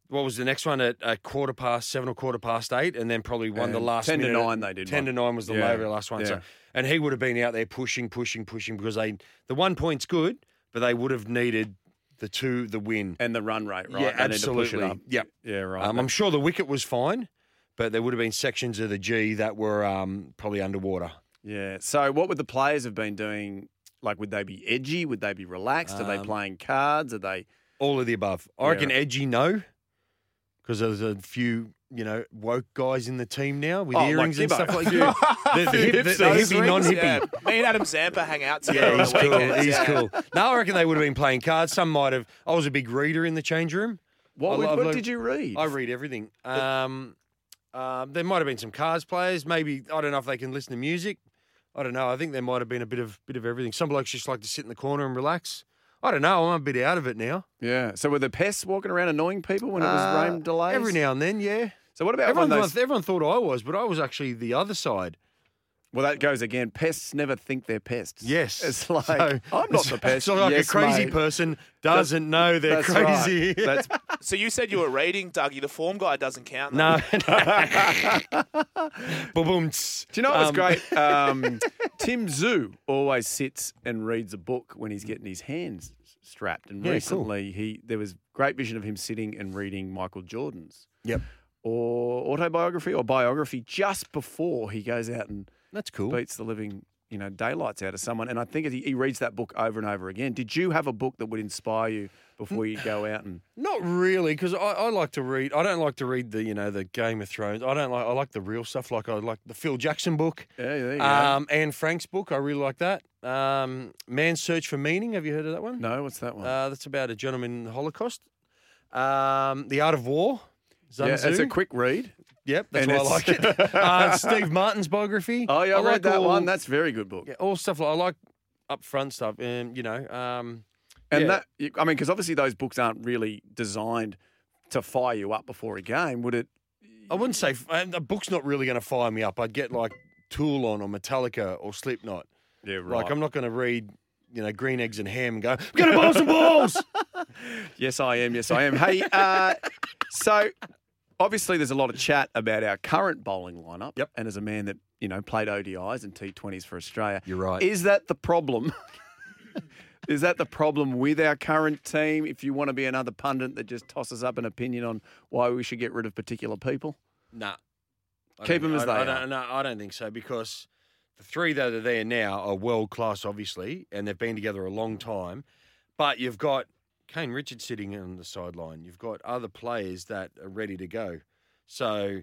[SPEAKER 5] What was the next one at a quarter past seven or quarter past eight, and then probably one the
[SPEAKER 4] And
[SPEAKER 5] last
[SPEAKER 4] 10 to
[SPEAKER 5] minute at-
[SPEAKER 4] nine they did
[SPEAKER 5] Ten
[SPEAKER 4] one.
[SPEAKER 5] to nine was the
[SPEAKER 4] Yeah.
[SPEAKER 5] later last one. So,
[SPEAKER 4] Yeah.
[SPEAKER 5] and he would have been out there pushing, pushing, pushing because they the one point's good, but they would have needed the two the win.
[SPEAKER 4] And the run rate, right?
[SPEAKER 5] Yeah,
[SPEAKER 4] They need to push it
[SPEAKER 5] absolutely.
[SPEAKER 4] up.
[SPEAKER 5] Yep.
[SPEAKER 4] Yeah, right.
[SPEAKER 5] Um, I'm sure the wicket was fine, but there would have been sections of the G that were um, probably underwater.
[SPEAKER 4] yeah. So, what would the players have been doing? Like, would they be edgy? Would they be relaxed? Are they
[SPEAKER 5] Um,
[SPEAKER 4] playing cards? Are they.
[SPEAKER 5] All of the above. I
[SPEAKER 4] Yeah.
[SPEAKER 5] reckon edgy no, because there's a few you know woke guys in the team now with
[SPEAKER 4] Oh, like
[SPEAKER 5] earrings and
[SPEAKER 4] Gibbo.
[SPEAKER 5] stuff like that. the, the, hip- the, the
[SPEAKER 6] Those
[SPEAKER 5] hippie,
[SPEAKER 6] rings,
[SPEAKER 5] non-hippie.
[SPEAKER 6] yeah. Me and Adam Zampa hang out together.
[SPEAKER 5] Yeah, he's
[SPEAKER 6] on the
[SPEAKER 5] cool.
[SPEAKER 6] weekends,
[SPEAKER 5] He's
[SPEAKER 6] yeah.
[SPEAKER 5] cool. No, I reckon they would have been playing cards. Some might have. I was a big reader in the change room. I
[SPEAKER 4] What, would-
[SPEAKER 5] love-
[SPEAKER 4] what
[SPEAKER 5] love-
[SPEAKER 4] did you read?
[SPEAKER 5] I read everything. Um, um, there might have been some cards players. Maybe I don't know if they can listen to music. I don't know. I think there might have been a bit of bit of everything. Some blokes just like to sit in the corner and relax. I don't know. I'm a bit out of it now.
[SPEAKER 4] Yeah. So were the pests walking around annoying people when it was
[SPEAKER 5] Uh,
[SPEAKER 4] rain delays?
[SPEAKER 5] Every now and then, yeah.
[SPEAKER 4] So what about
[SPEAKER 5] Everyone,
[SPEAKER 4] when those?
[SPEAKER 5] thought, everyone thought I was, but I was actually the other side.
[SPEAKER 4] well, that goes again. Pests never think they're pests.
[SPEAKER 5] Yes,
[SPEAKER 4] It's like
[SPEAKER 5] (laughs) So-
[SPEAKER 4] I'm not
[SPEAKER 5] (laughs)
[SPEAKER 4] the pest.
[SPEAKER 5] So like
[SPEAKER 4] Yes,
[SPEAKER 5] a crazy
[SPEAKER 4] mate.
[SPEAKER 5] person doesn't know they're
[SPEAKER 4] That's right.
[SPEAKER 5] crazy. (laughs)
[SPEAKER 4] That's (laughs)
[SPEAKER 6] So you said you were reading, Dougie. The form guy doesn't count. though.
[SPEAKER 5] No. Boom. Do
[SPEAKER 4] Do you know what's
[SPEAKER 5] (laughs)
[SPEAKER 4] great? Um, Tim Zoo always sits and reads a book when he's getting his hands strapped. And
[SPEAKER 5] Yeah, cool.
[SPEAKER 4] recently, he there was great vision of him sitting and reading Michael Jordan's
[SPEAKER 5] Yep.
[SPEAKER 4] or autobiography or biography just before he goes out and
[SPEAKER 5] That's cool.
[SPEAKER 4] beats the living you know daylights out of someone and i think he, he reads that book over and over again did you have a book that would inspire you before you go out and
[SPEAKER 5] Not really, because I, I like to read. I don't like to read the you know the Game of Thrones. I don't like. I like the real stuff. Like I like the Phil Jackson book,
[SPEAKER 4] (laughs) Uh, yeah there you
[SPEAKER 5] um, Anne Frank's book. I really like that. Um, Man's Search for Meaning. Have you heard of that one?
[SPEAKER 4] no what's that one
[SPEAKER 5] Uh, that's about a gentleman in the Holocaust. Um, the Art of War. Sun
[SPEAKER 4] yeah, it's
[SPEAKER 5] Tzu.
[SPEAKER 4] a quick read
[SPEAKER 5] Yep, that's
[SPEAKER 4] and
[SPEAKER 5] why I
[SPEAKER 4] it's- (laughs)
[SPEAKER 5] like it. uh, Steve Martin's biography.
[SPEAKER 4] oh yeah i, read
[SPEAKER 5] like
[SPEAKER 4] that
[SPEAKER 5] all-
[SPEAKER 4] one that's a very good book
[SPEAKER 5] yeah, all stuff like I like upfront stuff, and you know, um,
[SPEAKER 4] and
[SPEAKER 5] yeah.
[SPEAKER 4] that you- i mean because obviously those books aren't really designed to fire you up before a game would it
[SPEAKER 5] I wouldn't say and the book's not really going to fire me up. I'd get like Tool on or Metallica or Slipknot.
[SPEAKER 4] yeah
[SPEAKER 5] Like I'm not going to read, you know, Green Eggs and Ham and go, I'm going to bowl some balls.
[SPEAKER 4] Yes, I am. Yes, I am. Hey, uh, so obviously there's a lot of chat about our current bowling lineup.
[SPEAKER 5] Yep.
[SPEAKER 4] And as a man that you know played ODIs and T20s for Australia,
[SPEAKER 5] You're right.
[SPEAKER 4] Is that the problem? (laughs) Is that the problem with our current team? If you want to be another pundit that just tosses up an opinion on why we should get rid of particular people?
[SPEAKER 5] (laughs) Nah. I
[SPEAKER 4] Keep
[SPEAKER 5] don't-
[SPEAKER 4] 'em as
[SPEAKER 5] I-
[SPEAKER 4] they
[SPEAKER 5] I
[SPEAKER 4] are.
[SPEAKER 5] Don't, no, I don't think so because the three that are there now are world class, obviously, and they've been together a long time. But you've got Kane Richard sitting on the sideline. You've got other players that are ready to go. So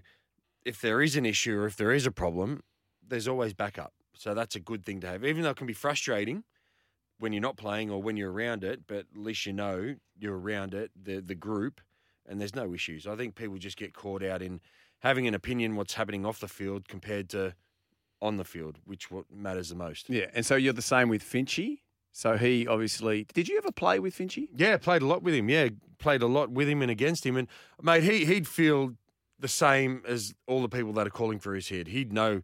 [SPEAKER 5] if there is an issue or if there is a problem, there's always backup. So that's a good thing to have, even though it can be frustrating when you're not playing or when you're around it. But at least you know you're around it, the the group, and there's no issues. I think people just get caught out in having an opinion what's happening off the field compared to on the field, which what matters the most.
[SPEAKER 4] Yeah, and so you're the same with Finchy. So he obviously. Did you ever play with Finchy?
[SPEAKER 5] Yeah, played a lot with him. Yeah, played a lot with him and against him. And mate, he he'd feel the same as all the people that are calling for his head. He'd know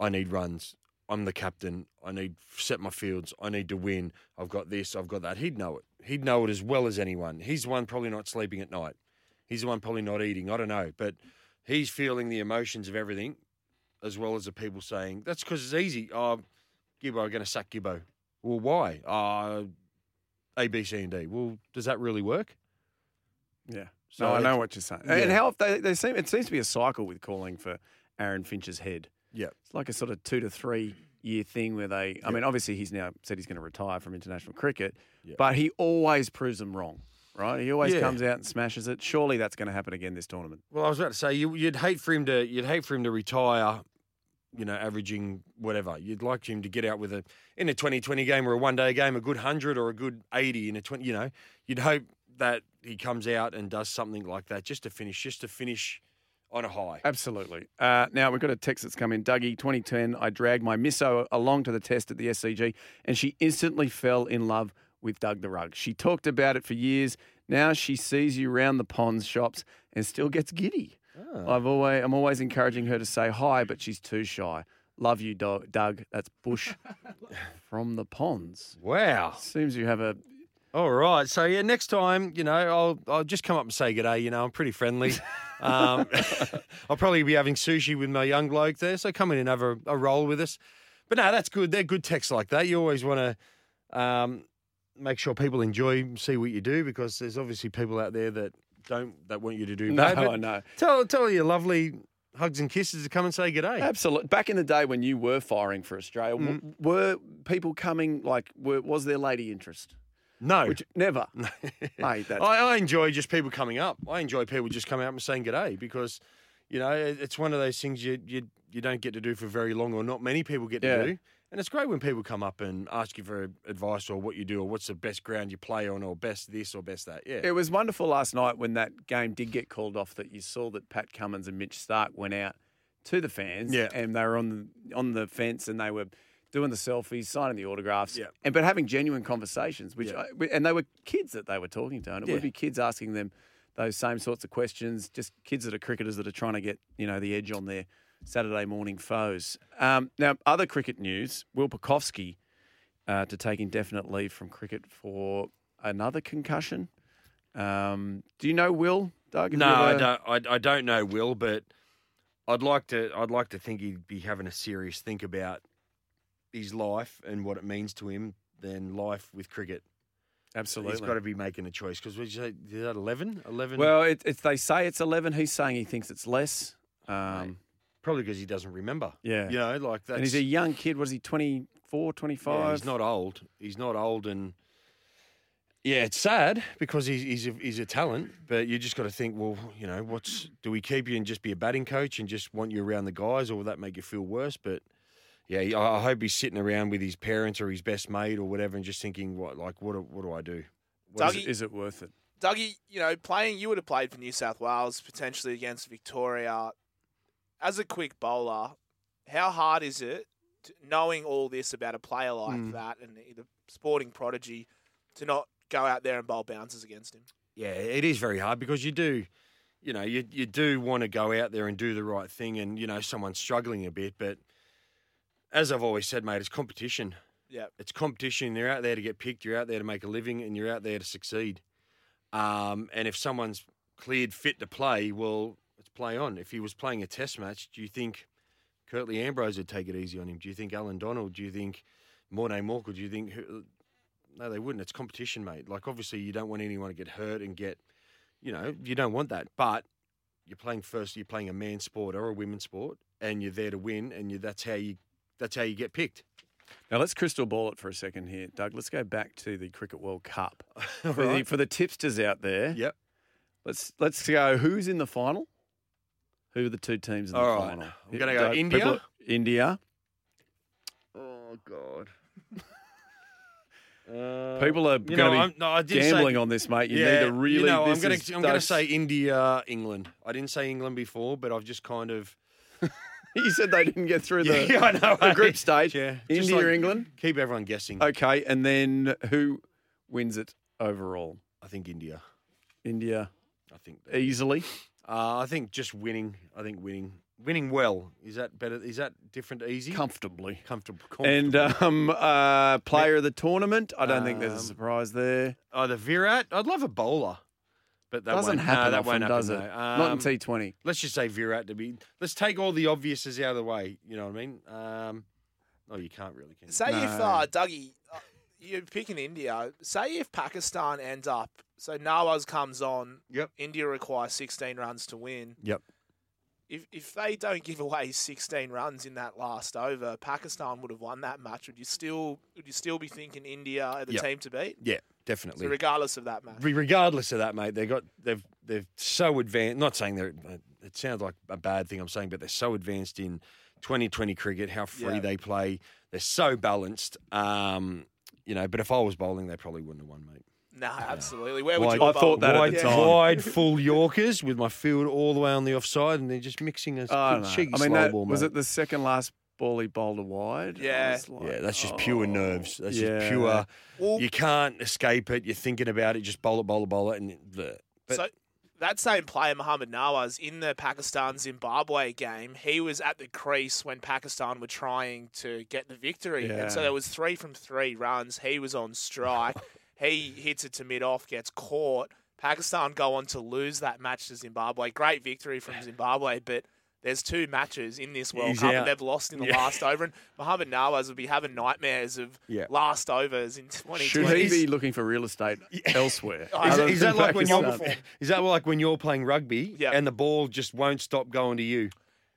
[SPEAKER 5] I need runs. I'm the captain. I need set my fields. I need to win. I've got this. I've got that. He'd know it. He'd know it as well as anyone. He's the one probably not sleeping at night. He's the one probably not eating. I don't know, but he's feeling the emotions of everything, as well as the people saying that's because it's easy. Oh, Gibbo, I'm going to sack Gibbo. Well, why? Uh, a, B, C, and D. Well, does that really work?
[SPEAKER 4] Yeah. So
[SPEAKER 5] So
[SPEAKER 4] I know
[SPEAKER 5] it's-
[SPEAKER 4] what you're saying.
[SPEAKER 5] yeah.
[SPEAKER 4] And how if they, they seem it seems to be a cycle with calling for Aaron Finch's head.
[SPEAKER 5] Yeah.
[SPEAKER 4] It's like a sort of two to three year thing where they. I mean, obviously he's now said he's going to retire from international cricket, but he always proves them wrong. Right? He always
[SPEAKER 5] Yeah.
[SPEAKER 4] comes out and smashes it. Surely that's going to happen again this tournament.
[SPEAKER 5] Well, I was about to say you, you'd hate for him to you'd hate for him to retire, you know, averaging whatever. You'd like him to get out with a in a twenty twenty game or a one day game, a good hundred or a good eighty in a twenty. You know, you'd hope that he comes out and does something like that just to finish, just to finish on a high.
[SPEAKER 4] Absolutely. Uh, now we've got a text that's come in. Dougie, 2010. I dragged my misso along to the test at the SCG, and she instantly fell in love with Doug the Rug. She talked about it for years. Now she sees you round the ponds shops and still gets giddy. I've always, I'm always encouraging her to say hi, but she's too shy. Love you, Dog- Doug. That's Bush from the ponds.
[SPEAKER 5] Wow.
[SPEAKER 4] Seems you have a
[SPEAKER 5] All right. So yeah, next time, you know, I'll I'll just come up and say good day. You know, I'm
[SPEAKER 4] (laughs)
[SPEAKER 5] pretty friendly. Um, (laughs) I'll probably be having sushi with my young bloke there. So come in and have a, a roll with us. But no, that's good. They're good texts like that. You always want to um, make sure people enjoy see what you do because there's obviously people out there that don't that want you to
[SPEAKER 4] (laughs)
[SPEAKER 5] do.
[SPEAKER 4] No,
[SPEAKER 5] bad. But
[SPEAKER 4] I know.
[SPEAKER 5] Tell tell your lovely hugs and kisses to come and say good day.
[SPEAKER 4] Absolutely. Back in the day when you were firing for Australia, w- were people coming? Like, were, was there lady interest?
[SPEAKER 5] No. (laughs)
[SPEAKER 4] Which never. (laughs) Mate, that's,
[SPEAKER 5] I, I enjoy just people coming up. I enjoy people just coming up and saying g'day because, you know, it- it's one of those things you you you don't get to do for very long, or not many people get to
[SPEAKER 4] Yeah.
[SPEAKER 5] do. And it's great when people come up and ask you for advice or what you do or what's the best ground you play on or best this or best that. Yeah.
[SPEAKER 4] it was wonderful last night when that game did get called off. That you saw that Pat Cummins and Mitch Stark went out to the fans,
[SPEAKER 5] Yeah.
[SPEAKER 4] and they were on the on the fence and they were doing the selfies, signing the autographs,
[SPEAKER 5] Yeah.
[SPEAKER 4] and but having genuine conversations. Which
[SPEAKER 5] Yeah.
[SPEAKER 4] I- and they were kids that they were talking to, and it
[SPEAKER 5] Yeah.
[SPEAKER 4] would be kids asking them those same sorts of questions. Just kids that are cricketers that are trying to get you know the edge on their Saturday morning foes. Um, now, other cricket news: Will Pekowski uh, to take indefinite leave from cricket for another concussion. Um, do you know Will, Doug? Have you
[SPEAKER 5] No, I
[SPEAKER 4] ever-
[SPEAKER 5] don't. I, I don't know Will, but I'd like to. I'd like to think he'd be having a serious think about his life and what it means to him than life with cricket.
[SPEAKER 4] Absolutely.
[SPEAKER 5] He's got to be making a choice because we say is that 11? 11?
[SPEAKER 4] well, it, it's they say it's eleven. He's saying he thinks it's less. Um,
[SPEAKER 5] probably because he doesn't remember.
[SPEAKER 4] Yeah.
[SPEAKER 5] you know, like that's
[SPEAKER 4] and he's a young kid. What is he? 24, 25?
[SPEAKER 5] yeah, he's not old. He's not old, and yeah, it's sad because he's he's a, he's a talent, but you just got to think, well, you know, what's do we keep you and just be a batting coach and just want you around the guys, or will that make you feel worse? But yeah, he- I I hope he's sitting around with his parents or his best mate or whatever, and just thinking, what like what do- what do I do?
[SPEAKER 4] What is,
[SPEAKER 6] Dougie-
[SPEAKER 4] it, is it worth it?
[SPEAKER 6] Dougie, you know, playing, you would have played for New South Wales, potentially against Victoria. As a quick bowler, how hard is it, to, knowing all this about a player like
[SPEAKER 5] Hmm.
[SPEAKER 6] that and the, the sporting prodigy, to not go out there and bowl bounces against him?
[SPEAKER 5] Yeah, it is very hard because you do, you know, you you do want to go out there and do the right thing, and you know someone's struggling a bit, but as I've always said, mate, it's competition.
[SPEAKER 6] Yeah.
[SPEAKER 5] It's competition. You're out there to get picked. You're out there to make a living, and you're out there to succeed. Um, and if someone's cleared fit to play, well, let's play on. If he was playing a test match, do you think Curtly Ambrose would take it easy on him? Do you think Alan Donald? Do you think Mornay Morkel? Do you think who- No, they wouldn't. It's competition, mate. Like obviously, you don't want anyone to get hurt and get, you know, you don't want that. But you're playing first. You're playing a man's sport or a women's sport, and you're there to win. And you, that's how you that's how you get picked.
[SPEAKER 4] Now let's crystal ball it for a second here, Doug. Let's go back to the Cricket World
[SPEAKER 5] (laughs)
[SPEAKER 4] Cup for, the, for the tipsters out there.
[SPEAKER 5] Yep.
[SPEAKER 4] Let's let's go. Who's in the final? Who are the two teams in the
[SPEAKER 5] All right.
[SPEAKER 4] final?
[SPEAKER 5] I'm gonna go
[SPEAKER 4] Doug,
[SPEAKER 5] India.
[SPEAKER 4] people- India.
[SPEAKER 5] Oh
[SPEAKER 4] (laughs)
[SPEAKER 5] God. Uh,
[SPEAKER 4] People are going
[SPEAKER 5] You know,
[SPEAKER 4] to
[SPEAKER 5] I'm,
[SPEAKER 4] be
[SPEAKER 5] no, I did
[SPEAKER 4] gambling
[SPEAKER 5] say,
[SPEAKER 4] on this, mate. You
[SPEAKER 5] yeah,
[SPEAKER 4] need to really.
[SPEAKER 5] You know, I'm
[SPEAKER 4] this
[SPEAKER 5] gonna
[SPEAKER 4] is-
[SPEAKER 5] I'm gonna
[SPEAKER 4] Doug's-
[SPEAKER 5] say India, England. I didn't say England before, but I've just
[SPEAKER 4] (laughs)
[SPEAKER 5] kind of
[SPEAKER 4] (laughs) you said they didn't get through the,
[SPEAKER 5] (laughs) Yeah, I know,
[SPEAKER 4] the group
[SPEAKER 5] right?
[SPEAKER 4] stage.
[SPEAKER 5] Yeah. Just
[SPEAKER 4] India,
[SPEAKER 5] like-
[SPEAKER 4] England.
[SPEAKER 5] keep everyone guessing.
[SPEAKER 4] Okay, and then who wins it overall?
[SPEAKER 5] I think India.
[SPEAKER 4] India
[SPEAKER 5] I think.
[SPEAKER 4] easily.
[SPEAKER 5] Uh, I think just winning. I think winning. Winning well is that better? Is that different? to Easy,
[SPEAKER 4] Comfortably.
[SPEAKER 5] comfortable.
[SPEAKER 4] And
[SPEAKER 5] comfortable.
[SPEAKER 4] um, uh, player of the tournament. I don't think there's a
[SPEAKER 5] Um,
[SPEAKER 4] surprise there.
[SPEAKER 5] oh, the Virat. I'd love a bowler, but that
[SPEAKER 4] Doesn't
[SPEAKER 5] won't, no,
[SPEAKER 4] happen
[SPEAKER 5] that
[SPEAKER 4] often,
[SPEAKER 5] won't happen,
[SPEAKER 4] does it?
[SPEAKER 5] though.
[SPEAKER 4] Not in
[SPEAKER 5] Um,
[SPEAKER 4] T Twenty.
[SPEAKER 5] let's just say Virat to be. Let's take all the obviouses out of the way. You know what I mean? Um, oh, you can't really. Can you?
[SPEAKER 6] Say if uh, Dougie, uh, you're picking India. Say if Pakistan ends up, so Nawaz comes on.
[SPEAKER 5] Yep.
[SPEAKER 6] India requires 16 runs to win.
[SPEAKER 5] Yep.
[SPEAKER 6] If if they don't give away 16 runs in that last over, Pakistan would have won that match. Would you still would you still be thinking India are the
[SPEAKER 5] Yep.
[SPEAKER 6] team to beat?
[SPEAKER 5] Yeah,
[SPEAKER 6] So
[SPEAKER 5] definitely.
[SPEAKER 6] regardless of that match,
[SPEAKER 5] Re- regardless of that, mate, they got they've they've so advanced. Not saying they're. It sounds like a bad thing I'm saying, but they're so advanced in 2020 cricket, how free
[SPEAKER 6] Yeah.
[SPEAKER 5] they play. They're so balanced. Um, you know, but if I was bowling, they probably wouldn't have won, mate.
[SPEAKER 6] no, absolutely. Where would
[SPEAKER 5] Wide-
[SPEAKER 6] you? have
[SPEAKER 4] I thought
[SPEAKER 6] bowled?
[SPEAKER 4] that at
[SPEAKER 5] wide,
[SPEAKER 4] the time.
[SPEAKER 5] wide (laughs) full Yorkers with my field all the way on the offside, and they're just mixing a
[SPEAKER 4] I,
[SPEAKER 5] good
[SPEAKER 4] don't know.
[SPEAKER 5] cheeky
[SPEAKER 4] I mean,
[SPEAKER 5] slow
[SPEAKER 4] that-
[SPEAKER 5] ball,
[SPEAKER 4] was
[SPEAKER 5] mate.
[SPEAKER 4] it the second last ball he bowled a wide? I
[SPEAKER 6] Yeah.
[SPEAKER 4] was like,
[SPEAKER 5] Yeah, that's just pure
[SPEAKER 4] oh,
[SPEAKER 5] nerves. That's
[SPEAKER 4] yeah.
[SPEAKER 5] just pure.
[SPEAKER 6] Well-
[SPEAKER 5] you can't escape it. You're thinking about it. Just bowl it, bowl it, bowl it, and the. But
[SPEAKER 6] so that same player, Mohammad Nawaz, in the Pakistan Zimbabwe game, he was at the crease when Pakistan were trying to get the victory.
[SPEAKER 5] Yeah.
[SPEAKER 6] And so there was three from three runs. He was on
[SPEAKER 5] (laughs)
[SPEAKER 6] strike. he hits it to mid off, gets caught. Pakistan go on to lose that match to Zimbabwe. Great victory from Zimbabwe, but there's two matches in this World
[SPEAKER 5] He's
[SPEAKER 6] Cup
[SPEAKER 5] out.
[SPEAKER 6] and they've lost in the
[SPEAKER 5] Yeah.
[SPEAKER 6] last over. And Mohammad Nawaz will be having nightmares of
[SPEAKER 5] Yeah.
[SPEAKER 6] last overs in 2020.
[SPEAKER 4] Should he be looking for real
[SPEAKER 6] (laughs)
[SPEAKER 4] estate elsewhere?
[SPEAKER 5] is,
[SPEAKER 4] other
[SPEAKER 5] is
[SPEAKER 4] than
[SPEAKER 5] that like when you're
[SPEAKER 4] Pakistan?
[SPEAKER 5] (laughs) is that like when you're playing rugby
[SPEAKER 6] Yeah.
[SPEAKER 5] and the ball just won't stop going to you?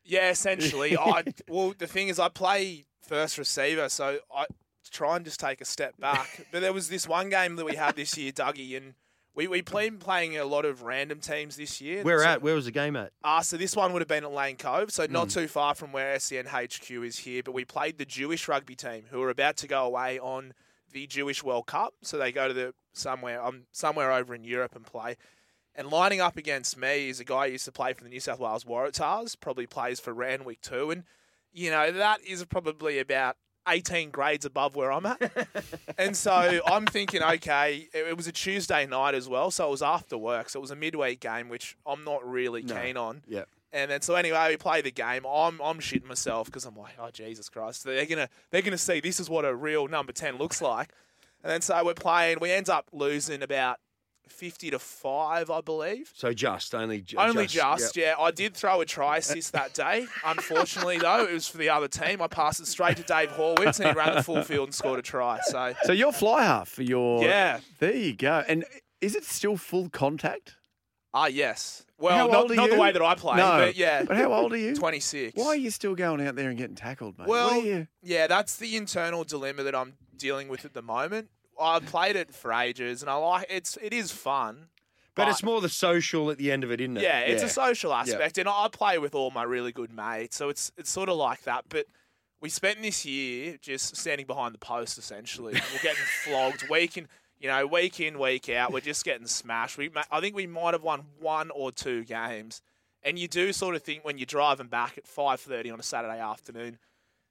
[SPEAKER 6] Yeah, essentially.
[SPEAKER 5] (laughs)
[SPEAKER 6] I well, the thing is, I play first receiver, so I try and just take a step
[SPEAKER 5] (laughs)
[SPEAKER 6] back. But there was this one game that we had this year, Dougie, and we we been playing a lot of random teams this year.
[SPEAKER 5] Where
[SPEAKER 6] so,
[SPEAKER 5] at? Hmm. Where was the game at?
[SPEAKER 6] Ah, so this one would have been at Lane Cove, so not too far from where E SEN HQ is here. But we played the Jewish rugby team, who are about to go away on the Jewish World Cup, so they go to the somewhere um, somewhere over in Europe and play. And lining up against me is a guy who used to play for the New South Wales Waratahs, probably plays for Ranwick too. And, you know, that is probably about 18 grades above where I'm at. and so I'm thinking, okay, it, it was a Tuesday night as well. So it was after work. So it was a midweek game, which I'm not really keen on.
[SPEAKER 5] Yeah.
[SPEAKER 6] And then so anyway, we play the game. I'm I'm shitting myself because I'm like, oh Jesus Christ, they're gonna they're gonna see this is what a real number ten looks like. And then so we're playing. We end up losing about fifty to five, I believe.
[SPEAKER 5] So just only ju-
[SPEAKER 6] Only just, yeah. I did throw a try assist that day. Unfortunately, though, it was for the other team. I passed it straight to Dave Horwitz, and he ran the full field and scored a try. So
[SPEAKER 4] So you're fly half for your.
[SPEAKER 6] Yeah.
[SPEAKER 4] There you go. And is it still full contact?
[SPEAKER 6] ah yes, well,
[SPEAKER 4] How
[SPEAKER 6] not,
[SPEAKER 4] old are
[SPEAKER 6] not the
[SPEAKER 4] you?
[SPEAKER 6] way that I play,
[SPEAKER 4] No.
[SPEAKER 6] but yeah,
[SPEAKER 4] But how old are you?
[SPEAKER 6] twenty six.
[SPEAKER 4] Why are you still going out there and getting tackled, mate?
[SPEAKER 6] Well,
[SPEAKER 4] what are you?
[SPEAKER 6] yeah, that's the internal dilemma that I'm dealing with at the moment. I played it for ages, and I like it's. It is fun.
[SPEAKER 5] But it's more the social at the end of it, isn't it?
[SPEAKER 6] Yeah, it's a social aspect, and I play with all my really good mates, so it's it's sort of like that. But we spent this year just standing behind the
[SPEAKER 5] (laughs)
[SPEAKER 6] post, essentially. We're getting flogged week in, you know, week in, week out. We're just getting smashed. We, ma- I think we might have won one or two games, and you do sort of think when you're driving back at five thirty on a Saturday afternoon.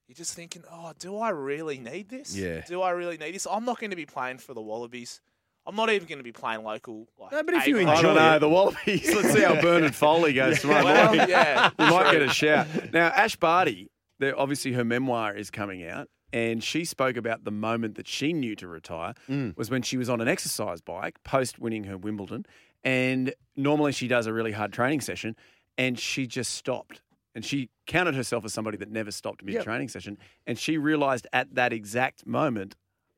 [SPEAKER 6] You're just thinking, oh, do I really need this?
[SPEAKER 5] Yeah.
[SPEAKER 6] Do I really need this? I'm not going to be playing for the Wallabies. I'm not even going to be playing local. Like,
[SPEAKER 5] No, but if you
[SPEAKER 6] A-
[SPEAKER 4] I
[SPEAKER 5] enjoy
[SPEAKER 4] don't know.
[SPEAKER 5] it.
[SPEAKER 4] The Wallabies. Let's see how (laughs) Bernard Foley goes tomorrow.
[SPEAKER 6] well,
[SPEAKER 4] morning. (laughs)
[SPEAKER 6] yeah,
[SPEAKER 4] You might get a shout. Now, Ash Barty, there- obviously her memoir is coming out, and she spoke about the moment that she knew to retire
[SPEAKER 6] Mm.
[SPEAKER 4] was when she was on an exercise bike post winning her Wimbledon. And normally she does a really hard training session, and she just stopped. And she counted herself as somebody that never stopped mid training session. And she realized at that exact moment,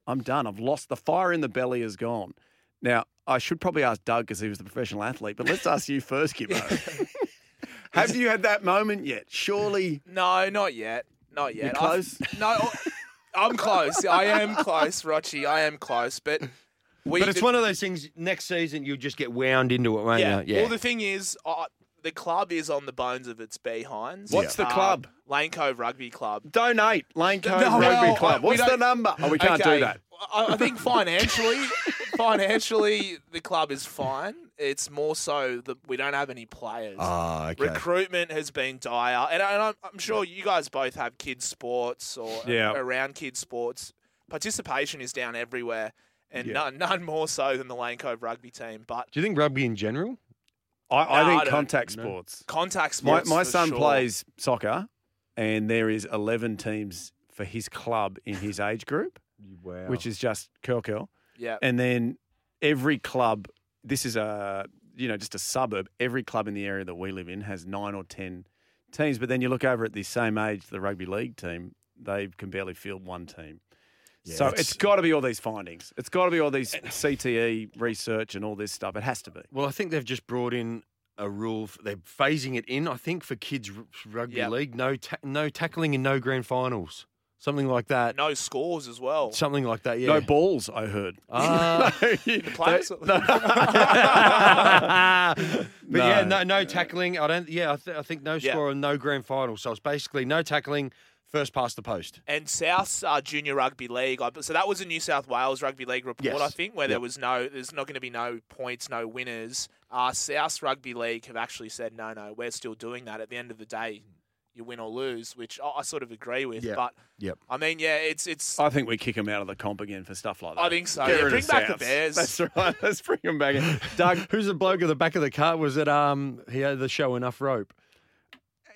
[SPEAKER 4] I'm done. I've lost. The fire in the belly is gone. Now, I should probably ask Doug because he was the professional athlete, but let's ask you first,
[SPEAKER 6] (laughs)
[SPEAKER 4] Gibbo. Have you had that moment yet? Surely.
[SPEAKER 6] No, not yet. Not yet.
[SPEAKER 4] You're
[SPEAKER 6] I've-
[SPEAKER 4] close?
[SPEAKER 6] No, I'm close. I am close, Rochi. I am close, but we.
[SPEAKER 5] But it's one of those things. Next season, you'll just get wound into it, won't
[SPEAKER 6] yeah.
[SPEAKER 5] you? Yeah.
[SPEAKER 6] Well, the thing is, uh, the club is on the bones of its behinds.
[SPEAKER 8] What's the club?
[SPEAKER 6] Lane Cove Rugby Club.
[SPEAKER 8] Donate Lane Cove
[SPEAKER 6] No,
[SPEAKER 8] Rugby
[SPEAKER 6] well,
[SPEAKER 8] Club.
[SPEAKER 6] we
[SPEAKER 8] What's the
[SPEAKER 6] don't-
[SPEAKER 8] number?
[SPEAKER 4] Oh, we can't
[SPEAKER 6] Okay.
[SPEAKER 4] do that.
[SPEAKER 6] I, I think financially, financially, the club is fine. It's more so that we don't have any players.
[SPEAKER 5] Oh,
[SPEAKER 9] Ah, okay.
[SPEAKER 6] Recruitment has been dire, and, I, and I'm, I'm sure you guys both have kids sports or
[SPEAKER 4] Yeah.
[SPEAKER 6] around kids sports. Participation is down everywhere, and none, none more so than the Lane Cove rugby team. But
[SPEAKER 5] Do you think rugby in general?
[SPEAKER 4] I, I
[SPEAKER 6] No, I
[SPEAKER 4] think
[SPEAKER 6] don't-
[SPEAKER 4] contact sports.
[SPEAKER 6] contact
[SPEAKER 4] My,
[SPEAKER 6] sports.
[SPEAKER 4] my
[SPEAKER 6] for
[SPEAKER 4] son
[SPEAKER 6] sure.
[SPEAKER 4] plays soccer, and there is 11 teams for his club in his age group,
[SPEAKER 5] Wow.
[SPEAKER 4] which is just curl curl.
[SPEAKER 6] Yeah.
[SPEAKER 4] And then every club, this is a you know just a suburb. Every club in the area that we live in has nine or ten teams. But then you look over at the same age, the rugby league team, they can barely field one team.
[SPEAKER 9] Yeah,
[SPEAKER 4] so
[SPEAKER 9] that's-
[SPEAKER 4] it's got to be all these findings. It's got to be all these
[SPEAKER 6] Eh.
[SPEAKER 4] CTE research and all this stuff. It has to be.
[SPEAKER 5] Well, I think they've just brought in a rule. f they're phasing it in. I think for kids r- rugby
[SPEAKER 6] Yep.
[SPEAKER 5] league, no ta- no tackling and no grand finals, something like that.
[SPEAKER 6] no scores as well.
[SPEAKER 5] Something like that. Yeah.
[SPEAKER 4] No balls, I heard. (laughs)
[SPEAKER 5] Ah.
[SPEAKER 4] the
[SPEAKER 6] players-
[SPEAKER 4] (laughs)
[SPEAKER 5] but yeah,
[SPEAKER 4] No.
[SPEAKER 5] no, no tackling. I don't. Yeah, I, th- I think no
[SPEAKER 6] Yeah.
[SPEAKER 5] score and no grand final. So it's basically no tackling, first past the post.
[SPEAKER 6] And South's uh, junior rugby league. I- So that was a New South Wales rugby league report,
[SPEAKER 5] Yes.
[SPEAKER 6] I think, where there was no, there's not going to be no points, no winners. Uh, South's rugby league have actually said, no, no, we're still doing that. At the end of the day, you win or lose, which I, I sort of agree with.
[SPEAKER 5] Yeah.
[SPEAKER 6] But
[SPEAKER 9] Yep.
[SPEAKER 6] I mean, yeah, it's it's.
[SPEAKER 4] I think we kick him out of the comp again for stuff like that.
[SPEAKER 6] I think so.
[SPEAKER 4] Get
[SPEAKER 6] Yeah,
[SPEAKER 4] rid
[SPEAKER 6] bring
[SPEAKER 4] of
[SPEAKER 6] back the
[SPEAKER 4] Souths.
[SPEAKER 6] Bears.
[SPEAKER 4] That's right. (laughs) Let's bring him back in.
[SPEAKER 5] Doug, (laughs) who's the bloke at the back of the car? Was it um? He had the show enough rope.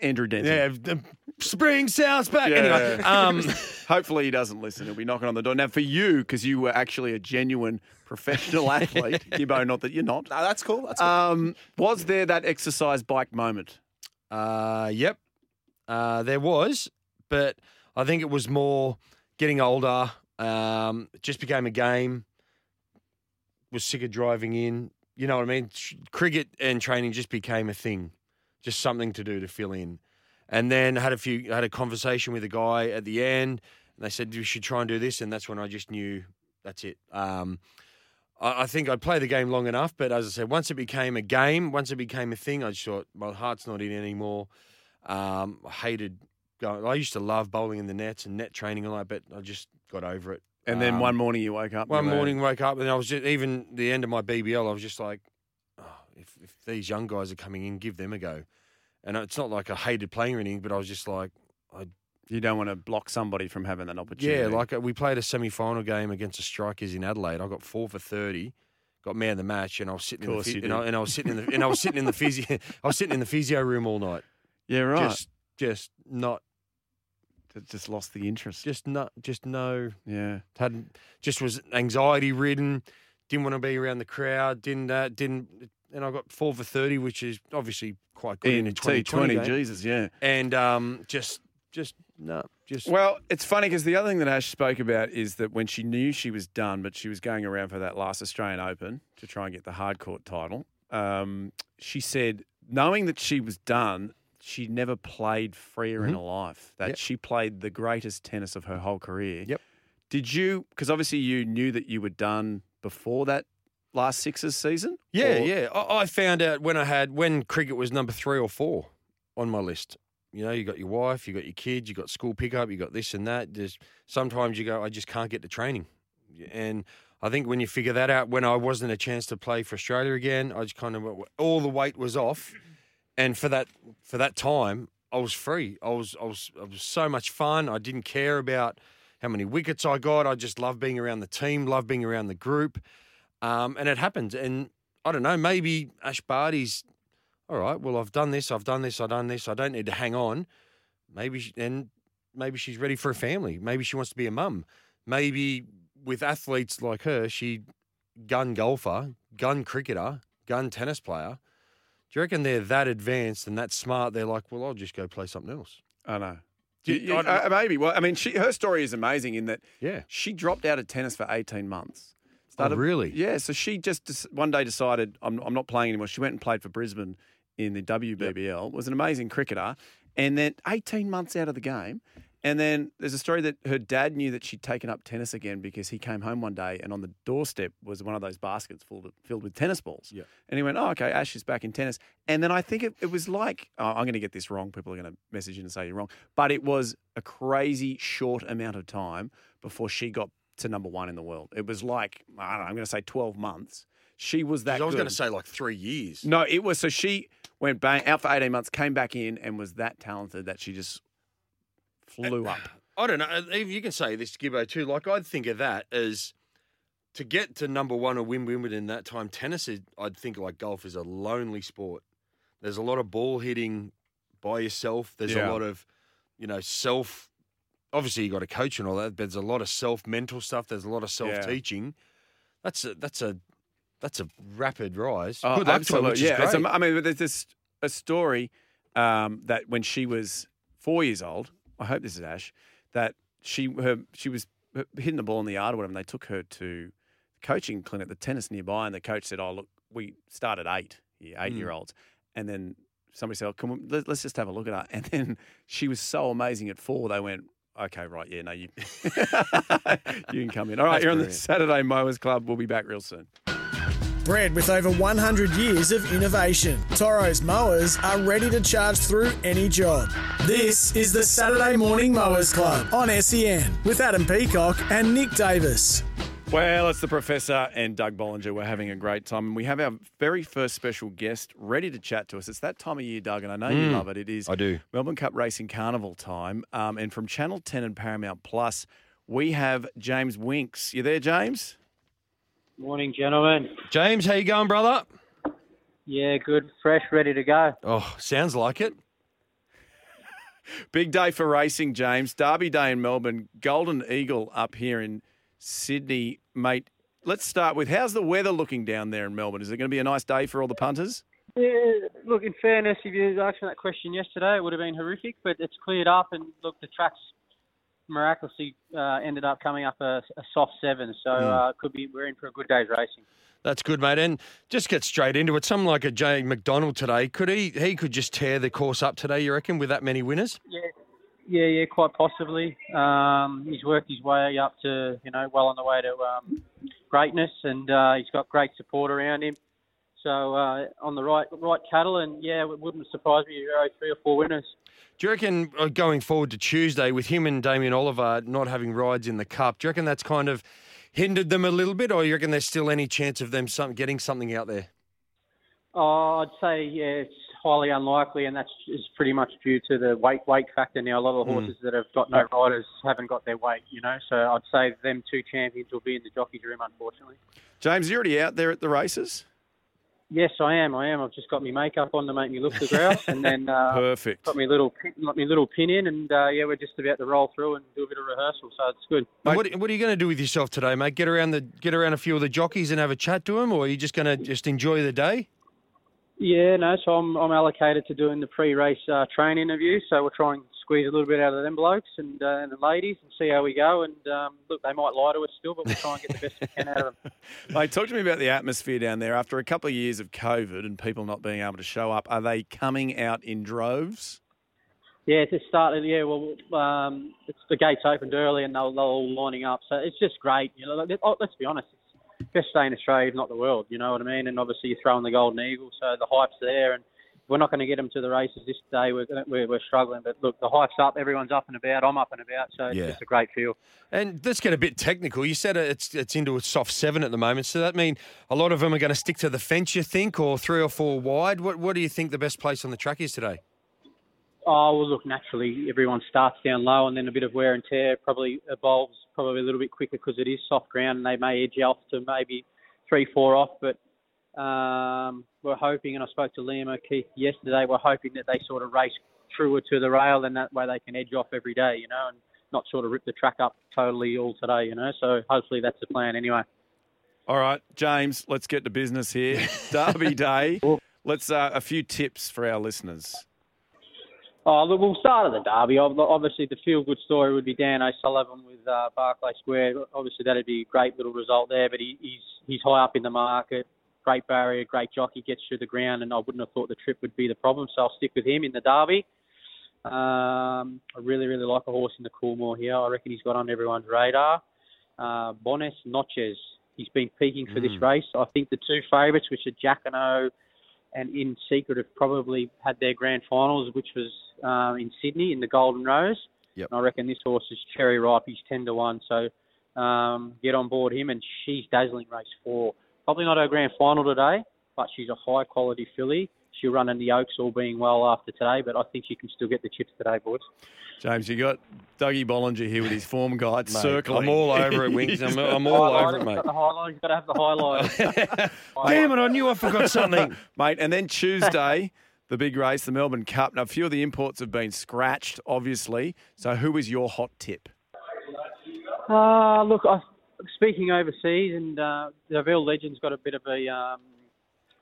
[SPEAKER 4] Andrew Denton.
[SPEAKER 5] Yeah, the spring sounds back. Anyway, (laughs) um,
[SPEAKER 4] Hopefully he doesn't listen. He'll be knocking on the door. Now, for you, because you were actually a genuine professional
[SPEAKER 6] (laughs)
[SPEAKER 4] athlete, Gibbo, not that you're not,
[SPEAKER 6] no, that's cool. That's cool.
[SPEAKER 4] um, was there that exercise bike moment?
[SPEAKER 5] Uh, yep. Uh, there was, but I think it was more getting older. Um, it just became a game. Was sick of driving in. You know what I mean? Tr- Cricket and training just became a thing, just something to do to fill in. And then had a few had a conversation with a guy at the end, and they said we should try and do this, and that's when I just knew that's it. Um, I, I think I'd play the game long enough, but as I said, once it became a game, once it became a thing, I just thought my heart's not in anymore. Um, I hated going. I used to love bowling in the nets and net training and all that, but I just got over it.
[SPEAKER 4] And then
[SPEAKER 5] Um,
[SPEAKER 4] one morning you woke up. and
[SPEAKER 5] one
[SPEAKER 4] you were-
[SPEAKER 5] morning, woke up and I was just, even the end of my BBL, I was just like, oh, if, if these young guys are coming in, give them a go. And it's not like I hated playing or anything, but I was just like,
[SPEAKER 4] You don't want to block somebody from having an opportunity.
[SPEAKER 5] yeah, like uh, we played a semi-final game against the Strikers in Adelaide. I got four for thirty, got man of the match, and I was sitting in the
[SPEAKER 4] Course
[SPEAKER 5] phy-
[SPEAKER 4] you
[SPEAKER 5] and, I,
[SPEAKER 4] did.
[SPEAKER 5] and I was sitting in the and I was sitting in the physio (laughs) I was sitting in the physio room all night,
[SPEAKER 4] Yeah, right. Just,
[SPEAKER 5] just just not
[SPEAKER 4] just lost the interest.
[SPEAKER 5] just not just no
[SPEAKER 4] yeah.
[SPEAKER 5] had just was anxiety ridden, didn't want to be around the crowd, didn't uh, didn't, and I got four for thirty, which is obviously quite good in,
[SPEAKER 4] In
[SPEAKER 5] a twenty
[SPEAKER 4] T20,
[SPEAKER 5] twenty,
[SPEAKER 4] Jesus, yeah.
[SPEAKER 5] and um just just no just
[SPEAKER 4] Well, it's funny because the other thing that Ash spoke about is that when she knew she was done, but she was going around for that last Australian Open to try and get the hard court title, um, she said, knowing that she was done, she never played freer in her life, that
[SPEAKER 5] Yep.
[SPEAKER 4] she played the greatest tennis of her whole career.
[SPEAKER 5] Yep.
[SPEAKER 4] Did you, because obviously you knew that you were done before that last Sixers season?
[SPEAKER 5] Yeah,
[SPEAKER 4] Or-
[SPEAKER 5] yeah. I, I found out when I had when cricket was number three or four on my list. You know, you got your wife, you got your kids, you got school pickup, you got this and that. There's sometimes you go, I just can't get to training, and I think when you figure that out, when I wasn't a chance to play for Australia again, I just kind of all the weight was off, and for that for that time, I was free. I was I was I was so much fun. I didn't care about how many wickets I got. I just loved being around the team, loved being around the group, um, and it happened. And I don't know, maybe Ash Barty's all right. Well, I've done this, I've done this, I've done this. I don't need to hang on. Maybe she, and maybe she's ready for a family. Maybe she wants to be a mum. Maybe with athletes like her, she gun golfer, gun cricketer, gun tennis player. Do you reckon they're that advanced and that smart? They're like, well, I'll just go play something else.
[SPEAKER 4] I know. You- you- uh, maybe. Well, I mean, she, her story is amazing in that
[SPEAKER 10] Yeah.
[SPEAKER 4] she dropped out of tennis for 18 months.
[SPEAKER 10] really?
[SPEAKER 4] Yeah. So she just des- one day decided, I'm, I'm not playing anymore. She went and played for Brisbane in the WBBL, was an amazing cricketer. And then 18 months out of the game. And then there's a story that her dad knew that she'd taken up tennis again because he came home one day and on the doorstep was one of those baskets filled, filled with tennis balls.
[SPEAKER 10] Yeah.
[SPEAKER 4] And he went, Oh, okay, Ash is back in tennis. And then I think it, it was like, oh, I'm going to get this wrong. People are going to message in and say you're wrong. But it was a crazy short amount of time before she got to number one in the world. It was like, I don't know, I'm going to say 12 months. She was that
[SPEAKER 5] I was
[SPEAKER 4] good.
[SPEAKER 5] going to say like three years.
[SPEAKER 4] No, it was so she went bang, out for 18 months, came back in, and was that talented that she just flew up.
[SPEAKER 5] I don't know. uh, Even you can say this, Gibbo, too. Like I'd think of that as to get to number one or win Wimbledon in that time. Tennis, is, I'd think like golf is a lonely sport. There's a lot of ball hitting by yourself. There's
[SPEAKER 10] Yeah.
[SPEAKER 5] a lot of you know self. Obviously, you got a coach and all that. But there's a lot of self mental stuff. There's a lot of self teaching. That's a that's a that's a rapid rise.
[SPEAKER 4] Oh,
[SPEAKER 5] Good luck to her,
[SPEAKER 4] absolutely.
[SPEAKER 5] which is
[SPEAKER 4] yeah, it's
[SPEAKER 5] great.
[SPEAKER 4] am- I mean, but there's this a story um, that when she was four years old, I hope this is Ash, that she her she was hitting the ball in the yard or whatever, and they took her to the coaching clinic, the tennis nearby, and the coach said, "Oh, look, we start at eight here,
[SPEAKER 5] Hmm.
[SPEAKER 4] eight year olds," and then somebody said, oh, "Can we, let, us just have a look at her," and then she was so amazing at four, they went. Okay, right, yeah, no, you (laughs) you can come in. All right,
[SPEAKER 5] That's
[SPEAKER 4] you're on
[SPEAKER 5] brilliant.
[SPEAKER 4] the Saturday Mowers Club. We'll be back real soon.
[SPEAKER 3] Bred with over 100 years of innovation, Toro's mowers are ready to charge through any job. This is the Saturday Morning Mowers Club on SEN with Adam Peacock and Nick Davis.
[SPEAKER 4] Well, it's the Professor and Doug Bollinger. We're having a great time. And we have our very first special guest ready to chat to us. It's that time of year, Doug, and I know you love it. It is
[SPEAKER 10] Mm. I do.
[SPEAKER 4] Melbourne Cup Racing Carnival time. Um, and from Channel 10 and Paramount Plus, we have James Winks. You there, James?
[SPEAKER 11] Morning, gentlemen.
[SPEAKER 5] James, how you going, brother?
[SPEAKER 11] Yeah, good, fresh, ready to go.
[SPEAKER 5] Oh, sounds like it.
[SPEAKER 4] Big day for racing, James. Derby Day in Melbourne, Golden Eagle up here in Sydney. Mate, let's start with how's the weather looking down there in Melbourne? Is it going to be a nice day for all the punters?
[SPEAKER 11] Yeah, look, in fairness, if you was asking that question yesterday, it would have been horrific, but it's cleared up, and look, the track's miraculously uh, ended up coming up a, a soft seven, so uh, it could be we're in for a good day's racing.
[SPEAKER 5] That's good, mate. And just get straight into it. Someone like a Jay McDonald today, could he he could just tear the course up today, you reckon, with that many winners?
[SPEAKER 11] Yeah, yeah, yeah, quite possibly. Um, he's worked his way up to you know well on the way to um, greatness, and uh, he's got great support around him. So uh, on the right right cattle, and yeah, it wouldn't surprise me if there are three or four winners.
[SPEAKER 5] Do you reckon uh, going forward to Tuesday with him and Damien Oliver not having rides in the cup, do you reckon that's kind of hindered them a little bit, or you reckon there's still any chance of them some, getting something out there?
[SPEAKER 11] Oh, I'd say yeah, it's highly unlikely, and that's is pretty much due to the weight weight factor. Now, a lot of the horses that have got no riders haven't got their weight, you know. So I'd say them two champions will be in the jockey's room, unfortunately.
[SPEAKER 4] James, you're already out there at the races?
[SPEAKER 11] Yes, I am. I am. I've just got my makeup on to make me look the grouse, and then
[SPEAKER 4] (laughs)
[SPEAKER 11] uh,
[SPEAKER 4] Perfect.
[SPEAKER 11] got my little pin, got my little pin in, and uh, yeah, we're just about to roll through and do a bit of rehearsal. So it's good.
[SPEAKER 5] And What, what are you going to do with yourself today, mate? Get around the get around a few of the jockeys and have a chat to them, or are you just going to just enjoy the day?
[SPEAKER 11] Yeah, no. So I'm I'm allocated to doing the pre-race uh, train interview. So we'll try and squeeze a little bit out of them blokes and uh, and the ladies and see how we go. And um, look, they might lie to us still, but we'll try and get the best we can out of them.
[SPEAKER 4] Mate, talk to me about the atmosphere down there. After a couple of years of COVID and people not being able to show up, are they coming out in droves?
[SPEAKER 11] Yeah, to start, yeah. Well, um, it's the gates opened early and they're, they're all lining up. So it's just great. You know, like, oh, let's be honest. It's best day in Australia, if not the world. You know what I mean? And obviously you're throwing the Golden Eagle, so the hype's there. And if we're not going to get them to the races this day. We're, gonna, we're we're struggling, but look, the hype's up. Everyone's up and about. I'm up and about. So it's
[SPEAKER 5] Yeah.
[SPEAKER 11] just a great feel.
[SPEAKER 5] And let's get a bit technical. You said it's it's into a soft seven at the moment, so that mean a lot of them are going to stick to the fence. You think, or three or four wide. What what do you think the best place on the track is today?
[SPEAKER 11] Oh well, look. Naturally, everyone starts down low, and then a bit of wear and tear probably evolves probably a little bit quicker because it is soft ground, and they may edge off to maybe three, four off. But um, we're hoping, and I spoke to Liam O'Keefe yesterday. We're hoping that they sort of race truer to the rail, and that way they can edge off every day, you know, and not sort of rip the track up totally all today, you know. So hopefully that's the plan anyway.
[SPEAKER 4] All right, James, let's get to business
[SPEAKER 5] (laughs)
[SPEAKER 4] here. Derby Day. Let's uh, a few tips for our listeners.
[SPEAKER 11] Oh, look, we'll start at the derby. Ob- Obviously, the feel-good story would be Dan O'Sullivan with uh, Barclay Square. Obviously, that'd be a great little result there. But he, he's he's high up in the market. Great barrier, great jockey, gets through the ground, and I wouldn't have thought the trip would be the problem. So I'll stick with him in the derby. Um, I really, really like a horse in the Coolmore here. I reckon he's got on everyone's radar. Uh, Bones Notches, he's been peaking for this race. I think the two favourites, which are Jack and O and in secret have probably had their grand finals, which was um, in Sydney in the Golden Rose.
[SPEAKER 12] Yep.
[SPEAKER 11] And I reckon this horse is cherry ripe. He's ten to one, so um, get on board him. And she's dazzling race four. Probably not her grand final today, but she's a high quality filly. She'll run in the Oaks, all being well after today. But I think she can still get the chips today, boys.
[SPEAKER 4] James, you got Dougie Bollinger here with his form guide circling.
[SPEAKER 5] I'm all
[SPEAKER 4] (laughs)
[SPEAKER 5] over it, Wings. I'm, I'm all over it,
[SPEAKER 11] Highlight,
[SPEAKER 5] mate.
[SPEAKER 11] Got the highlight. You've got to have the highlight.
[SPEAKER 5] Damn it, I knew I forgot something.
[SPEAKER 4] Mate, and then Tuesday, the big race, the Melbourne Cup. Now, a few of the imports have been scratched, obviously. So, who is your hot tip?
[SPEAKER 11] Uh, look, I, speaking overseas, and uh, the real legend's got a bit of a um,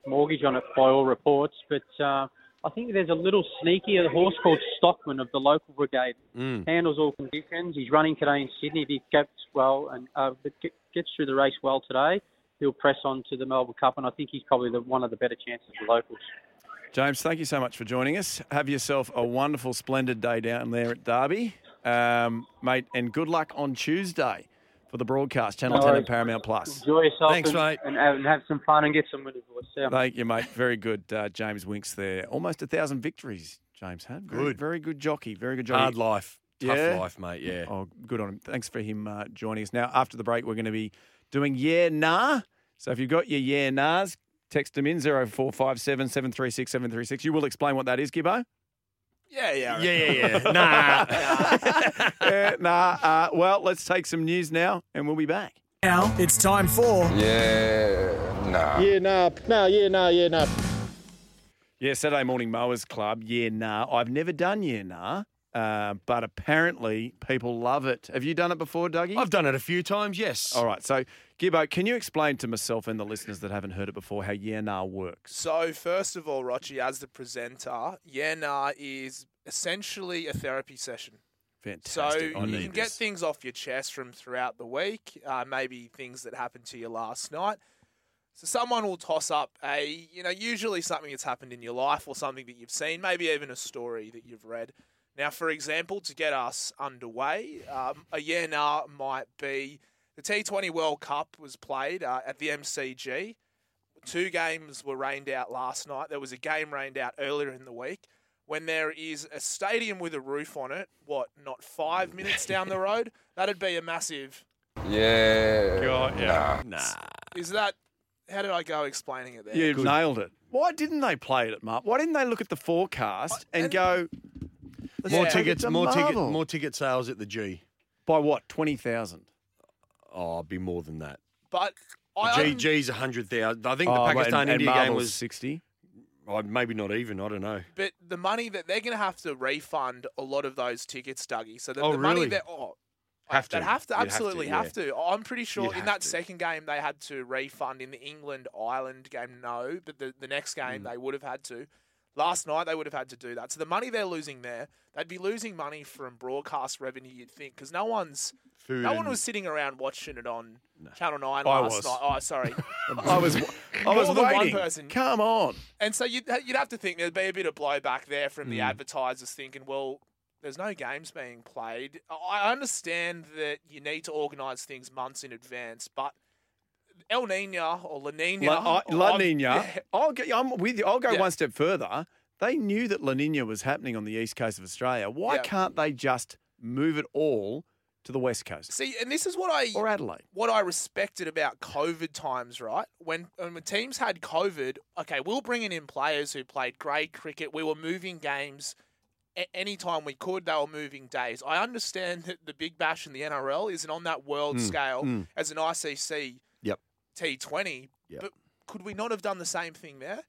[SPEAKER 11] mortgage on it by all reports, but uh, I think there's a little sneaky a horse called Stockman of the local brigade.
[SPEAKER 5] Mm.
[SPEAKER 11] Handles all conditions. He's running today in Sydney. If he gets well and uh, g- gets through the race well today, he'll press on to the Melbourne Cup, and I think he's probably the, one of the better chances of locals.
[SPEAKER 4] James, thank you so much for joining us. Have yourself a wonderful, splendid day down there at Derby, um, mate, and good luck on Tuesday for the broadcast, Channel
[SPEAKER 11] No
[SPEAKER 4] 10
[SPEAKER 11] worries.
[SPEAKER 4] and Paramount Plus.
[SPEAKER 11] Enjoy yourself
[SPEAKER 5] Thanks,
[SPEAKER 11] and,
[SPEAKER 5] mate.
[SPEAKER 11] and, and have some fun and get some winners. boys. See ya.
[SPEAKER 4] Thank you, mate. Very good, uh, James Winks there. Almost a thousand victories, James had. Very,
[SPEAKER 5] Good.
[SPEAKER 4] Very good jockey. Very good jockey.
[SPEAKER 5] (laughs) Hard life. Tough
[SPEAKER 4] Yeah.
[SPEAKER 5] life, mate. Yeah.
[SPEAKER 4] Oh, good on him. Thanks for him uh, joining us. Now, after the break, we're going to be doing Yeah Nah. So if you've got your Yeah Nahs, text them in 0457 736 736. You will explain what that is, Gibbo?
[SPEAKER 6] Yeah, yeah. I reckon.
[SPEAKER 5] Yeah, yeah,
[SPEAKER 6] (laughs)
[SPEAKER 5] yeah. Nah.
[SPEAKER 4] yeah, nah. Uh, well, let's take some news now and we'll be back.
[SPEAKER 3] Now it's time for
[SPEAKER 4] Yeah, Saturday Morning Mowers Club. Yeah Nah. I've never done Yeah Nah, uh, but apparently people love it. Have you done it before, Dougie?
[SPEAKER 5] I've done it a few times, yes.
[SPEAKER 4] All right. So, Gibbo, can you explain to myself and the listeners that haven't heard it before how Yeah Nah works?
[SPEAKER 6] So, first of all, Rochi, as the presenter, Yena is essentially a therapy session.
[SPEAKER 4] Fantastic. I
[SPEAKER 6] So you
[SPEAKER 4] need
[SPEAKER 6] can get
[SPEAKER 4] this.
[SPEAKER 6] things off your chest from throughout the week, uh, maybe things that happened to you last night. So someone will toss up a, you know, usually something that's happened in your life or something that you've seen, maybe even a story that you've read. Now, for example, to get us underway, um, a yeah nah might be the T20 World Cup was played uh, at the MCG. Two games were rained out last night. There was a game rained out earlier in the week. When there is a stadium with a roof on it, what, not
[SPEAKER 5] Mm.
[SPEAKER 6] five minutes
[SPEAKER 5] (laughs)
[SPEAKER 6] down the road? That'd be a massive. Is that. How did I go explaining it there?
[SPEAKER 4] You nailed it. Why didn't they play it at Marvel? Why didn't they look at the forecast and,
[SPEAKER 6] and-
[SPEAKER 4] go
[SPEAKER 5] More
[SPEAKER 6] Yeah.
[SPEAKER 5] tickets,
[SPEAKER 4] It's a
[SPEAKER 5] more ticket,
[SPEAKER 4] marvel.
[SPEAKER 5] more ticket sales at the G.
[SPEAKER 4] by what twenty thousand?
[SPEAKER 5] Oh, it'd be more than that.
[SPEAKER 6] But I. Oh,
[SPEAKER 5] G
[SPEAKER 6] I'm-
[SPEAKER 5] G's a hundred thousand. I
[SPEAKER 4] Oh,
[SPEAKER 5] think the Pakistan India game was
[SPEAKER 4] sixty.
[SPEAKER 5] oh, maybe not even. I don't know.
[SPEAKER 6] But the money that they're going to have to refund a lot of those tickets, Dougie. So that
[SPEAKER 5] Oh,
[SPEAKER 6] the money
[SPEAKER 5] really?
[SPEAKER 6] that oh,
[SPEAKER 5] Have
[SPEAKER 6] they'd
[SPEAKER 5] to.
[SPEAKER 6] have to
[SPEAKER 5] You'd have to,
[SPEAKER 6] absolutely
[SPEAKER 5] yeah.
[SPEAKER 6] have to. I'm pretty sure
[SPEAKER 5] You'd
[SPEAKER 6] in
[SPEAKER 5] have
[SPEAKER 6] that
[SPEAKER 5] to.
[SPEAKER 6] second game they had to refund in the England Ireland game. No, but the, the next
[SPEAKER 5] Mm.
[SPEAKER 6] game they would have had to. Last night they would have had to do that. So the money they're losing there, they'd be losing money from broadcast revenue. You'd think because no one's
[SPEAKER 5] Food.
[SPEAKER 6] no one
[SPEAKER 5] and-
[SPEAKER 6] was sitting around watching it on Channel Nine
[SPEAKER 4] I was.
[SPEAKER 6] last night.
[SPEAKER 5] (laughs)
[SPEAKER 6] Oh, sorry.
[SPEAKER 4] I was, I
[SPEAKER 6] (laughs)
[SPEAKER 4] was
[SPEAKER 6] More than one
[SPEAKER 4] waiting.
[SPEAKER 6] person.
[SPEAKER 4] Come on.
[SPEAKER 6] And so you'd, you'd have to think there'd be a bit of blowback there from the
[SPEAKER 4] Hmm.
[SPEAKER 6] advertisers thinking, well, there's no games being played. I I understand that you need to organise things months in advance, but El Nino or La Nina.
[SPEAKER 4] La, I, La
[SPEAKER 6] I'm-
[SPEAKER 4] (laughs) Nina. I'll get, I'm with you. I'll go
[SPEAKER 6] Yeah.
[SPEAKER 4] one step further. They knew that La Nina was happening on the east coast of Australia. Why
[SPEAKER 6] Yeah.
[SPEAKER 4] can't they just move it all to the west coast
[SPEAKER 6] (laughs) See, and this is what I
[SPEAKER 4] or Adelaide?
[SPEAKER 6] what I respected about COVID times, right? When when the teams had COVID, okay, we'll bring in players who played great cricket. We were moving games a- anytime we could. They were moving days. I understand that the Big Bash and the NRL isn't on that world
[SPEAKER 4] Hmm,
[SPEAKER 6] scale as an ICC
[SPEAKER 5] Yep.
[SPEAKER 6] T20,
[SPEAKER 5] Yep.
[SPEAKER 6] but could we not have done the same thing there?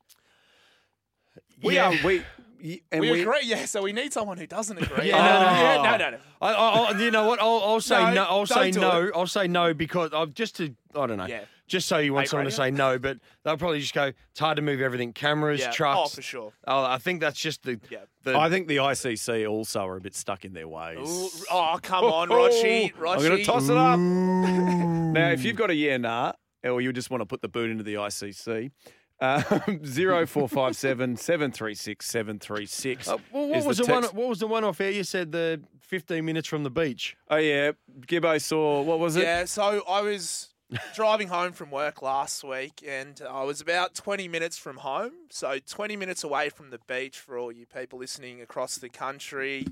[SPEAKER 13] We
[SPEAKER 6] Yeah.
[SPEAKER 13] are we y- and
[SPEAKER 6] we,
[SPEAKER 13] we,
[SPEAKER 6] agree, (laughs) yeah. So we need someone who doesn't agree.
[SPEAKER 5] Yeah, no, no,
[SPEAKER 6] Yeah,
[SPEAKER 5] no.
[SPEAKER 6] no, no, no.
[SPEAKER 5] I, I, I, you know what? I'll, I'll say
[SPEAKER 6] No,
[SPEAKER 5] no. I'll
[SPEAKER 6] don't
[SPEAKER 5] say
[SPEAKER 6] do
[SPEAKER 5] no.
[SPEAKER 6] it.
[SPEAKER 5] I'll say no because I've just to. I don't know.
[SPEAKER 6] Yeah.
[SPEAKER 5] Just so you want
[SPEAKER 6] Hate
[SPEAKER 5] someone to
[SPEAKER 6] radio?
[SPEAKER 5] say no, but they'll probably just go. It's hard to move everything. Cameras,
[SPEAKER 6] Yeah.
[SPEAKER 5] trucks.
[SPEAKER 6] Oh, for sure.
[SPEAKER 5] Oh, I think that's just the.
[SPEAKER 6] Yeah.
[SPEAKER 5] the
[SPEAKER 4] I think the ICC also are a bit stuck in their ways.
[SPEAKER 6] Ooh, oh, come on, Rochi. Rochi.
[SPEAKER 4] I'm going to toss it up. now, if you've got a yeah nah, or you just want to put the boot into the ICC, Um, (laughs) zero four five seven seven three six seven three six.
[SPEAKER 5] Uh, well, what was the, one? What was the one off air? You said the 15 minutes from the beach.
[SPEAKER 4] Oh yeah, Gibbo saw what was it?
[SPEAKER 6] Yeah, so I was driving home from work last week and I was about 20 minutes from home. So 20 minutes away from the beach for all you people listening across the country.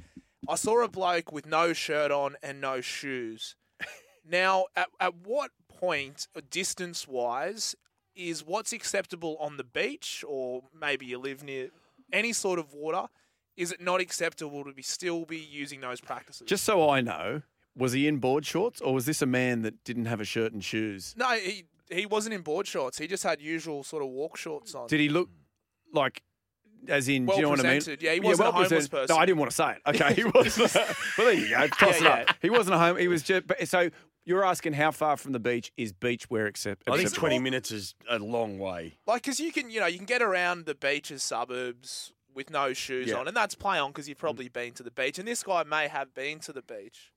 [SPEAKER 6] I saw a bloke with no shirt on and
[SPEAKER 4] (laughs)
[SPEAKER 6] no shoes. Now, at, at what point, distance wise, is what's acceptable on the beach or maybe you live near any sort of water? Is it not acceptable to be still be using those practices?
[SPEAKER 4] Just so I know, was he in board shorts or was this a man that didn't have a shirt and shoes?
[SPEAKER 6] No, he he wasn't in board shorts. He just had usual sort of walk shorts on.
[SPEAKER 4] Did he look like? As in, do you know
[SPEAKER 6] Well
[SPEAKER 4] what I mean?
[SPEAKER 6] presented. Yeah, he wasn't a homeless
[SPEAKER 4] presented.
[SPEAKER 6] person.
[SPEAKER 4] No, I didn't want to say it. Okay, he wasn't.
[SPEAKER 6] (laughs)
[SPEAKER 4] well, there you go. Toss
[SPEAKER 6] Yeah,
[SPEAKER 4] it up. He wasn't a home. He was just. But, so you're asking how far from the beach is beach wear accept?
[SPEAKER 5] I think
[SPEAKER 4] acceptable?
[SPEAKER 5] 20 minutes is a long way.
[SPEAKER 6] (laughs) Like, because you can, you know, you can get around the beaches, suburbs with no shoes
[SPEAKER 4] Yeah. Mm.
[SPEAKER 6] on, and that's play on because you've probably been to the beach, and this guy may have been to the beach.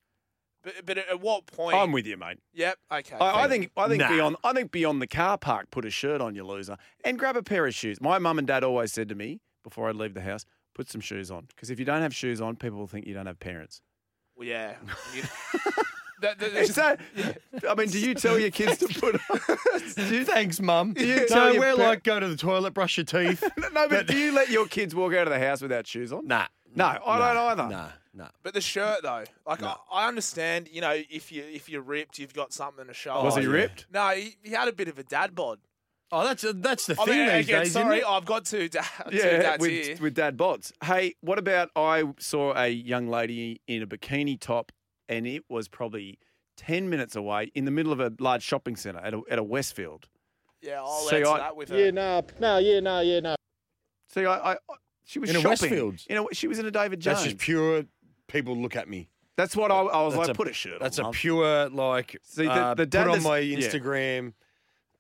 [SPEAKER 6] But, but at- at what point?
[SPEAKER 4] I'm with you, mate.
[SPEAKER 6] Yep. Okay.
[SPEAKER 4] I, I
[SPEAKER 6] fair
[SPEAKER 4] think I think
[SPEAKER 5] Nah.
[SPEAKER 4] beyond I think beyond the car park, put a shirt on, you loser, and grab a pair of shoes. My mum and dad always said to me before I'd leave the house, put some shoes on, because if you don't have shoes on, people will think you don't have parents.
[SPEAKER 6] enough.
[SPEAKER 4] (laughs)
[SPEAKER 6] Well, yeah. You- (laughs) that, that-
[SPEAKER 4] Is that? I mean, do you tell your kids to put? do you,
[SPEAKER 5] Thanks, Mum.
[SPEAKER 4] Do you tell
[SPEAKER 5] so
[SPEAKER 4] your
[SPEAKER 5] we're
[SPEAKER 4] par-
[SPEAKER 5] like, go to the toilet, brush your (laughs) teeth.
[SPEAKER 4] no, but do you let your kids walk out of the house without shoes on?
[SPEAKER 5] nah.
[SPEAKER 4] No, I don't either.
[SPEAKER 5] Nah, nah.
[SPEAKER 6] but the shirt though, like I, I understand, you know, if you if you're ripped, you've got something to show.
[SPEAKER 4] Oh, Was
[SPEAKER 6] off.
[SPEAKER 4] he ripped?
[SPEAKER 6] No, he, he had a bit of a dad bod.
[SPEAKER 5] Oh, that's that's the
[SPEAKER 6] I
[SPEAKER 5] thing
[SPEAKER 6] mean,
[SPEAKER 5] these
[SPEAKER 6] again,
[SPEAKER 5] days,
[SPEAKER 6] sorry,
[SPEAKER 5] isn't it?
[SPEAKER 6] I've got two, da- two
[SPEAKER 4] Yeah,
[SPEAKER 6] dads here.
[SPEAKER 4] with, with dad bods. Hey, what about I saw a young lady in a bikini top, and it was probably ten minutes away in the middle of a large shopping centre at a, at a Westfield.
[SPEAKER 6] Yeah, I'll
[SPEAKER 4] See,
[SPEAKER 6] answer
[SPEAKER 4] I-
[SPEAKER 6] that with
[SPEAKER 14] Yeah,
[SPEAKER 6] a
[SPEAKER 14] no, no, yeah, no, yeah, no.
[SPEAKER 4] See, I, I she was
[SPEAKER 5] In a
[SPEAKER 4] shopping.
[SPEAKER 5] Westfield?
[SPEAKER 4] You know, she was in a David Jones.
[SPEAKER 5] That's
[SPEAKER 4] That's,
[SPEAKER 5] just pure people look at me.
[SPEAKER 4] what I, I was like.
[SPEAKER 5] That's a-
[SPEAKER 4] put a shirt.
[SPEAKER 5] That's
[SPEAKER 4] on,
[SPEAKER 5] a
[SPEAKER 4] Mum.
[SPEAKER 5] pure like.
[SPEAKER 4] See, the-
[SPEAKER 5] uh,
[SPEAKER 4] the dad
[SPEAKER 5] put on
[SPEAKER 4] that's-
[SPEAKER 5] my
[SPEAKER 4] yeah.
[SPEAKER 5] Instagram,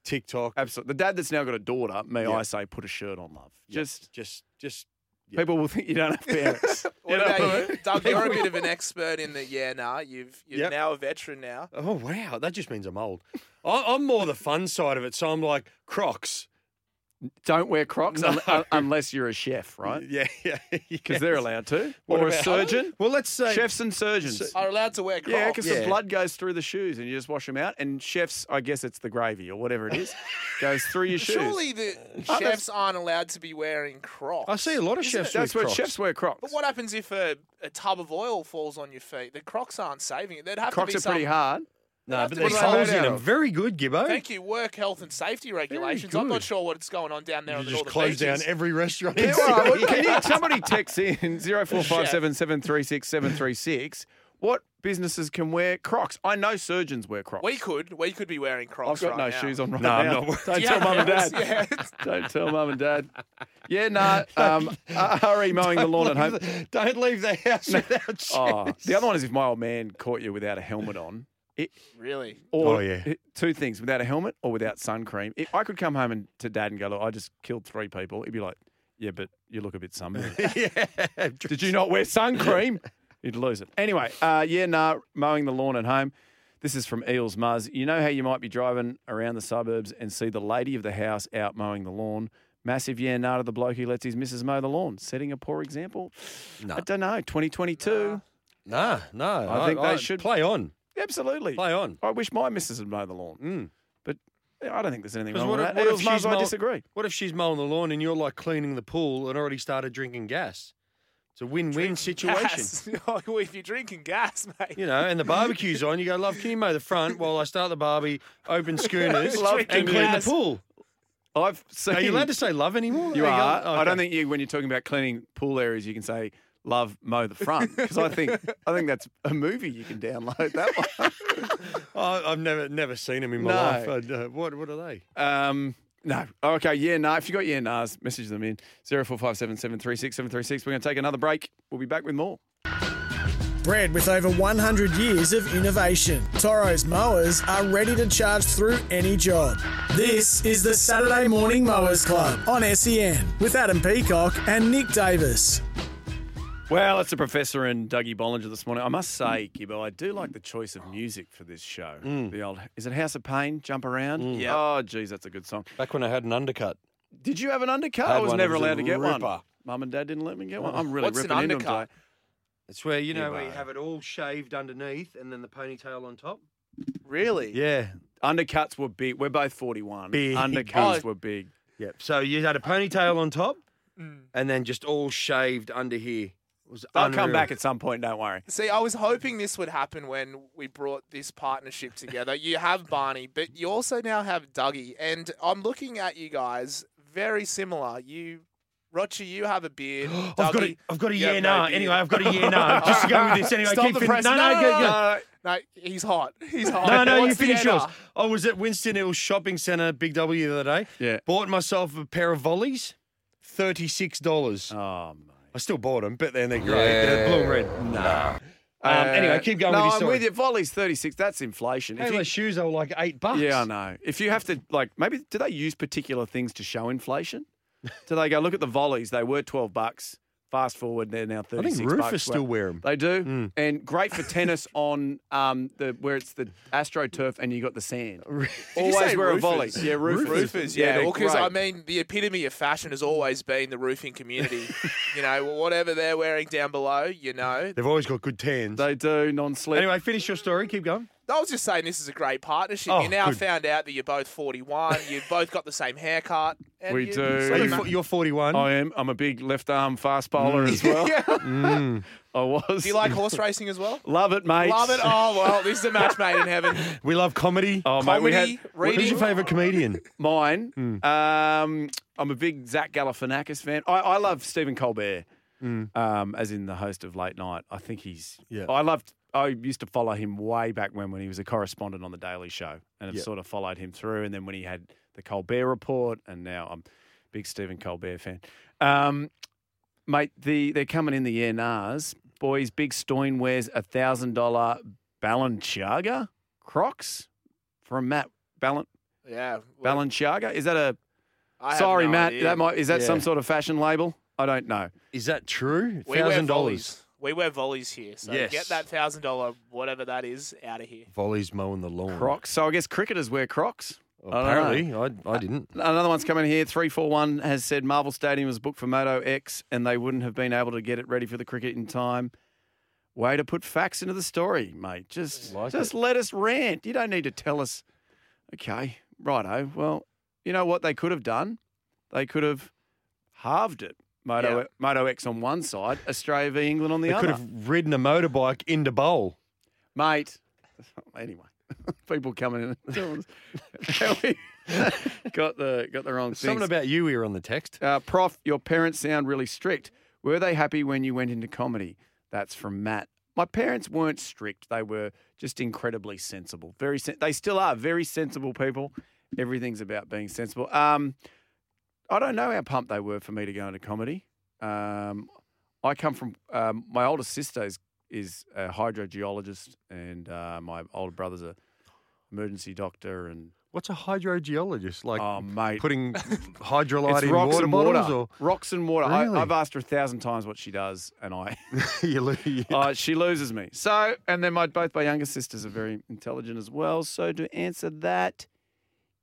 [SPEAKER 5] TikTok.
[SPEAKER 4] Absolutely. The dad that's now got a daughter, may
[SPEAKER 5] Yeah.
[SPEAKER 4] I say, put a shirt on, love. Just
[SPEAKER 5] just, just.
[SPEAKER 4] people will think you don't have (laughs) parents. know
[SPEAKER 6] What
[SPEAKER 4] what I
[SPEAKER 6] about you?
[SPEAKER 4] mean?
[SPEAKER 6] Doug, you're a bit of an expert in the yeah, nah. You've you're
[SPEAKER 5] Yep.
[SPEAKER 6] now a veteran now.
[SPEAKER 5] Oh wow, that just means I'm (laughs) old. I, I'm more the fun side of it, so I'm like Crocs. (laughs)
[SPEAKER 4] don't wear Crocs
[SPEAKER 5] No.
[SPEAKER 4] un- un- unless you're a chef, right?
[SPEAKER 5] Yeah, yeah,
[SPEAKER 4] Because they're allowed to.
[SPEAKER 5] What
[SPEAKER 4] or a
[SPEAKER 5] about-
[SPEAKER 4] surgeon.
[SPEAKER 5] Well, let's say
[SPEAKER 4] Chefs and surgeons. Oh,
[SPEAKER 6] Are allowed to wear Crocs.
[SPEAKER 4] yeah, because
[SPEAKER 5] Yeah.
[SPEAKER 4] the blood goes through the shoes and you just wash them out. And chefs, I guess it's the gravy or whatever it (laughs) is, goes through your shoes.
[SPEAKER 6] surely the chefs aren't allowed to be wearing Crocs.
[SPEAKER 5] I see a lot of
[SPEAKER 4] Isn't it?
[SPEAKER 5] chefs.
[SPEAKER 4] That's
[SPEAKER 5] with
[SPEAKER 4] where
[SPEAKER 5] Crocs.
[SPEAKER 4] chefs wear Crocs.
[SPEAKER 6] But what happens if a, a tub of oil falls on your feet? The Crocs aren't saving it. There'd have
[SPEAKER 4] Crocs
[SPEAKER 6] to be
[SPEAKER 4] are pretty
[SPEAKER 6] some-
[SPEAKER 4] hard.
[SPEAKER 5] No, but
[SPEAKER 6] What
[SPEAKER 5] there's
[SPEAKER 6] about
[SPEAKER 5] holes
[SPEAKER 4] that?
[SPEAKER 5] in them. Very good, Gibbo.
[SPEAKER 6] Thank you. Work health and safety regulations. I'm
[SPEAKER 5] good.
[SPEAKER 6] not sure what's going on down there on
[SPEAKER 5] You
[SPEAKER 6] the
[SPEAKER 5] just
[SPEAKER 6] northern
[SPEAKER 5] close down
[SPEAKER 6] beaches.
[SPEAKER 5] every restaurant.
[SPEAKER 4] Yeah,
[SPEAKER 5] (laughs)
[SPEAKER 4] all right. Well,
[SPEAKER 6] (laughs)
[SPEAKER 4] can you, somebody text in 0457 736 736 what businesses can wear Crocs. I know surgeons wear Crocs.
[SPEAKER 6] we could we could be wearing
[SPEAKER 4] I've
[SPEAKER 6] Crocs.
[SPEAKER 4] got no
[SPEAKER 6] right now.
[SPEAKER 4] shoes on right
[SPEAKER 5] No, I'm
[SPEAKER 4] now. (laughs)
[SPEAKER 5] not.
[SPEAKER 4] Don't
[SPEAKER 6] Yeah,
[SPEAKER 4] tell mum and dad.
[SPEAKER 6] yeah.
[SPEAKER 4] (laughs) Don't tell mum and dad. Yeah,
[SPEAKER 6] (laughs)
[SPEAKER 4] no. um, RE mowing the
[SPEAKER 5] (laughs)
[SPEAKER 4] lawn at home.
[SPEAKER 5] Don't leave the house without (laughs) shoes.
[SPEAKER 4] Oh, the other one is if my old man caught you without a helmet on. It,
[SPEAKER 6] Really?
[SPEAKER 4] or
[SPEAKER 5] Oh, yeah.
[SPEAKER 4] two things: without a helmet or without sun cream. If I could come home and to dad and go, "Look, I just killed three people." He'd be like, "Yeah, but you look a bit sunburned."
[SPEAKER 5] (laughs) yeah.
[SPEAKER 4] (laughs) Did you not wear sun cream? You'd lose it. Anyway, uh, yeah, nah, mowing the lawn at home. This is from Eels Muzz. You know how you might be driving around the suburbs and see the lady of the house out mowing the lawn? Massive yeah, nah to the bloke who lets his missus mow the lawn. Setting a poor example?
[SPEAKER 5] Nah.
[SPEAKER 4] I don't know. 2022?
[SPEAKER 5] No, no.
[SPEAKER 4] I think they should-
[SPEAKER 5] play on.
[SPEAKER 4] Absolutely.
[SPEAKER 5] Play on.
[SPEAKER 4] I wish my missus had mowed the lawn.
[SPEAKER 5] Mm.
[SPEAKER 4] But eh, I don't think there's anything
[SPEAKER 5] 'Cause
[SPEAKER 4] wrong
[SPEAKER 5] what
[SPEAKER 4] with
[SPEAKER 5] if-
[SPEAKER 4] that.
[SPEAKER 5] what if
[SPEAKER 4] Eels Muzz,
[SPEAKER 5] she's
[SPEAKER 4] I
[SPEAKER 5] mow-
[SPEAKER 4] disagree.
[SPEAKER 5] What if she's mowing the lawn and you're like cleaning the pool and already started drinking gas? It's a win-win situation.
[SPEAKER 6] Gas. (laughs) well, if you're drinking gas, mate.
[SPEAKER 5] You know, and the barbecue's on. You go, love, can you mow the front while I start the barbie, open schooners,
[SPEAKER 6] Love,
[SPEAKER 5] and
[SPEAKER 6] can
[SPEAKER 5] clean
[SPEAKER 6] you- Yes.
[SPEAKER 5] the pool?
[SPEAKER 4] I've seen.
[SPEAKER 5] Are
[SPEAKER 4] (laughs)
[SPEAKER 5] you allowed to say love anymore?
[SPEAKER 4] You
[SPEAKER 5] There
[SPEAKER 4] are.
[SPEAKER 5] go.
[SPEAKER 4] I
[SPEAKER 5] Okay.
[SPEAKER 4] don't think you, when you're talking about cleaning pool areas, you can say "love mow the front" because I think I think that's a movie you can download that (laughs) one.
[SPEAKER 5] I, I've never never seen them in my
[SPEAKER 4] No.
[SPEAKER 5] life. I, uh, what what are they?
[SPEAKER 4] Um, No. Okay. Yeah. No. If you got yeah nahs, message them in zero four five seven seven three six seven three six. We're going to take another break. We'll be back with more.
[SPEAKER 3] Bred with over 100 years of innovation, Toro's mowers are ready to charge through any job. This is the Saturday Morning Mowers Club on SEN with Adam Peacock and Nick Davis.
[SPEAKER 4] Well, it's the professor and Dougie Bollinger this morning. I must say, Gibbo, I do like the choice of music for this show. The old is it House of Pain? Jump around.
[SPEAKER 6] Yeah.
[SPEAKER 4] Oh, geez, that's a good song.
[SPEAKER 5] Back when I had an undercut.
[SPEAKER 4] Did you have an undercut?
[SPEAKER 5] Had
[SPEAKER 4] I was
[SPEAKER 5] one. It
[SPEAKER 4] never
[SPEAKER 5] was a
[SPEAKER 4] allowed to get one.
[SPEAKER 5] ripper.
[SPEAKER 4] Mum and Dad didn't let me get one. I'm really
[SPEAKER 6] What's an
[SPEAKER 4] ripping into 'em
[SPEAKER 6] undercut?
[SPEAKER 4] today.
[SPEAKER 5] It's where you know where you
[SPEAKER 4] Ebbo.
[SPEAKER 5] have it all shaved underneath and then the ponytail on top.
[SPEAKER 6] Really?
[SPEAKER 5] Yeah.
[SPEAKER 4] Undercuts were big. We're both 41.
[SPEAKER 5] Big.
[SPEAKER 4] Undercuts
[SPEAKER 6] Oh.
[SPEAKER 4] were big.
[SPEAKER 5] Yep. So you had a ponytail on top
[SPEAKER 4] Mm.
[SPEAKER 5] and then just all shaved under here. It was
[SPEAKER 4] They'll
[SPEAKER 5] unreal.
[SPEAKER 4] come back at some point. Don't worry.
[SPEAKER 6] See, I was hoping this would happen when we brought this partnership together. You
[SPEAKER 5] (laughs)
[SPEAKER 6] have Barney, but you also now have Dougie. And I'm looking at you guys, very similar. You, Roger, you have a beard.
[SPEAKER 5] (gasps) I've got a,
[SPEAKER 6] Dougie,
[SPEAKER 5] I've got a
[SPEAKER 6] you
[SPEAKER 5] yeah
[SPEAKER 6] have no
[SPEAKER 5] nah.
[SPEAKER 6] beard.
[SPEAKER 5] Anyway, I've got a
[SPEAKER 4] (laughs)
[SPEAKER 5] yeah nah. Just to go with this. Anyway,
[SPEAKER 6] Stop
[SPEAKER 5] keep
[SPEAKER 6] the
[SPEAKER 5] fin-
[SPEAKER 6] press.
[SPEAKER 5] No, no, go,
[SPEAKER 6] no, no,
[SPEAKER 5] go.
[SPEAKER 6] no, no. No, he's hot. He's hot.
[SPEAKER 5] No, (laughs) no, you
[SPEAKER 6] What's the
[SPEAKER 5] finish yours.
[SPEAKER 6] Anna?
[SPEAKER 5] I was at Winston Hills Shopping Centre, Big W, the other day.
[SPEAKER 4] Yeah.
[SPEAKER 5] Bought myself a pair of volleys, thirty-six dollars.
[SPEAKER 4] Oh, mate.
[SPEAKER 5] I still bought them, but then they're great. They're blue and red. Nah. Um, anyway, keep going
[SPEAKER 4] no,
[SPEAKER 5] with your
[SPEAKER 4] I'm
[SPEAKER 5] story.
[SPEAKER 4] with you. Volley's 36. That's inflation. If
[SPEAKER 5] Hey,
[SPEAKER 4] you-
[SPEAKER 5] my shoes are like eight bucks.
[SPEAKER 4] yeah,
[SPEAKER 5] (laughs)
[SPEAKER 4] I know. If you have to, like, maybe do they use particular things to show
[SPEAKER 6] (laughs)
[SPEAKER 4] inflation? Do they go look at the volleys? They were 12 bucks. Fast forward, they're now 36
[SPEAKER 5] roofers
[SPEAKER 4] bucks.
[SPEAKER 5] still wear 'em.
[SPEAKER 4] They do,
[SPEAKER 6] Hmm.
[SPEAKER 4] and great
[SPEAKER 6] (laughs)
[SPEAKER 4] for tennis on um the where it's the astroturf and you got the sand. Always
[SPEAKER 6] say
[SPEAKER 4] wear a
[SPEAKER 6] roofers?
[SPEAKER 4] volley. Yeah, roofers.
[SPEAKER 6] Roofers, yeah,
[SPEAKER 4] they're
[SPEAKER 6] because
[SPEAKER 4] great.
[SPEAKER 6] I mean, the epitome of fashion has always been the
[SPEAKER 5] (laughs)
[SPEAKER 6] roofing community. you know, whatever they're wearing down below, you know.
[SPEAKER 5] They've always got good tans.
[SPEAKER 4] they do non-slip.
[SPEAKER 5] Anyway, finish your story. Keep going.
[SPEAKER 6] I was just saying this is a great partnership.
[SPEAKER 5] Oh,
[SPEAKER 6] you now
[SPEAKER 5] good.
[SPEAKER 6] found out that you're both 41.
[SPEAKER 5] (laughs)
[SPEAKER 6] You've both got the same haircut. And
[SPEAKER 4] We
[SPEAKER 6] you,
[SPEAKER 4] do.
[SPEAKER 6] so
[SPEAKER 4] Are
[SPEAKER 5] Are
[SPEAKER 6] you
[SPEAKER 5] you,
[SPEAKER 4] ma-
[SPEAKER 6] ma-
[SPEAKER 5] fo- you're 41.
[SPEAKER 4] I am. I'm a big left arm fast bowler as
[SPEAKER 6] (laughs)
[SPEAKER 4] well. (laughs) I was.
[SPEAKER 6] do Mm. you
[SPEAKER 4] (laughs)
[SPEAKER 6] like horse racing as well?
[SPEAKER 4] Love it, mate.
[SPEAKER 6] Love it. Oh, well, this is a match made in heaven.
[SPEAKER 5] We love comedy.
[SPEAKER 4] Oh, (laughs) mate, we
[SPEAKER 6] Comedy,
[SPEAKER 4] had
[SPEAKER 6] reading.
[SPEAKER 5] Who's your favourite comedian?
[SPEAKER 4] mine.
[SPEAKER 5] Hmm.
[SPEAKER 4] Um, I'm a big Zach Galifianakis fan. I, I love Stephen Colbert, um, as in the host of Late Night. I think he's.
[SPEAKER 5] Hmm. Yeah.
[SPEAKER 4] I loved. I used to follow him way back when when he was a correspondent on the Daily Show, and have
[SPEAKER 5] Yeah.
[SPEAKER 4] sort of followed him through. And then when he had the Colbert Report, and now I'm a big Stephen Colbert fan. Um, mate, the they're coming in the year Nars. Boys, Big Stoin wears a thousand dollar Balenciaga Crocs from Matt Balan
[SPEAKER 6] Yeah. well,
[SPEAKER 4] Balenciaga. Is that a
[SPEAKER 6] I have
[SPEAKER 4] Sorry,
[SPEAKER 6] no
[SPEAKER 4] Matt.
[SPEAKER 6] idea.
[SPEAKER 4] That might is that
[SPEAKER 5] Yeah.
[SPEAKER 4] some sort of fashion label? I don't know.
[SPEAKER 5] Is that true?
[SPEAKER 6] We wear
[SPEAKER 5] Thousand dollars.
[SPEAKER 6] volleys. We wear volleys here. So
[SPEAKER 5] Yes.
[SPEAKER 6] get that $1,000, whatever that is, out of here.
[SPEAKER 5] Volleys mowing the lawn.
[SPEAKER 4] Crocs. So I guess cricketers wear Crocs. I don't know.
[SPEAKER 5] Apparently, I, I didn't.
[SPEAKER 4] Another one's coming here. Three four one has said Marvel Stadium was booked for Moto X, and they wouldn't have been able to get it ready for the cricket in time. Way to put facts into the story, mate. Just
[SPEAKER 5] Like
[SPEAKER 4] just let us rant. You don't need to tell us. Okay, righto. Well, you know what they could have done? They could have halved it. Moto
[SPEAKER 6] Yeah.
[SPEAKER 4] Moto X on one side, Australia v England on the
[SPEAKER 5] They
[SPEAKER 4] other.
[SPEAKER 5] could have ridden a motorbike into bowl.
[SPEAKER 4] mate. (laughs) Anyway, (laughs) people coming in and (laughs) telling us how we (laughs) got the got the wrong things.
[SPEAKER 5] Something about you here on the text.
[SPEAKER 4] uh, Prof, your parents sound really strict. Were they happy when you went into comedy? That's from Matt. My parents weren't strict. They were just incredibly sensible. Very, sen- they still are very sensible people. Everything's about being sensible. Um, I don't know how pumped they were for me to go into comedy. Um, I come from um, my older sister is, is a hydrogeologist, and uh, my older brother's a emergency doctor. And
[SPEAKER 5] What's a hydrogeologist like?
[SPEAKER 4] Oh, mate.
[SPEAKER 5] putting hydrolyte
[SPEAKER 4] it's
[SPEAKER 5] in
[SPEAKER 4] rocks
[SPEAKER 5] water
[SPEAKER 4] and
[SPEAKER 5] bottles,
[SPEAKER 4] water. Rocks and water.
[SPEAKER 5] Really?
[SPEAKER 4] I, I've asked her a thousand times what she does, and
[SPEAKER 5] (laughs)
[SPEAKER 4] I
[SPEAKER 5] or you lo- you-
[SPEAKER 4] uh, she loses me. So, and then my both my younger sisters are very intelligent as well. So to answer that,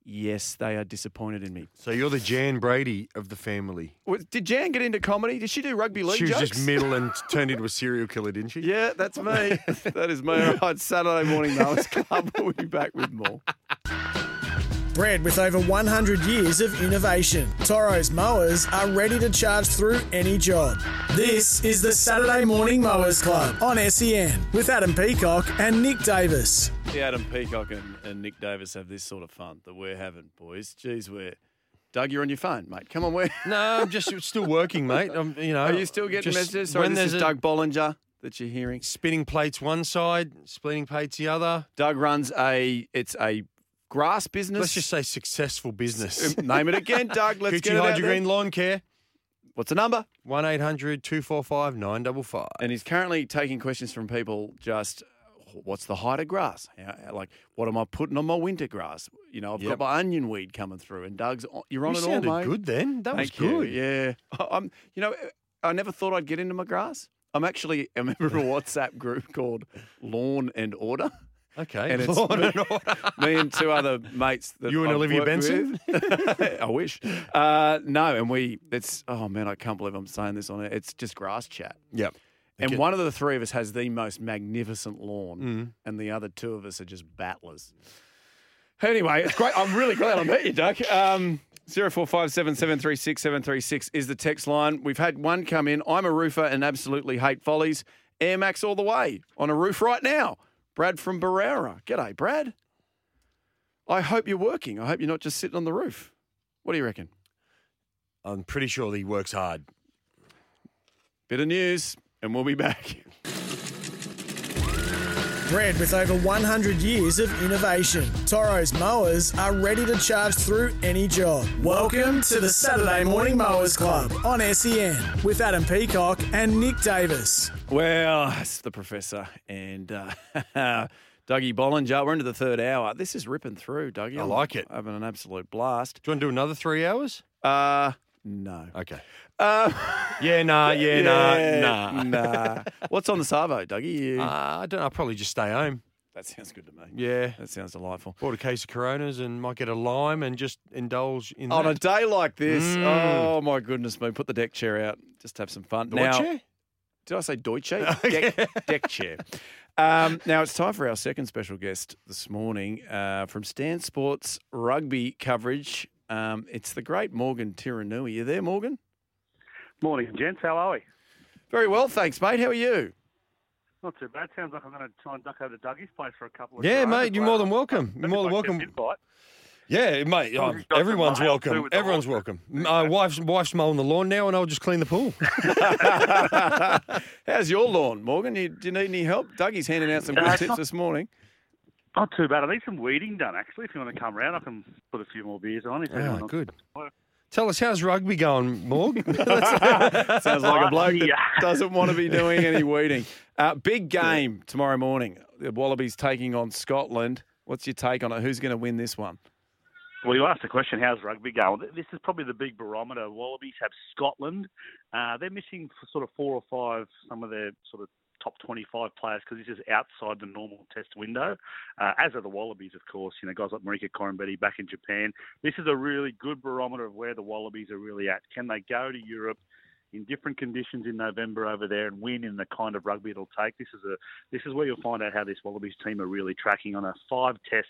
[SPEAKER 4] yes, they are disappointed in me.
[SPEAKER 5] So you're the Jan Brady of the family.
[SPEAKER 4] Was- Did Jan get into comedy? Did she do rugby league
[SPEAKER 5] She was
[SPEAKER 4] jokes?
[SPEAKER 5] just middle and turned into a serial killer, didn't she?
[SPEAKER 4] yeah, that's
[SPEAKER 5] (laughs)
[SPEAKER 4] me. that is me. All right, Saturday morning, Mowers Club. (laughs) We'll be back with more.
[SPEAKER 3] Bred with over 100 years of innovation, Toro's mowers are ready to charge through any job. This is the Saturday Morning Mowers Club on SEN with Adam Peacock and Nick Davis.
[SPEAKER 4] The Adam Peacock and, and Nick Davis have this sort of fun that we're having, boys. Geez, we're. Doug, you're on your phone, mate. Come on, we're.
[SPEAKER 5] No, I'm just still working, mate. I'm, you know,
[SPEAKER 4] Are you still getting
[SPEAKER 5] just
[SPEAKER 4] messages? Sorry,
[SPEAKER 5] when
[SPEAKER 4] this
[SPEAKER 5] there's
[SPEAKER 4] is
[SPEAKER 5] a-
[SPEAKER 4] Doug Bollinger that you're hearing.
[SPEAKER 5] spinning plates one side, splitting plates the other.
[SPEAKER 4] Doug runs a it's a grass business.
[SPEAKER 5] Let's just say successful business.
[SPEAKER 4] um, name it
[SPEAKER 5] (laughs)
[SPEAKER 4] again, Doug. Let's
[SPEAKER 5] Gucci
[SPEAKER 4] get it out
[SPEAKER 5] Hydro
[SPEAKER 4] there.
[SPEAKER 5] Green Lawn Care,
[SPEAKER 4] What's the number?
[SPEAKER 5] 1800 245 955.
[SPEAKER 4] And he's currently taking questions from people just what's the height of grass? How, like, what am I putting on my winter grass? You know, I've got
[SPEAKER 5] Yep.
[SPEAKER 4] my onion weed coming through, and Doug's, on- you're on
[SPEAKER 5] You
[SPEAKER 4] it all,
[SPEAKER 5] sounded
[SPEAKER 4] mate.
[SPEAKER 5] good then. That was
[SPEAKER 4] Thank you.
[SPEAKER 5] good.
[SPEAKER 4] Yeah. I- I'm, you know, I never thought I'd get into my grass. I'm actually a member of a (laughs) WhatsApp group called Lawn and Order.
[SPEAKER 5] Okay.
[SPEAKER 4] And it's
[SPEAKER 5] (laughs) Lawn
[SPEAKER 4] me, (laughs)
[SPEAKER 5] and order.
[SPEAKER 4] me and two other mates. That
[SPEAKER 5] You and
[SPEAKER 4] I've
[SPEAKER 5] Olivia
[SPEAKER 4] worked
[SPEAKER 5] Benson?
[SPEAKER 4] with. (laughs) I wish. Uh, no, and we. It's oh man, I can't believe I'm saying this on it. It's just grass chat.
[SPEAKER 5] Yep.
[SPEAKER 4] And
[SPEAKER 5] Okay.
[SPEAKER 4] one of the three of us has the most magnificent lawn,
[SPEAKER 5] Mm.
[SPEAKER 4] and the other two of us are just battlers. Anyway, it's great. I'm really glad I met you, Doug. Um, 0457 736 736 is the text line. We've had one come in. I'm a roofer and absolutely hate follies. Air Max all the way on a roof right now. Brad from Barrera. G'day, Brad. I hope you're working. I hope you're not just sitting on the roof. What do you reckon?
[SPEAKER 5] I'm pretty sure he works hard.
[SPEAKER 4] Bit of news, and we'll be back. (laughs)
[SPEAKER 3] Bred with over 100 years of innovation, Toro's mowers are ready to charge through any job. Welcome to the Saturday Morning Mowers Club on SEN with Adam Peacock and Nick Davis.
[SPEAKER 4] Well, (laughs) it's the professor and uh, (laughs) Dougie Bollinger. We're into the third hour. This is ripping through, Dougie.
[SPEAKER 5] I like it.
[SPEAKER 4] Having an absolute blast.
[SPEAKER 5] Do you want to do another three hours?
[SPEAKER 4] Uh, no.
[SPEAKER 5] Okay.
[SPEAKER 4] Uh,
[SPEAKER 5] Yeah, nah, (laughs) yeah, nah, nah. (laughs)
[SPEAKER 4] nah. What's on the Savo, Dougie? You...
[SPEAKER 5] Uh, I don't know. I'll probably just stay home.
[SPEAKER 4] that sounds good to me.
[SPEAKER 5] Yeah.
[SPEAKER 4] That sounds delightful.
[SPEAKER 5] Bought a case of Coronas and might get a lime and just indulge in
[SPEAKER 4] On a
[SPEAKER 5] that.
[SPEAKER 4] day like this,
[SPEAKER 5] Mm.
[SPEAKER 4] oh my goodness me, put the deck chair out. Just have some fun. Now-
[SPEAKER 5] Deutsche?
[SPEAKER 4] Did I say
[SPEAKER 5] (laughs)
[SPEAKER 4] Deutsche? Deck, deck chair. Um, now it's time for our second special guest this morning uh, from Stan Sports rugby coverage. Um, it's the great Morgan Tiranui. You there, Morgan?
[SPEAKER 11] Morning, gents. How are we?
[SPEAKER 4] Very well, thanks, mate. How are
[SPEAKER 5] (laughs)
[SPEAKER 4] you? (laughs)
[SPEAKER 11] Not too bad. Sounds like I'm going to try and duck over to Dougie's place for a couple of
[SPEAKER 5] Yeah,
[SPEAKER 11] hours.
[SPEAKER 5] mate, you're more than welcome. You're more than welcome. Yeah, mate.
[SPEAKER 11] Well,
[SPEAKER 5] uh,
[SPEAKER 11] he's got some
[SPEAKER 5] everyone's
[SPEAKER 11] mail too
[SPEAKER 5] welcome.
[SPEAKER 11] with the
[SPEAKER 5] Everyone's
[SPEAKER 11] horse.
[SPEAKER 5] welcome. My wife's wife's mowing the lawn now, and I'll just clean the
[SPEAKER 11] (laughs)
[SPEAKER 5] pool.
[SPEAKER 4] How's your lawn, Morgan? You, do you need any help? Dougie's handing out some
[SPEAKER 11] Uh,
[SPEAKER 4] good
[SPEAKER 11] it's
[SPEAKER 4] tips
[SPEAKER 11] not-
[SPEAKER 4] this morning.
[SPEAKER 11] Not too bad. I need some weeding done, actually. If you want to come round, I can put a few more beers on. If
[SPEAKER 5] Ah,
[SPEAKER 11] anyone wants
[SPEAKER 5] good.
[SPEAKER 11] to-
[SPEAKER 5] Tell us how's rugby going,
[SPEAKER 11] (laughs)
[SPEAKER 5] Morg?
[SPEAKER 4] Sounds like a bloke that
[SPEAKER 11] Yeah.
[SPEAKER 4] doesn't want to be doing any weeding. Uh, big game tomorrow morning. The Wallabies taking on Scotland. What's your take on it? Who's going to win this one?
[SPEAKER 11] Well, you asked the question, how's rugby going? This is probably the big barometer. Wallabies have Scotland. Uh, they're missing f- sort of four or five, some of their sort of top 25 players because this is outside the normal test window, uh, as are the Wallabies, of course. You know, guys like Marika Corimbetti back in Japan. This is a really good barometer of where the Wallabies are really at. Can they go to Europe? In different conditions in November over there, and win in the kind of rugby it'll take. This is a this is where you'll find out how this Wallabies team are really tracking on a five test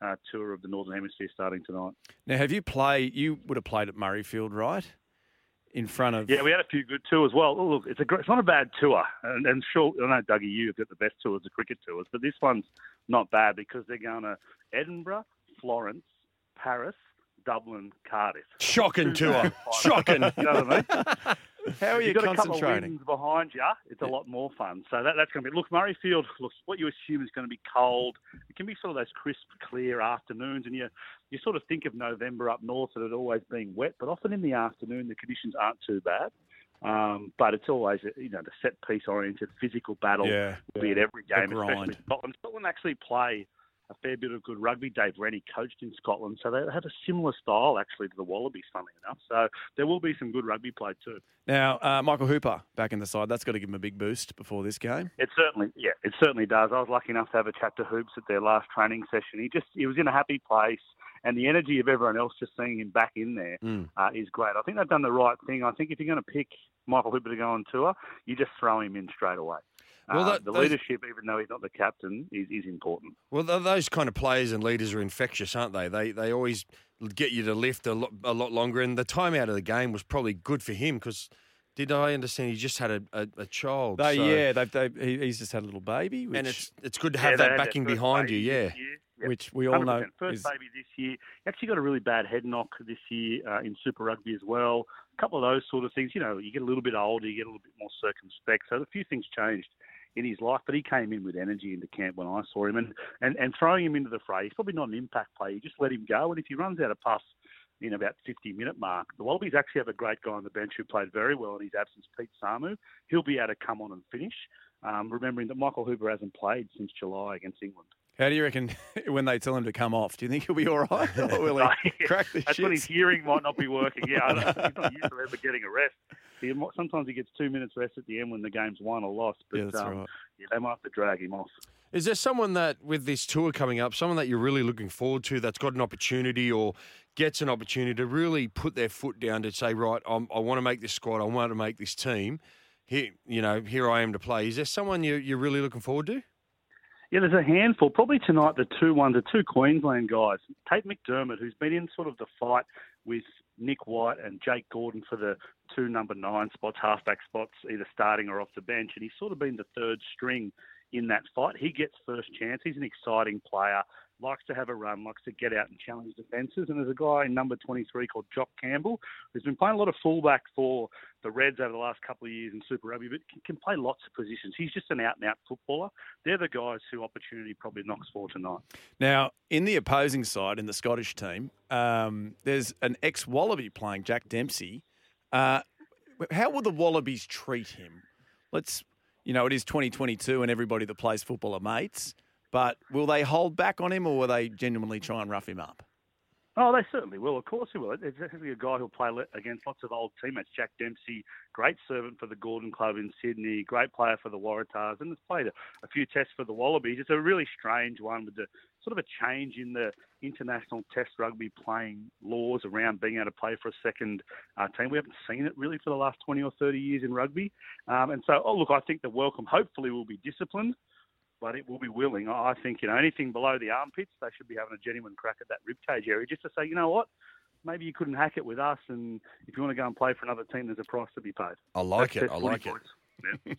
[SPEAKER 11] uh, tour of the Northern Hemisphere starting tonight.
[SPEAKER 4] Now, have you played? You would have played at Murrayfield, right? In front of
[SPEAKER 11] Yeah, we had a few good tours. Well, oh, look, it's a great, it's not a bad tour, and, and sure, I know Dougie, you've got the best tours, the cricket tours, but this one's not bad because they're going to Edinburgh, Florence, Paris, Dublin, Cardiff.
[SPEAKER 5] Shocking tour. Shocking.
[SPEAKER 11] You know what I mean?
[SPEAKER 4] How are you
[SPEAKER 11] You've got a couple of
[SPEAKER 4] concentrating?
[SPEAKER 11] wins behind you. It's a lot more fun. So that, that's going to be. Look, Murrayfield. Look, what you assume is going to be cold. It can be sort of those crisp, clear afternoons, and you you sort of think of November up north and it always being wet, but often in the afternoon the conditions aren't too bad. Um, but it's always you know the set piece oriented physical battle
[SPEAKER 4] Yeah.
[SPEAKER 11] will be at every game,
[SPEAKER 4] grind.
[SPEAKER 11] especially Scotland. Scotland actually play a fair bit of good rugby. Dave Rennie coached in Scotland, so they have a similar style actually to the Wallabies, funnily enough. So there will be some good rugby played too.
[SPEAKER 4] Now, uh, Michael Hooper back in the side. That's got to give him a big boost before this game.
[SPEAKER 11] It certainly, yeah, it certainly does. I was lucky enough to have a chat to Hoops at their last training session. He just, he was in a happy place, and the energy of everyone else just seeing him back in there
[SPEAKER 5] Mm.
[SPEAKER 11] uh, is great. I think they've done the right thing. I think if you're going to pick Michael Hooper to go on tour, you just throw him in straight away.
[SPEAKER 5] Well,
[SPEAKER 11] Uh,
[SPEAKER 5] that-
[SPEAKER 11] the
[SPEAKER 5] those-
[SPEAKER 11] leadership, even though he's not the captain, is, is important.
[SPEAKER 5] Well, th- those kind of players and leaders are infectious, aren't they? They they always get you to lift a lot, a lot longer, and the time out of the game was probably good for him because did I understand he just had a, a, a child?
[SPEAKER 4] They,
[SPEAKER 5] so-
[SPEAKER 4] yeah, they've, they, he, he's just had a little baby, which,
[SPEAKER 5] and it's it's good to have
[SPEAKER 11] Yeah, they
[SPEAKER 5] that
[SPEAKER 11] had their
[SPEAKER 5] backing
[SPEAKER 11] first
[SPEAKER 5] behind you.
[SPEAKER 11] baby
[SPEAKER 5] Yeah,
[SPEAKER 11] this year. Yep.
[SPEAKER 4] which we all know
[SPEAKER 11] 100%. First
[SPEAKER 4] is
[SPEAKER 11] baby this year. He actually got a really bad head knock this year uh, in Super Rugby as well. A couple of those sort of things. You know, you get a little bit older, you get a little bit more circumspect. So a few things changed in his life, but he came in with energy into camp when I saw him, and and, and throwing him into the fray. He's probably not an impact player. You just let him go, and if he runs out of puff in about 50 minute mark, the Wallabies actually have a great guy on the bench who played very well in his absence, Pete Samu. He'll be able to come on and finish. Um, remembering that Michael Hooper hasn't played since July against England.
[SPEAKER 4] How do you reckon (laughs) when they tell him to come off? Do you think he'll be all right? (laughs) Or
[SPEAKER 11] (laughs)
[SPEAKER 4] will he Oh, crack the
[SPEAKER 11] That's when his
[SPEAKER 4] shit?
[SPEAKER 11] hearing might not be working. Yeah,
[SPEAKER 4] (laughs)
[SPEAKER 11] I don't, he's not used to ever getting a rest. He, might- sometimes he gets two minutes rest at the end when the game's won or lost. But
[SPEAKER 4] Yeah, that's
[SPEAKER 11] um,
[SPEAKER 4] right.
[SPEAKER 11] yeah, they might have to drag him off.
[SPEAKER 5] Is there someone that, with this tour coming up, someone that you're really looking forward to that's got an opportunity or gets an opportunity to really put their foot down to say, right, I'm, I want to make this squad, I want to make this team. Here, you know, here I am to play. Is there someone you, you're really looking forward to?
[SPEAKER 11] Yeah, there's a handful. Probably tonight, the two ones, the two Queensland guys, Tate McDermott, who's been in sort of the fight with Nick White and Jake Gordon for the two number nine spots, halfback spots, either starting or off the bench, and he's sort of been the third string in that fight. He gets first chance. He's an exciting player. Likes to have a run, likes to get out and challenge defences. And there's a guy in number 23 called Jock Campbell who's been playing a lot of fullback for the Reds over the last couple of years in Super Rugby, but can, can play lots of positions. He's just an out and out footballer. They're the guys who opportunity probably knocks for tonight.
[SPEAKER 4] Now, in the opposing side, in the Scottish team, um, there's an ex Wallaby playing, Jack Dempsey. Uh, how will the Wallabies treat him? Let's, you know, it is 2022 and everybody that plays football are mates, but will they hold back on him or will they genuinely try and rough him up?
[SPEAKER 11] Oh, they certainly will. Of course he will. It's definitely a guy who'll play le- against lots of old teammates. Jack Dempsey, great servant for the Gordon Club in Sydney, great player for the Waratahs, and has played a, a few tests for the Wallabies. It's a really strange one with the sort of a change in the international test rugby playing laws around being able to play for a second uh, team. We haven't seen it really for the last 20 or 30 years in rugby. Um, and so, oh, look, I think the welcome hopefully will be disciplined but it will be willing. I I think, you know, anything below the armpits, they should be having a genuine crack at that ribcage area just to say, you know what, maybe you couldn't hack it with us, and if you want to go and play for another team, there's a price to be paid.
[SPEAKER 5] I like
[SPEAKER 11] That's-
[SPEAKER 5] it. I
[SPEAKER 11] that's 20
[SPEAKER 5] like it.
[SPEAKER 11] points.
[SPEAKER 4] (laughs)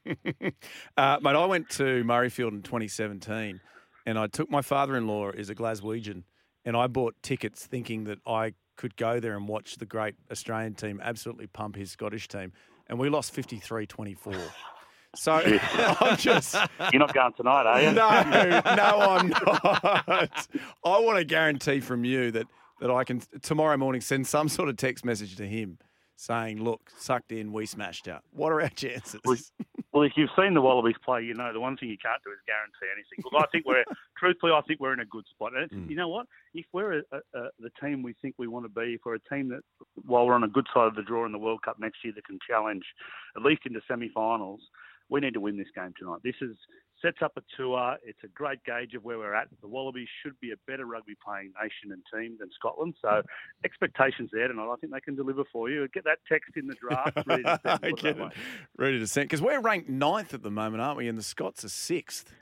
[SPEAKER 4] uh, mate, I went to Murrayfield in 2017, and I took my father-in-law is a Glaswegian, and I bought tickets thinking that I could go there and watch the great Australian team absolutely pump his Scottish team, and we lost 53-24. So (laughs) I'm just
[SPEAKER 11] You're not going tonight, are you?
[SPEAKER 4] no, no, I'm not. I want a guarantee from you that that I can tomorrow morning send some sort of text message to him saying, "Look, sucked in, we smashed out. What are our (laughs) chances?"
[SPEAKER 11] Well, Well, if you've seen the Wallabies play, you know the one thing you can't do is guarantee anything. Look, I
[SPEAKER 4] (laughs)
[SPEAKER 11] think we're truthfully, I think we're in a good spot. And
[SPEAKER 4] Mm.
[SPEAKER 11] it's- you know what? If we're a, a, a, the team we think we want to be, if we're a team that, while we're on a good side of the draw in the World Cup next year, that can challenge at least into semi-finals, we need to win this game tonight. This is sets up a tour. It's a great gauge of where we're at. The Wallabies should be a better rugby-playing nation and team than Scotland. So expectations there tonight. I think they can deliver for you. Get that text in the draft. Ready to send.
[SPEAKER 4] (laughs) I
[SPEAKER 11] Put it
[SPEAKER 4] get
[SPEAKER 11] that way.
[SPEAKER 4] it. Ready to send because we're ranked ninth at the moment, aren't we? And the Scots are sixth.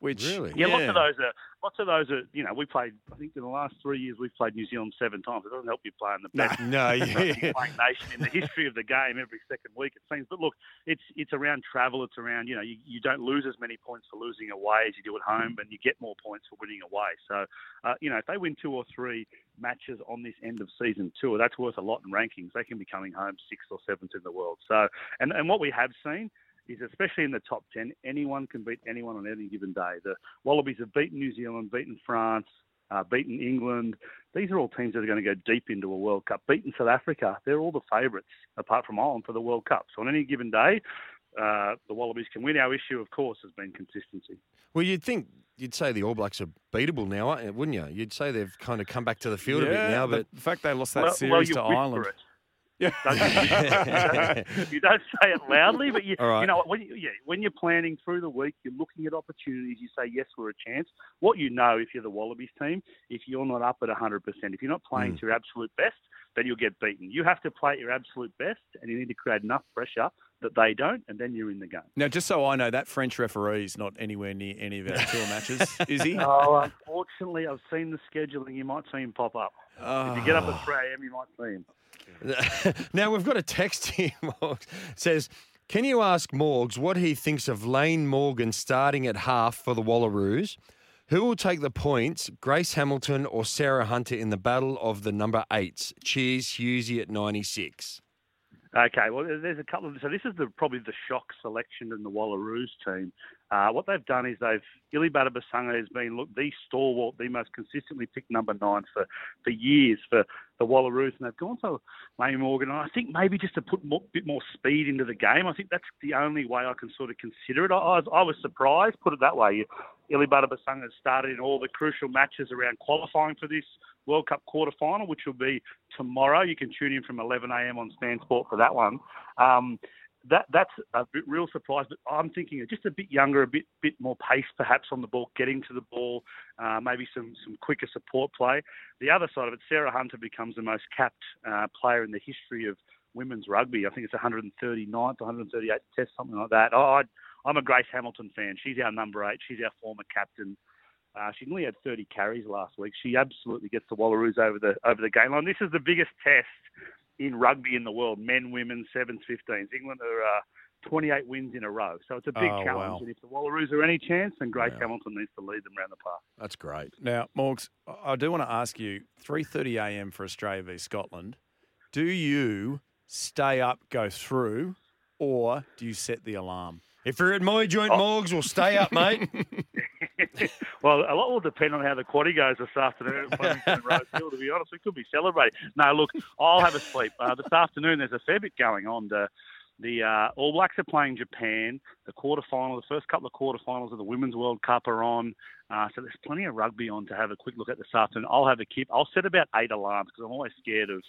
[SPEAKER 4] Which
[SPEAKER 5] Really?
[SPEAKER 11] Yeah, lots of those are lots of those are you know we played. I think in the last three years we've played New Zealand seven times. It doesn't help you playing the best (laughs)
[SPEAKER 5] No, yeah.
[SPEAKER 11] playing nation in the history of the game every second week it seems. But look, it's it's around travel. It's around you know you, you don't lose as many points for losing away as you do at home, and you get more points for winning away. So uh, you know if they win two or three matches on this end of season tour, that's worth a lot in rankings. They can be coming home sixth or seventh in the world. So and and what we have seen. Is especially in the top ten, anyone can beat anyone on any given day. The Wallabies have beaten New Zealand, beaten France, uh, beaten England. These are all teams that are going to go deep into a World Cup. Beaten South Africa, they're all the favourites, apart from Ireland, for the World Cup. So on any given day, uh, the Wallabies can win. Our issue, of course, has been consistency.
[SPEAKER 5] Well, you'd think you'd say the All Blacks are beatable now, aren't you? wouldn't you? You'd say they've kind of come back to the field a bit now,
[SPEAKER 4] the
[SPEAKER 5] but
[SPEAKER 4] fact they lost that
[SPEAKER 11] well, well,
[SPEAKER 4] series
[SPEAKER 11] you
[SPEAKER 4] to
[SPEAKER 11] whisper
[SPEAKER 4] Ireland.
[SPEAKER 11] It.
[SPEAKER 4] (laughs)
[SPEAKER 11] Yeah. (laughs) you don't say it loudly, but you,
[SPEAKER 5] All right.
[SPEAKER 11] you know what, when you, yeah, when you're planning through the week, you're looking at opportunities. You say yes, we're a chance. What you know, if you're the Wallabies team, if you're not up at 100, percent if you're not
[SPEAKER 5] Hmm.
[SPEAKER 11] playing to your absolute best, then you'll get beaten. You have to play at your absolute best, and you need to create enough pressure that they don't, and then you're in the game.
[SPEAKER 4] Now, just so I know, that French referee's not anywhere near any of our tour matches, is
[SPEAKER 11] (laughs)
[SPEAKER 4] he?
[SPEAKER 11] Oh, unfortunately, I've seen the scheduling. You might see him pop up. If you get up
[SPEAKER 5] Ah.
[SPEAKER 11] at 3 a.m., you might see him.
[SPEAKER 5] (laughs) now we've got a text here. (laughs) Morgs says, "Can you ask Morgs what he thinks of Lane Morgan starting at half for the Wallaroos? Who will take the points, Grace Hamilton or Sarah Hunter in the battle of the number eights? Cheers, Husey at ninety six.
[SPEAKER 11] Okay, well, there- there's a couple of so this is the probably the shock selection in the Wallaroos team. Uh, what they've done is they've Ili Basanga has been look the stalwart, the most consistently picked number nine for, for years for the Wallaroos, and they've gone to Lane Morgan. And I think maybe just to put a bit more speed into the game. I think that's the only way I can sort of consider it. I, I, was, I was surprised, put it that way. Ili Basanga started in all the crucial matches around qualifying for this World Cup quarterfinal, which will be tomorrow. You can tune in from 11 a.m. on Stan Sport for that one. Um, that that's a bit, real surprise. But I'm thinking just a bit younger, a bit bit more pace perhaps on the ball, getting to the ball, uh, maybe some some quicker support play. The other side of it, Sarah Hunter becomes the most capped uh, player in the history of women's rugby. I think it's 139th, 138th test, something like that. I, I'm a Grace Hamilton fan. She's our number eight. She's our former captain. Uh, she only had 30 carries last week. She absolutely gets the Wallaroos over the over the game line. This is the biggest test in rugby in the world, men, women, sevens, fifteens. England are uh, 28 wins in a row, so it's a big
[SPEAKER 4] Oh,
[SPEAKER 11] challenge.
[SPEAKER 4] wow.
[SPEAKER 11] And if the Wallaroos are any chance, then Grace Hamilton needs to lead them round the park.
[SPEAKER 4] That's great. Now, Morgs, I- I do want to ask you: three thirty a.m. for Australia v Scotland. Do you stay up, go through, or do you set the alarm? Oh.
[SPEAKER 5] If you're at my joint, Morgs, we'll stay up, mate.
[SPEAKER 4] (laughs)
[SPEAKER 11] Well, a lot will depend on how the quaddy goes this afternoon at Flemington and Rose Hill, to be honest. We could be celebrating. No, look, I'll have a sleep. Uh, this afternoon, there's a fair bit going on. The, the uh, All Blacks are playing Japan. The quarterfinal, the first couple of quarterfinals of the Women's World Cup are on. Uh, so there's plenty of rugby on to have a quick look at this afternoon. I'll have a keep. I'll set about eight alarms because I'm always scared of,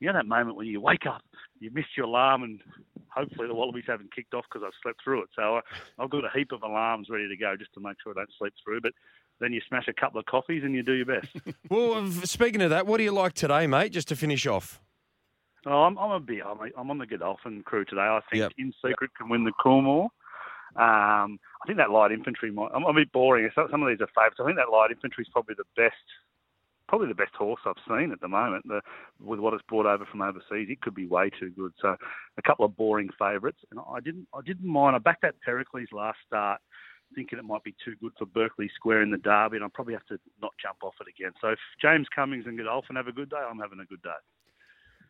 [SPEAKER 11] you know, that moment when you wake up, you missed your alarm, and hopefully the Wallabies haven't kicked off because I've slept through it. So I, I've got a heap of alarms ready to go just to make sure I don't sleep through. But then you smash a couple of coffees and you do your best.
[SPEAKER 5] well, f- speaking of that, what do you like today, mit? Just to finish off.
[SPEAKER 11] oh, I'm, I'm a bit, I'm, a, I'm on the Godolphin crew today. I think
[SPEAKER 5] Yep.
[SPEAKER 11] In Secret can win the Coolmore. Um, I think that light infantry might. I'm, I'm a bit boring. So- Some of these are favourites. I think that light infantry is probably the best, probably the best horse I've seen at the moment. The, with what it's brought over from overseas, it could be way too good. So, a couple of boring favourites, and I didn't, I didn't mind. I backed that Pericles last start, thinking it might be too good for Berkeley Square in the derby, and I'll probably have to not jump off it again. So, if James Cummings and Godolphin have a good day, I'm having a good day.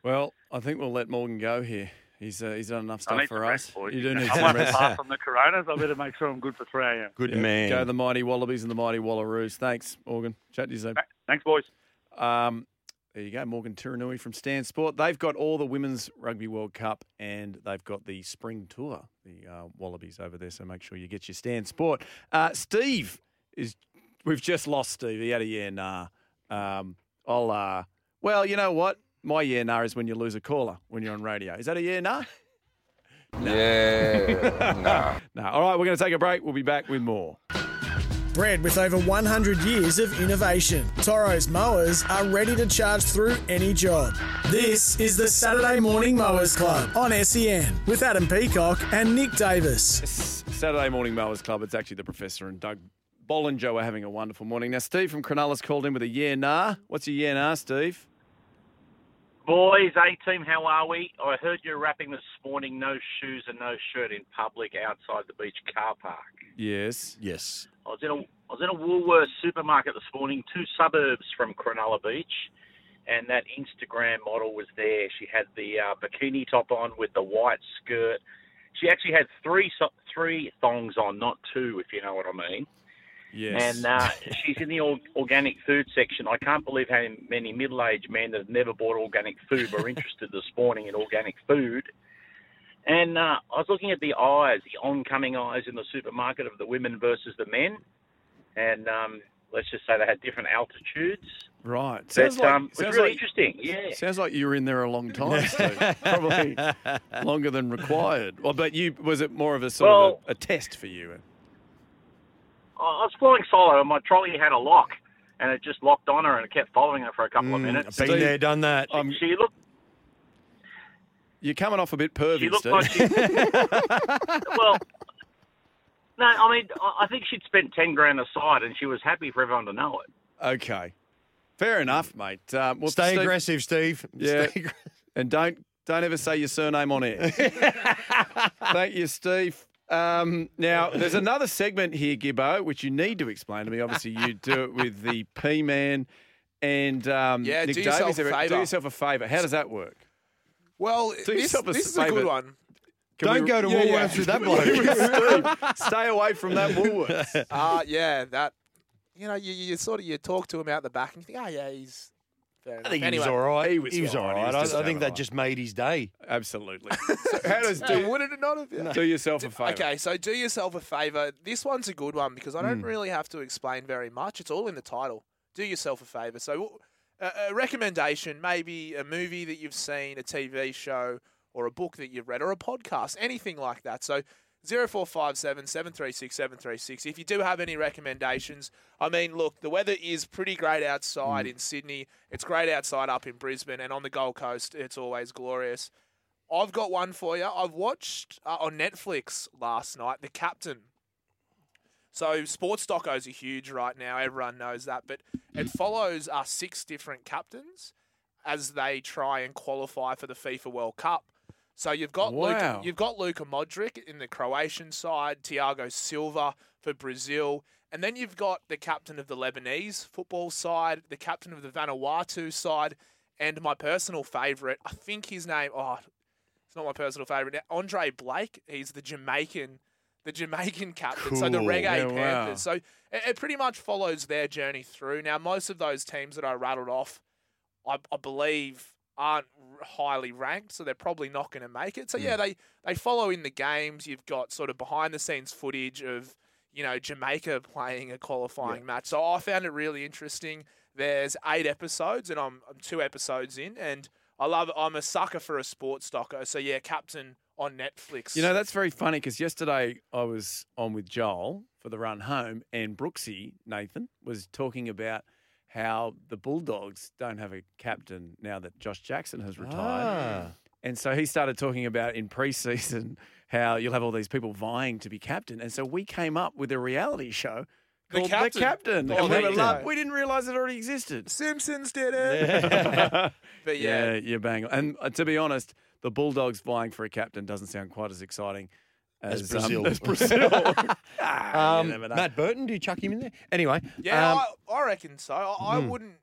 [SPEAKER 4] Well, I think we'll let Morgan go here. He's uh, he's done enough
[SPEAKER 11] I
[SPEAKER 4] stuff
[SPEAKER 11] need
[SPEAKER 4] for
[SPEAKER 11] some
[SPEAKER 4] us.
[SPEAKER 11] rest, boys.
[SPEAKER 4] You do
[SPEAKER 11] (laughs)
[SPEAKER 4] need
[SPEAKER 11] I
[SPEAKER 4] some (laughs)
[SPEAKER 11] won't
[SPEAKER 4] rest.
[SPEAKER 11] pass on the coronas. I better make sure I'm good for 3 a.m.
[SPEAKER 5] Good
[SPEAKER 4] Yeah.
[SPEAKER 5] man.
[SPEAKER 4] Go the mighty Wallabies and the mighty Wallaroos. Thanks, Morgan. Chat to you soon.
[SPEAKER 11] Thanks, boys.
[SPEAKER 4] Um, there you go, Morgan Tiranui from Stan Sport. They've got all the Women's Rugby World Cup and they've got the spring tour, the uh, Wallabies over there. So make sure you get your Stan Sport. Uh, Steve is, we've just lost Steve. He had a yeah nah. Um, I'll, uh, well, you know what? My yeah nah is when you lose a caller when you're on radio. Is that a yeah nah? (laughs) Yeah, nah. All right, we're going to take a break. We'll be back with more.
[SPEAKER 3] Bred with over 100 years of innovation, Toro's mowers are ready to charge through any job. This is the Saturday Morning Mowers Club on SEN with Adam Peacock and Nick Davis.
[SPEAKER 4] It's Saturday Morning Mowers Club. It's actually the Professor and Doug Bollinger are having a wonderful morning. Now, Steve from Cronulla's called in with a yeah, nah. What's a yeah, nah, Steve?
[SPEAKER 6] Boys, A team, how are we? I heard you're rapping this morning no shoes and no shirt in public outside the beach car park.
[SPEAKER 4] Yes.
[SPEAKER 5] Yes.
[SPEAKER 6] I was in a I was in a Woolworths supermarket this morning, two suburbs from Cronulla Beach, and that Instagram model was there. She had the uh, bikini top on with the white skirt. She actually had three so- three thongs on, not two, if you know what
[SPEAKER 5] (laughs)
[SPEAKER 6] I mean.
[SPEAKER 4] Yes.
[SPEAKER 6] And uh, she's in the or- organic food section. I can't believe how many middle aged men that have never bought organic food were interested this morning in organic food. And uh, I was looking at the eyes, the oncoming eyes in the supermarket of the women versus the men. And um, let's just say they had different altitudes.
[SPEAKER 4] right.
[SPEAKER 6] But, um, it
[SPEAKER 4] sounds,
[SPEAKER 6] was really
[SPEAKER 4] like,
[SPEAKER 6] interesting. Yeah.
[SPEAKER 4] sounds like you were in there a long time, Steve. Probably longer than required. Well, but you was it more of a sort
[SPEAKER 6] Well-
[SPEAKER 4] of a, a test for you?
[SPEAKER 6] I I was flying solo and my trolley had a lock and it just locked on her and it kept following her for a couple of minutes.
[SPEAKER 5] Mm, Been
[SPEAKER 4] Steve,
[SPEAKER 5] there, Um, done that.
[SPEAKER 4] I'm,
[SPEAKER 6] She looked
[SPEAKER 4] you're coming off a bit pervy,
[SPEAKER 6] She looked
[SPEAKER 4] Steve.
[SPEAKER 6] like she.
[SPEAKER 5] (laughs)
[SPEAKER 6] well, no, I mean, I I think she'd spent ten grand aside, and she was happy for everyone to know it.
[SPEAKER 4] okay. Fair enough, mate. Um, well,
[SPEAKER 5] Stay
[SPEAKER 4] Steve-
[SPEAKER 5] aggressive, Steve.
[SPEAKER 4] Yeah. (laughs)
[SPEAKER 5] Stay aggra-
[SPEAKER 4] And don't don't ever say your surname on
[SPEAKER 15] (laughs)
[SPEAKER 4] air. Thank you, Steve. Um, now, there's another segment here, Gibbo, which you need to explain to me. Obviously, you do it with the P Man and um,
[SPEAKER 15] Yeah,
[SPEAKER 4] Nick
[SPEAKER 15] do
[SPEAKER 4] Davies.
[SPEAKER 15] yourself a
[SPEAKER 4] Do
[SPEAKER 15] favour.
[SPEAKER 4] yourself a favour. How does that work?
[SPEAKER 15] Well,
[SPEAKER 4] Do
[SPEAKER 15] this,
[SPEAKER 4] yourself a
[SPEAKER 15] this is a good
[SPEAKER 4] favour.
[SPEAKER 15] one.
[SPEAKER 16] Don't go to Woolworths with
[SPEAKER 4] (laughs)
[SPEAKER 16] that bloke.
[SPEAKER 4] Stay away from that
[SPEAKER 15] (laughs)
[SPEAKER 4] Woolworths.
[SPEAKER 6] Ah, yeah, that. You know, you, you you sort of you talk to him out the back and you think, oh yeah, he's. Fair enough."
[SPEAKER 5] I think
[SPEAKER 6] anyway,
[SPEAKER 5] he was all right.
[SPEAKER 4] He was all right. He was
[SPEAKER 5] I-
[SPEAKER 4] just
[SPEAKER 5] I,
[SPEAKER 4] having
[SPEAKER 5] think
[SPEAKER 4] a
[SPEAKER 5] that
[SPEAKER 4] laugh.
[SPEAKER 5] just made his day.
[SPEAKER 4] Absolutely. So how does
[SPEAKER 6] Yeah,
[SPEAKER 4] do,
[SPEAKER 6] would it not have? been?
[SPEAKER 4] do yourself a favour?
[SPEAKER 6] Okay, so do yourself a favour. This one's a good one because I
[SPEAKER 4] Hmm.
[SPEAKER 6] don't really have to explain very much. It's all in the title. Do yourself a favour. So, uh, a recommendation, maybe a movie that you've seen, a TV show, or a book that you've read, or a podcast, anything like that. So, 0457 736 736. If you do have any recommendations, I mean, look, the weather is pretty great
[SPEAKER 4] Hmm.
[SPEAKER 6] outside in Sydney. It's great outside up in Brisbane, and on the Gold Coast, it's always glorious. I've got one for you. I've watched uh, on Netflix last night The Captain. So sports docos are huge right now. Everyone knows that, but it follows uh, six different captains as they try and qualify for the FIFA World Cup. So you've got
[SPEAKER 4] Wow.
[SPEAKER 6] Luka, you've got Luka Modric in the Croatian side, Thiago Silva for Brazil, and then you've got the captain of the Lebanese football side, the captain of the Vanuatu side, and my personal favourite. I think his name. Oh, it's not my personal favourite. Andre Blake. He's the Jamaican, the Jamaican captain. So the
[SPEAKER 4] Cool.
[SPEAKER 6] Reggae
[SPEAKER 4] Yeah,
[SPEAKER 6] Panthers.
[SPEAKER 4] wow.
[SPEAKER 6] So it, it pretty much follows their journey through. Now most of those teams that I rattled off, I, I believe, aren't r- highly ranked, so they're probably not going to make it. So
[SPEAKER 4] Hmm.
[SPEAKER 6] yeah, they they follow in the games. You've got sort of behind the scenes footage of you know Jamaica playing a qualifying match. So I found it really interesting. There's eight episodes, and I'm, I'm two episodes in, and I love. I'm a sucker for a sports doco. So yeah, Captain on Netflix.
[SPEAKER 4] You know, that's very funny because yesterday I was on with Joel for the run home, and Brooksy, Nathan, was talking about how the Bulldogs don't have a captain now that Josh Jackson has retired. And so he started talking about in preseason (laughs) how you'll have all these people vying to be captain. And so we came up with a reality show
[SPEAKER 6] The
[SPEAKER 4] called
[SPEAKER 6] Captain.
[SPEAKER 4] Captain.
[SPEAKER 6] Oh,
[SPEAKER 4] And we,
[SPEAKER 6] there
[SPEAKER 4] were
[SPEAKER 6] you
[SPEAKER 4] like-
[SPEAKER 6] go.
[SPEAKER 4] we didn't realize it already existed.
[SPEAKER 6] Simpsons did it. (laughs) But
[SPEAKER 4] Yeah,
[SPEAKER 6] yeah,
[SPEAKER 4] yeah, bang. on. And uh, to be honest, the Bulldogs vying for a captain doesn't sound quite as exciting as,
[SPEAKER 5] As Brazil.
[SPEAKER 4] Um, (laughs)
[SPEAKER 5] (laughs)
[SPEAKER 4] as Brazil. Ah, you
[SPEAKER 5] Um,
[SPEAKER 4] never know.
[SPEAKER 5] Matt Burton, do you chuck him in there? Anyway,
[SPEAKER 6] yeah,
[SPEAKER 5] um,
[SPEAKER 6] I, I reckon so. I, I
[SPEAKER 4] hmm.
[SPEAKER 6] wouldn't.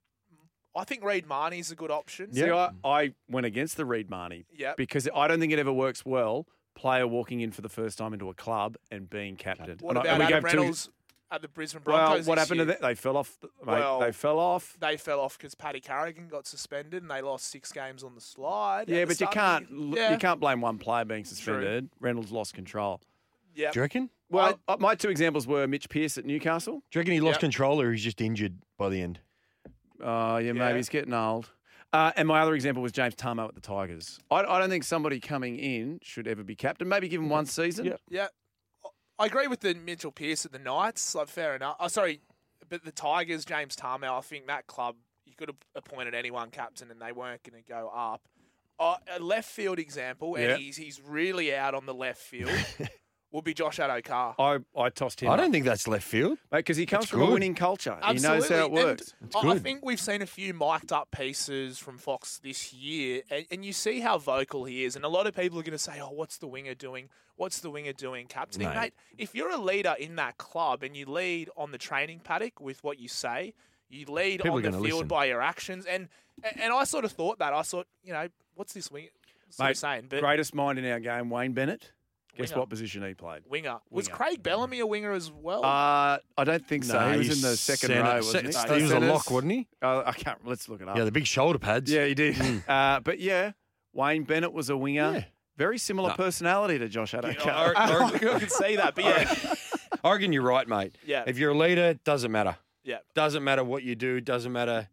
[SPEAKER 6] I think Reid Marnie's a good option.
[SPEAKER 4] See, I, I went against the Reed Marnie
[SPEAKER 6] Yep.
[SPEAKER 4] because I don't think it ever works well. Player walking in for the first time into a club and being captain.
[SPEAKER 6] What
[SPEAKER 4] And I-
[SPEAKER 6] about
[SPEAKER 4] and we
[SPEAKER 6] Adam
[SPEAKER 4] gave two-
[SPEAKER 6] Reynolds at the Brisbane
[SPEAKER 4] Well,
[SPEAKER 6] Broncos?
[SPEAKER 4] what
[SPEAKER 6] this
[SPEAKER 4] happened to
[SPEAKER 6] year?
[SPEAKER 4] them? They fell off, mate.
[SPEAKER 6] Well-
[SPEAKER 4] they fell off.
[SPEAKER 6] They fell off because Paddy Carrigan got suspended, and they lost six games on the slide.
[SPEAKER 4] Yeah,
[SPEAKER 6] at the
[SPEAKER 4] but you
[SPEAKER 6] start
[SPEAKER 4] can't
[SPEAKER 6] of the-
[SPEAKER 4] l-
[SPEAKER 6] Yeah.
[SPEAKER 4] you can't blame one player being suspended. Reynolds lost control.
[SPEAKER 6] Yeah.
[SPEAKER 5] do you reckon?
[SPEAKER 4] Well, uh, my two examples were Mitch Pearce at Newcastle.
[SPEAKER 5] Do you reckon he lost
[SPEAKER 6] Yep.
[SPEAKER 5] control or he's just injured by the end?
[SPEAKER 4] Oh, yeah,
[SPEAKER 6] Yeah.
[SPEAKER 4] maybe he's getting old. Uh, and my other example was James Tamo at the Tigers. I, I don't think somebody coming in should ever be captain. Maybe give him one season.
[SPEAKER 5] Yeah.
[SPEAKER 6] Yeah. I agree with the Mitchell Pearce at the Knights. Like, fair enough. Oh, sorry, but the Tigers, James Tarmow, I think that club, you could have appointed anyone captain and they weren't going to go up. Uh, a left field example, and
[SPEAKER 4] Yeah.
[SPEAKER 6] he's, he's really out on the left field,
[SPEAKER 4] (laughs)
[SPEAKER 6] would be Josh Adokar.
[SPEAKER 4] I, I tossed him.
[SPEAKER 5] I don't think that's left field.
[SPEAKER 4] because he comes
[SPEAKER 5] That's
[SPEAKER 4] from a
[SPEAKER 5] good.
[SPEAKER 4] winning culture. He knows how it
[SPEAKER 6] Absolutely, and
[SPEAKER 4] works.
[SPEAKER 6] I, I
[SPEAKER 5] good.
[SPEAKER 6] think we've seen a few mic'd up pieces from Fox this year, and, and you see how vocal he is. And a lot of people are going to say, "Oh, what's the winger doing? What's the winger doing, captaining,
[SPEAKER 5] Mate.
[SPEAKER 6] mate?" If you're a leader in that club and you lead on the training paddock with what you say, you lead
[SPEAKER 5] People are
[SPEAKER 6] on the
[SPEAKER 5] gonna
[SPEAKER 6] field
[SPEAKER 5] listen.
[SPEAKER 6] by your actions, and and- and I sort of thought that. I thought, you know, what's this winger sort
[SPEAKER 4] Mate,
[SPEAKER 6] of saying? But
[SPEAKER 4] greatest mind in our game, Wayne Bennett. Guess
[SPEAKER 6] Winger.
[SPEAKER 4] what position he played?
[SPEAKER 6] winger was
[SPEAKER 4] winger.
[SPEAKER 6] Craig Bellamy a winger as well?
[SPEAKER 4] Uh, I don't think so.
[SPEAKER 5] Nah,
[SPEAKER 4] he was
[SPEAKER 5] you
[SPEAKER 4] in the second
[SPEAKER 5] center-
[SPEAKER 4] row, wasn't
[SPEAKER 5] se-
[SPEAKER 4] he?
[SPEAKER 5] he was a
[SPEAKER 4] Centers.
[SPEAKER 5] lock, wasn't he?
[SPEAKER 4] Uh, I can't. Let's look it up.
[SPEAKER 5] Yeah, the big shoulder pads. (laughs)
[SPEAKER 4] Yeah, he did. (laughs) Uh, but yeah, Wayne Bennett was a winger.
[SPEAKER 5] Yeah.
[SPEAKER 4] Very similar
[SPEAKER 5] Nah.
[SPEAKER 4] personality to Josh Adokar.
[SPEAKER 6] I could see that, but yeah,
[SPEAKER 5] I reckon you're right, mate.
[SPEAKER 6] Yeah.
[SPEAKER 5] If you're a leader, it doesn't matter.
[SPEAKER 6] yeah.
[SPEAKER 5] Doesn't matter what you do. Doesn't matter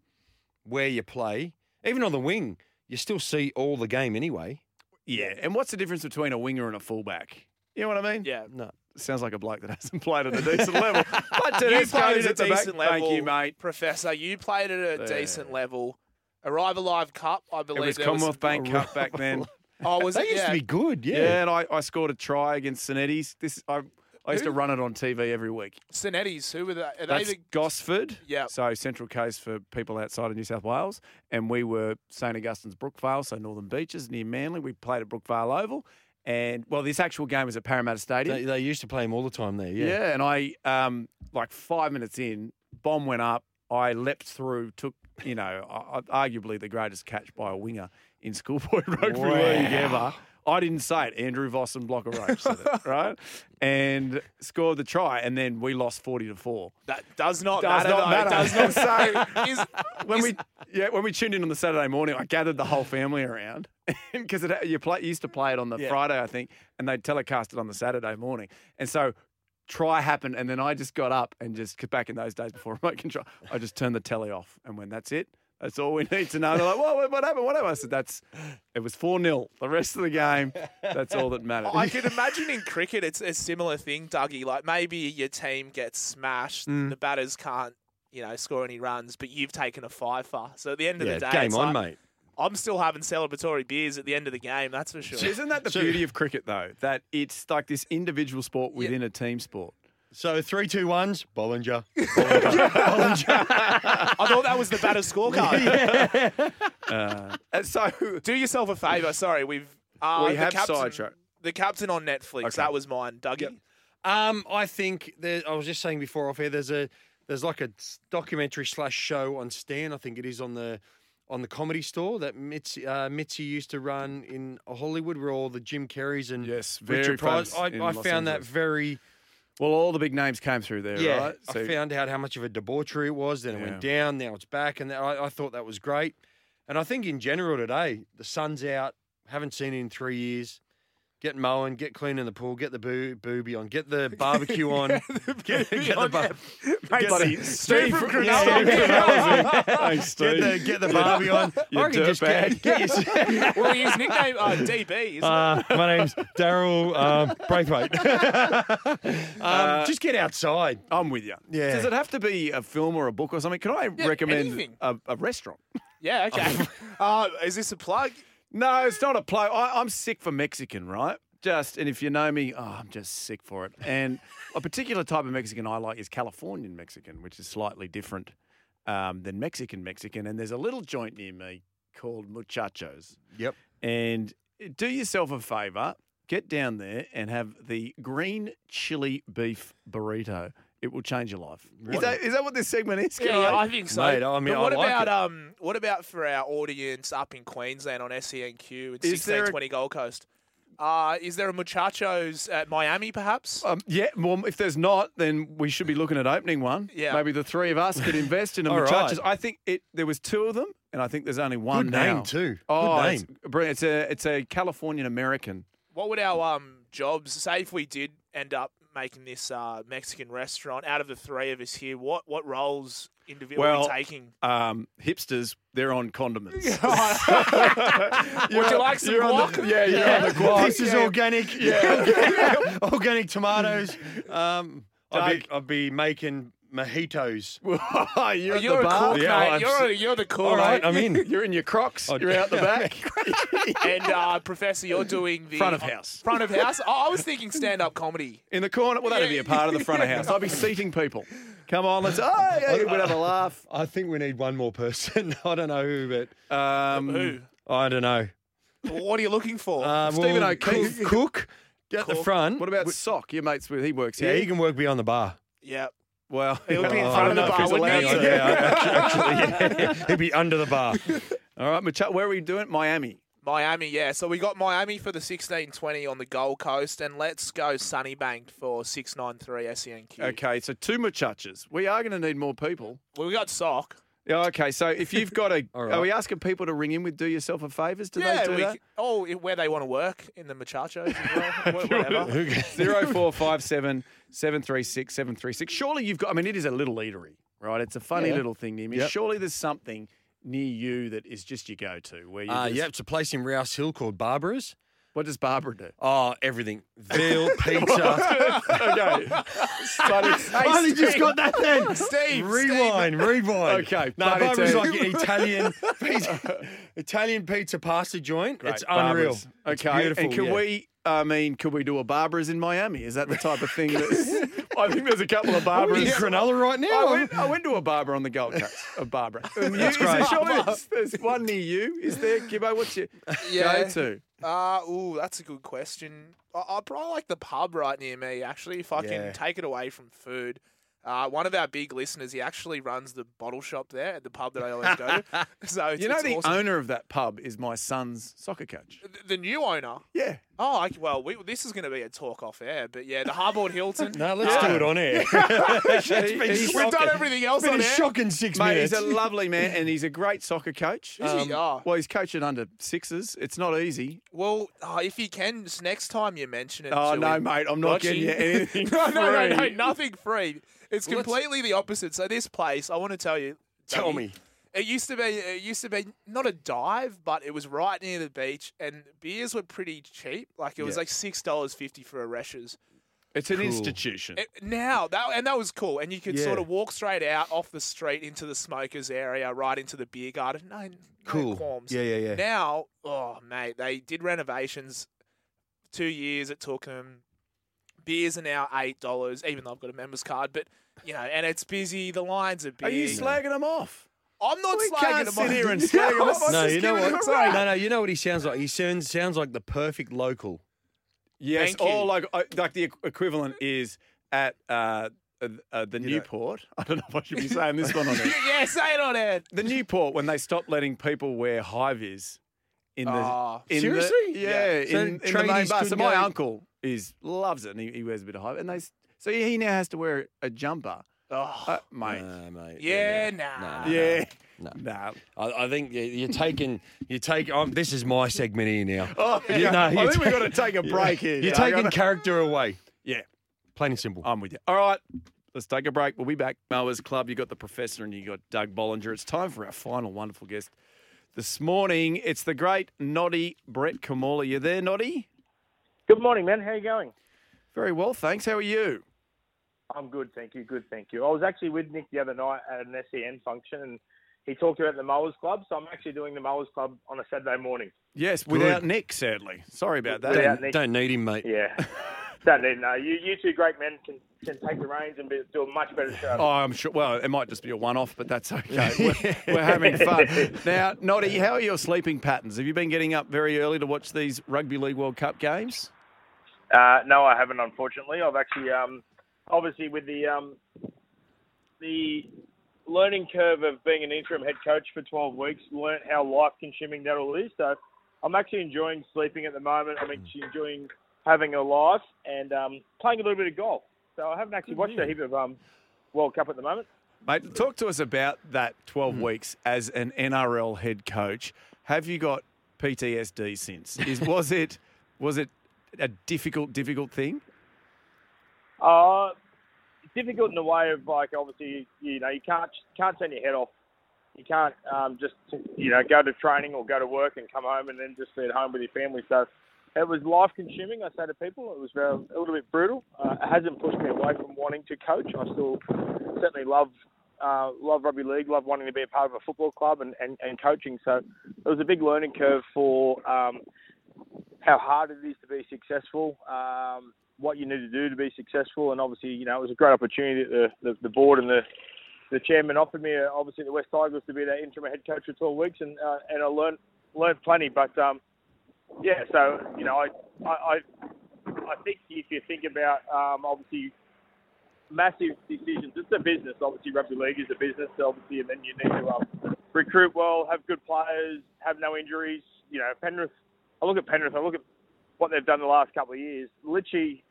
[SPEAKER 5] where you play. Even on the wing, you still see all the game anyway.
[SPEAKER 4] Yeah, and what's the difference between a winger and a fullback? You know what I mean?
[SPEAKER 6] Yeah.
[SPEAKER 5] No.
[SPEAKER 4] Sounds like a bloke that hasn't played at a decent
[SPEAKER 5] (laughs)
[SPEAKER 4] level. But (laughs)
[SPEAKER 6] you
[SPEAKER 4] Tedesco's
[SPEAKER 6] played at a
[SPEAKER 4] at the back.
[SPEAKER 6] decent level,
[SPEAKER 4] Thank you, mate.
[SPEAKER 6] Professor. You played at a
[SPEAKER 4] Yeah.
[SPEAKER 6] decent level. Arrive Alive Cup, I
[SPEAKER 4] It
[SPEAKER 6] believe.
[SPEAKER 4] was
[SPEAKER 6] there
[SPEAKER 4] Commonwealth Bank
[SPEAKER 5] Arrival.
[SPEAKER 4] Cup back then.
[SPEAKER 6] (laughs) Oh, was
[SPEAKER 5] They
[SPEAKER 6] it?
[SPEAKER 5] used
[SPEAKER 6] Yeah.
[SPEAKER 5] to be good.
[SPEAKER 4] Yeah,
[SPEAKER 5] Yeah.
[SPEAKER 4] and I, I scored a try against Sonetti's. This I, I used to
[SPEAKER 6] Who?
[SPEAKER 4] run it on TV every week.
[SPEAKER 6] Sinetti's. Who were they? Are they
[SPEAKER 4] That's
[SPEAKER 6] the-
[SPEAKER 4] Gosford.
[SPEAKER 6] Yeah.
[SPEAKER 4] So Central Coast for people outside of New South Wales. And we were St. Augustine's Brookvale, so Northern Beaches near Manly. We played at Brookvale Oval. And well, this actual game was at Parramatta Stadium.
[SPEAKER 5] They, they used to play him all the time there.
[SPEAKER 4] Yeah.
[SPEAKER 5] Yeah.
[SPEAKER 4] and I um like five minutes in, bomb went up. I leapt through, took (laughs) you know, a- a- arguably the greatest catch by a winger in schoolboy rugby league ever. I didn't say it. Andrew Voss and Blocker Rope said it, (laughs) right? And scored the try, and then we lost 40 to 4.
[SPEAKER 6] That does not
[SPEAKER 4] Does
[SPEAKER 6] matter.
[SPEAKER 4] not
[SPEAKER 6] though.
[SPEAKER 4] matter.
[SPEAKER 6] Does not (laughs) say.
[SPEAKER 4] when we yeah when we tuned in on the Saturday morning, I gathered the whole family around (laughs) because it you play you used to play it on the Friday I think, and they telecast it on the Saturday morning, and so. Try happened, and then I just got up and just cause back in those days before (laughs) remote control, I just turned the telly off. And when that's it, that's all we need to know. They're like, what, what happened? What happened? I said, that's it was 4 0. The rest of the game, that's all that mattered. (laughs)
[SPEAKER 6] I could imagine in cricket it's a similar thing, Dougie. Like maybe your team gets smashed, the batters can't, you know, score any runs, but you've taken a fifer. So at the end of
[SPEAKER 17] Yeah,
[SPEAKER 6] the day,
[SPEAKER 17] game
[SPEAKER 6] it's
[SPEAKER 17] on,
[SPEAKER 6] like,
[SPEAKER 17] mate.
[SPEAKER 6] I'm still having celebratory beers at the end of the game. That's for sure.
[SPEAKER 4] Isn't that the beauty of cricket, though? That it's like this individual sport within a team sport.
[SPEAKER 5] So three, two, ones.
[SPEAKER 6] (laughs)
[SPEAKER 5] Bollinger.
[SPEAKER 6] I thought that was the batter scorecard.
[SPEAKER 4] And so
[SPEAKER 6] Do yourself
[SPEAKER 4] (laughs)
[SPEAKER 6] a favour. Sorry, we've uh,
[SPEAKER 4] We
[SPEAKER 6] the
[SPEAKER 4] have
[SPEAKER 6] captain,
[SPEAKER 4] sidetracked.
[SPEAKER 6] The captain on Netflix. That was mine, Dougie.
[SPEAKER 5] Um, I think there, I was just saying before off here. There's a there's like a s- documentary slash show on Stan. I think it is on the on the comedy store that Mitzi, uh, Mitzi used to run in Hollywood, where all the Jim Carreys and
[SPEAKER 4] Yes, very
[SPEAKER 5] Richard Pryor.
[SPEAKER 4] famous
[SPEAKER 5] I,
[SPEAKER 4] in
[SPEAKER 5] I
[SPEAKER 4] Los
[SPEAKER 5] found that
[SPEAKER 4] Angeles.
[SPEAKER 5] very
[SPEAKER 4] Well, all the big names came through there,
[SPEAKER 5] yeah.
[SPEAKER 4] right?
[SPEAKER 5] I
[SPEAKER 4] (laughs)
[SPEAKER 5] found out how much of a debauchery it was. Then it went
[SPEAKER 4] Yeah.
[SPEAKER 5] down. Now it's back, and I, I thought that was great. And I think in general today, the sun's out. Haven't seen it in three years. Get mowing, get clean in the pool, get the boo- booby on, get the barbecue (laughs) on, get, get the bar- (laughs)
[SPEAKER 4] Mate, buddy, Steve from (laughs)
[SPEAKER 6] Oh,
[SPEAKER 5] Cronulla. (laughs)
[SPEAKER 4] Cronulla. Thanks,
[SPEAKER 5] get
[SPEAKER 4] Steve.
[SPEAKER 5] the get the
[SPEAKER 4] (laughs)
[SPEAKER 5] barbie on.
[SPEAKER 4] You
[SPEAKER 5] I reckon just
[SPEAKER 4] dirtbag.
[SPEAKER 5] get, get your, (laughs) um,
[SPEAKER 6] well, his nickname uh, DB, isn't
[SPEAKER 18] Uh, my name's Daryl um, Braithwaite.
[SPEAKER 5] um, just get outside.
[SPEAKER 4] I'm with you.
[SPEAKER 5] Yeah.
[SPEAKER 4] Does it have to be a film or a book or something? Can I recommend
[SPEAKER 6] anything.
[SPEAKER 4] a, a restaurant? (laughs)
[SPEAKER 6] it? Yeah,
[SPEAKER 5] (laughs)
[SPEAKER 6] okay. uh, is this a plug?
[SPEAKER 4] No, it's not a play. I, I'm sick for Mexican, right? Just and if you know me, oh, I'm just sick for it. And a particular type of Mexican I like is Californian Mexican, which is slightly different um, than Mexican Mexican. And there's a little joint near me called Muchachos.
[SPEAKER 5] Yep.
[SPEAKER 4] And do yourself a favor, get down there and have the green chili beef burrito. It will change your life. Is, that, is that what this segment is? Can
[SPEAKER 6] Yeah, I think so.
[SPEAKER 5] Mate, I mean,
[SPEAKER 6] but what
[SPEAKER 5] I like it.
[SPEAKER 6] about um, what about for our audience up in Queensland on SENQ and
[SPEAKER 4] Is there
[SPEAKER 6] sixteen
[SPEAKER 4] a-
[SPEAKER 6] twenty Gold Coast? Uh, is there a muchachos at Miami, perhaps?
[SPEAKER 4] Um, yeah, well, if there's not, then we should be looking at opening one.
[SPEAKER 6] Yeah.
[SPEAKER 4] Maybe the three of us could invest
[SPEAKER 5] (laughs)
[SPEAKER 4] in a
[SPEAKER 5] All
[SPEAKER 4] muchachos.
[SPEAKER 5] right.
[SPEAKER 4] I think it. there was two of them, and I think there's only one
[SPEAKER 5] Good
[SPEAKER 4] now.
[SPEAKER 5] name, too. Good
[SPEAKER 4] Oh,
[SPEAKER 5] name.
[SPEAKER 4] It's, brilliant. it's a it's a Californian American.
[SPEAKER 6] What would our um jobs say if we did end up making this uh, Mexican restaurant? Out of the three of us here, what what roles individually
[SPEAKER 4] Well,
[SPEAKER 6] taking?
[SPEAKER 4] Um, hipsters, they're on
[SPEAKER 6] (laughs)
[SPEAKER 4] condiments.
[SPEAKER 6] Would you like
[SPEAKER 4] (laughs)
[SPEAKER 6] some
[SPEAKER 4] you're on
[SPEAKER 6] guac?
[SPEAKER 4] the- yeah, you're on the guac.
[SPEAKER 5] This is organic. Yeah, (laughs) organic tomatoes. Um, I'd be, I'd be making mojitos.
[SPEAKER 4] Oh, (laughs) you're at the
[SPEAKER 6] you're a
[SPEAKER 4] bar.
[SPEAKER 6] cook,
[SPEAKER 5] Yeah,
[SPEAKER 6] mate.
[SPEAKER 5] I've
[SPEAKER 6] you're, a, you're the cook.
[SPEAKER 5] All right, I'm in. (laughs)
[SPEAKER 4] You're in your Crocs. You're out the back.
[SPEAKER 6] And uh, Professor, you're doing the
[SPEAKER 4] Front of house.
[SPEAKER 6] Front of house. I I was thinking stand up comedy.
[SPEAKER 4] in the corner. Well, (laughs) that'd be a part of the front of house. I'll be seating people. Come on,
[SPEAKER 5] (laughs)
[SPEAKER 4] let's. Oh, yeah, we'll have a laugh.
[SPEAKER 5] ah! I think we need one more person. (laughs) I don't know who,
[SPEAKER 4] (laughs) Um,
[SPEAKER 6] Who?
[SPEAKER 5] but I don't know.
[SPEAKER 6] What are you looking for?
[SPEAKER 5] Um,
[SPEAKER 4] Stephen
[SPEAKER 5] well,
[SPEAKER 4] O'Keefe.
[SPEAKER 5] Cook, cook get the front.
[SPEAKER 4] What about Sock? Your mates with. He works
[SPEAKER 5] Yeah,
[SPEAKER 4] here.
[SPEAKER 5] he can work beyond the bar.
[SPEAKER 6] yeah.
[SPEAKER 4] Well,
[SPEAKER 6] It
[SPEAKER 4] (laughs)
[SPEAKER 6] would be in
[SPEAKER 5] Oh,
[SPEAKER 6] front of
[SPEAKER 5] I
[SPEAKER 6] the
[SPEAKER 5] don't know
[SPEAKER 6] bar,
[SPEAKER 5] if
[SPEAKER 6] wouldn't
[SPEAKER 5] he's
[SPEAKER 6] it?
[SPEAKER 5] allowed (laughs) to. Yeah, actually, yeah. (laughs) he'd be under the bar.
[SPEAKER 4] all right, Macha- where are we doing? it? Miami.
[SPEAKER 6] Miami, yeah. So we got Miami for the sixteen twenty on the Gold Coast, and let's go Sunnybank for six nine three E SENQ.
[SPEAKER 4] Okay, so two muchachas. We are going to need more people.
[SPEAKER 6] Well, we got sock.
[SPEAKER 4] Yeah, okay, so if you've got (laughs) a,
[SPEAKER 5] All
[SPEAKER 4] are
[SPEAKER 5] right.
[SPEAKER 4] we asking people to ring in with do yourself a favors? Do
[SPEAKER 6] yeah,
[SPEAKER 4] they do
[SPEAKER 6] we
[SPEAKER 4] that?
[SPEAKER 6] c- oh, i- where they want to work in the muchachos, as
[SPEAKER 4] (laughs)
[SPEAKER 6] well, wha- whatever.
[SPEAKER 5] (laughs)
[SPEAKER 4] Zero four five seven seven three six seven three six. Surely you've got. I mean, it is a little eatery, right? It's a funny little thing near me. Surely there's something near you that is just your go-to. Where you
[SPEAKER 5] Uh,
[SPEAKER 4] just,
[SPEAKER 5] yeah, it's a place in Rouse Hill called Barbara's.
[SPEAKER 4] What does Barbara
[SPEAKER 5] (laughs)
[SPEAKER 4] do?
[SPEAKER 5] Oh, everything. (laughs) Veal, pizza.
[SPEAKER 4] okay. (laughs)
[SPEAKER 5] I only just got that then.
[SPEAKER 6] Steve,
[SPEAKER 5] rewind, rewind.
[SPEAKER 4] (laughs) Okay,
[SPEAKER 5] No,
[SPEAKER 4] but it's
[SPEAKER 5] Barbara's
[SPEAKER 4] a-
[SPEAKER 5] like
[SPEAKER 4] (laughs)
[SPEAKER 5] an Italian pizza, Italian pizza pasta joint. It's unreal.
[SPEAKER 4] Barbara's.
[SPEAKER 5] It's
[SPEAKER 4] Okay.
[SPEAKER 5] beautiful.
[SPEAKER 4] and can
[SPEAKER 5] yeah.
[SPEAKER 4] we? I mean, could we do a Barbara's in Miami? Is that the type of thing
[SPEAKER 5] (laughs)
[SPEAKER 4] that? (laughs) I think there's a couple of
[SPEAKER 5] We're in
[SPEAKER 4] Barbara's.
[SPEAKER 5] Cronulla right
[SPEAKER 4] I
[SPEAKER 5] now.
[SPEAKER 4] went, I went to a barber on the Gold Coast. A
[SPEAKER 5] (laughs)
[SPEAKER 4] barber. Um, you- is there
[SPEAKER 5] great.
[SPEAKER 4] surely there's, there's one near you. Is there, Gibbo? What's your
[SPEAKER 6] Yeah.
[SPEAKER 4] go-to?
[SPEAKER 6] Uh, ooh, that's a good question. I, I probably like the pub right near me, actually, if I
[SPEAKER 5] Yeah.
[SPEAKER 6] can take it away from food. Uh, one of our big listeners, he actually runs the bottle shop there at the pub that I always go
[SPEAKER 4] (laughs)
[SPEAKER 6] to. So it's,
[SPEAKER 4] you know
[SPEAKER 6] it's
[SPEAKER 4] the
[SPEAKER 6] awesome.
[SPEAKER 4] owner of that pub is my son's soccer coach.
[SPEAKER 6] Th- the new owner.
[SPEAKER 4] Yeah.
[SPEAKER 6] Oh, I, well, we, this is going to be a talk off air, but yeah, the
[SPEAKER 4] (laughs)
[SPEAKER 6] Harboard Hilton.
[SPEAKER 5] No, let's do it on air.
[SPEAKER 4] He- he's-
[SPEAKER 6] We've done everything else
[SPEAKER 5] Been
[SPEAKER 6] on
[SPEAKER 5] a
[SPEAKER 6] air.
[SPEAKER 5] shocking six
[SPEAKER 4] Mate,
[SPEAKER 5] minutes.
[SPEAKER 4] he's a lovely
[SPEAKER 5] (laughs)
[SPEAKER 4] man and he's a great soccer coach. Um,
[SPEAKER 6] Is he? Oh.
[SPEAKER 4] Well, he's coaching under sixes. It's not easy.
[SPEAKER 6] Well, oh, if you can, just next time you mention it.
[SPEAKER 4] Oh,
[SPEAKER 6] to
[SPEAKER 4] no,
[SPEAKER 6] him,
[SPEAKER 4] mate, I'm not
[SPEAKER 6] Rochi.
[SPEAKER 4] getting you
[SPEAKER 6] (laughs)
[SPEAKER 4] anything
[SPEAKER 6] no, no, no, no,
[SPEAKER 4] free.
[SPEAKER 6] nothing free. It's completely the opposite. So this place, I want to tell you.
[SPEAKER 19] Tell
[SPEAKER 6] Dougie,
[SPEAKER 19] me.
[SPEAKER 6] It used to be, it used to be not a dive, but it was right near the beach, and beers were pretty cheap. Like it was like six dollars fifty for a Reshes.
[SPEAKER 4] It's an institution.
[SPEAKER 6] It- Eh, now that and that was cool, and you could sort
[SPEAKER 4] Yeah.
[SPEAKER 6] of walk straight out off the street into the smokers area, right into the beer garden. No, no
[SPEAKER 20] Cool.
[SPEAKER 6] qualms.
[SPEAKER 20] Yeah, yeah, yeah.
[SPEAKER 6] Now, oh mate, they did renovations. Two years it took them. Beers are now eight dollars, even though I've got a members card. But you know, and it's busy. The lines are big.
[SPEAKER 4] Are you slagging him off?
[SPEAKER 6] I'm not
[SPEAKER 4] We
[SPEAKER 6] slagging
[SPEAKER 4] can't
[SPEAKER 6] them
[SPEAKER 4] sit
[SPEAKER 6] off.
[SPEAKER 4] here and slag
[SPEAKER 6] (laughs)
[SPEAKER 4] him off.
[SPEAKER 5] no,
[SPEAKER 4] Just
[SPEAKER 5] you know
[SPEAKER 4] give it
[SPEAKER 5] what?
[SPEAKER 4] a rap.
[SPEAKER 5] No, no, you know what he sounds like. He sounds sounds like the perfect local.
[SPEAKER 4] Yes,
[SPEAKER 6] Thank
[SPEAKER 4] or
[SPEAKER 6] you.
[SPEAKER 4] like uh, like the equ- equivalent is at uh, uh, uh, the Newport. (laughs) I don't know if I should be saying this one on there.
[SPEAKER 6] yeah, say it on air.
[SPEAKER 4] The Newport when they stopped letting people wear high vis in the
[SPEAKER 6] Oh.
[SPEAKER 4] in the-
[SPEAKER 5] Seriously?
[SPEAKER 4] Ah. yeah,
[SPEAKER 5] So
[SPEAKER 4] in, in the main bus.
[SPEAKER 5] tradies
[SPEAKER 4] So
[SPEAKER 5] couldn't
[SPEAKER 4] my
[SPEAKER 5] go-
[SPEAKER 4] uncle is loves it and he, he wears a bit of high and they s- so he now has to wear a jumper,
[SPEAKER 6] Oh,
[SPEAKER 4] uh, mate.
[SPEAKER 5] mate.
[SPEAKER 6] yeah, nah.
[SPEAKER 4] yeah,
[SPEAKER 5] no.
[SPEAKER 4] nah.
[SPEAKER 5] I, I think you- you're taking you're taking. Um, this is my segment here now.
[SPEAKER 4] Oh,
[SPEAKER 5] (laughs) You-
[SPEAKER 4] yeah.
[SPEAKER 5] no,
[SPEAKER 4] I
[SPEAKER 5] you're
[SPEAKER 4] think we've
[SPEAKER 5] ta-
[SPEAKER 4] got to take a
[SPEAKER 5] (laughs)
[SPEAKER 4] break here.
[SPEAKER 5] You're
[SPEAKER 4] Yeah, I (laughs)
[SPEAKER 5] taking
[SPEAKER 4] gotta-
[SPEAKER 5] character away.
[SPEAKER 4] yeah.
[SPEAKER 5] Plain and simple.
[SPEAKER 4] I'm with you. All right. Let's take a break. We'll be back. Mowers Club, you got the professor and you got Doug Bollinger. It's time for our final wonderful guest this morning. It's the great Noddy Brett Kamala. You there, Noddy?
[SPEAKER 3] Good morning, man. How you going?
[SPEAKER 4] Very well, thanks. How are you?
[SPEAKER 3] I'm good, thank you. Good, thank you. I was actually with Nick the other night at an SEN function, and he talked about the Mowers Club. So I'm actually doing the Mowers Club on a Saturday morning.
[SPEAKER 4] Yes, without Nick, sadly. Sorry about that.
[SPEAKER 3] Without
[SPEAKER 5] Don't-
[SPEAKER 3] Nick.
[SPEAKER 5] Don't need him, mate.
[SPEAKER 3] Yeah, don't need no. uh, You, you two great men can, can take the reins and be, do a much better show.
[SPEAKER 4] Oh, I'm sure. Well, it might just be a one off, but
[SPEAKER 3] (laughs)
[SPEAKER 4] that's okay. We're, we're having fun. Now, Noddy, how are your sleeping patterns? Have you been getting up very early to watch these Rugby League World Cup games?
[SPEAKER 3] Uh, no, I haven't. Unfortunately, I've actually, um, obviously, with the um, the learning curve of being an interim head coach for 12 weeks, learnt how life-consuming that all is. So, I'm actually enjoying sleeping at the moment. I'm actually enjoying having a life and um, playing a little bit of golf. So, I haven't actually watched a heap of um, World Cup at the moment.
[SPEAKER 4] Mate, talk to us about that 12 weeks as an NRL head coach. Have you got PTSD since? Is, was it was it a difficult difficult thing?
[SPEAKER 3] Uh, it's difficult in the way of like obviously you know you can't can't turn your head off. You can't um, just you know go to training or go to work and come home and then just be at home with your family. So it was life consuming. I say to people, it was very, a little bit brutal. Uh, it hasn't pushed me away from wanting to coach. I still certainly love. Uh, love rugby league, love wanting to be a part of a football club and, and, and coaching. So it was a big learning curve for um, how hard it is to be successful, um, what you need to do to be successful, and obviously, you know, it was a great opportunity that the, the, the board and the the chairman offered me, uh, obviously, the West Tigers to be their interim head coach for 12 weeks, and uh, and I learned learned plenty. But um, yeah, so you know, I I I, I think if you think about um, obviously massive decisions. It's a business, obviously. Rugby league is a business, obviously, and then you need to um, recruit well, have good players, have no injuries. You know, Penrith. I look at Penrith. I look at what they've done the last couple of years. Literally,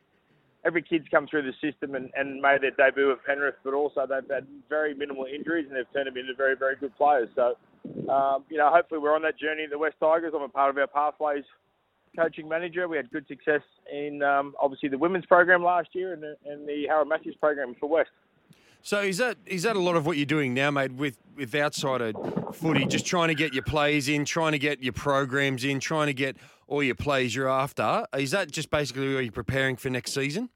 [SPEAKER 3] every kid's come through the system and, and made their debut at Penrith, but also they've had very minimal injuries and they've turned them into very, very good players. So, um, you know, hopefully we're on that journey at the West Tigers. I'm a part of our pathways coaching manager. We had good success in um, obviously the women's program last year and the, and the Harold Matthews program for West.
[SPEAKER 5] So is that is that a lot of what you're doing now, mate? With with outsider footy, just trying to get your plays in, trying to get your programs in, trying to get all your plays you're after. Is that just basically what you're preparing for next season?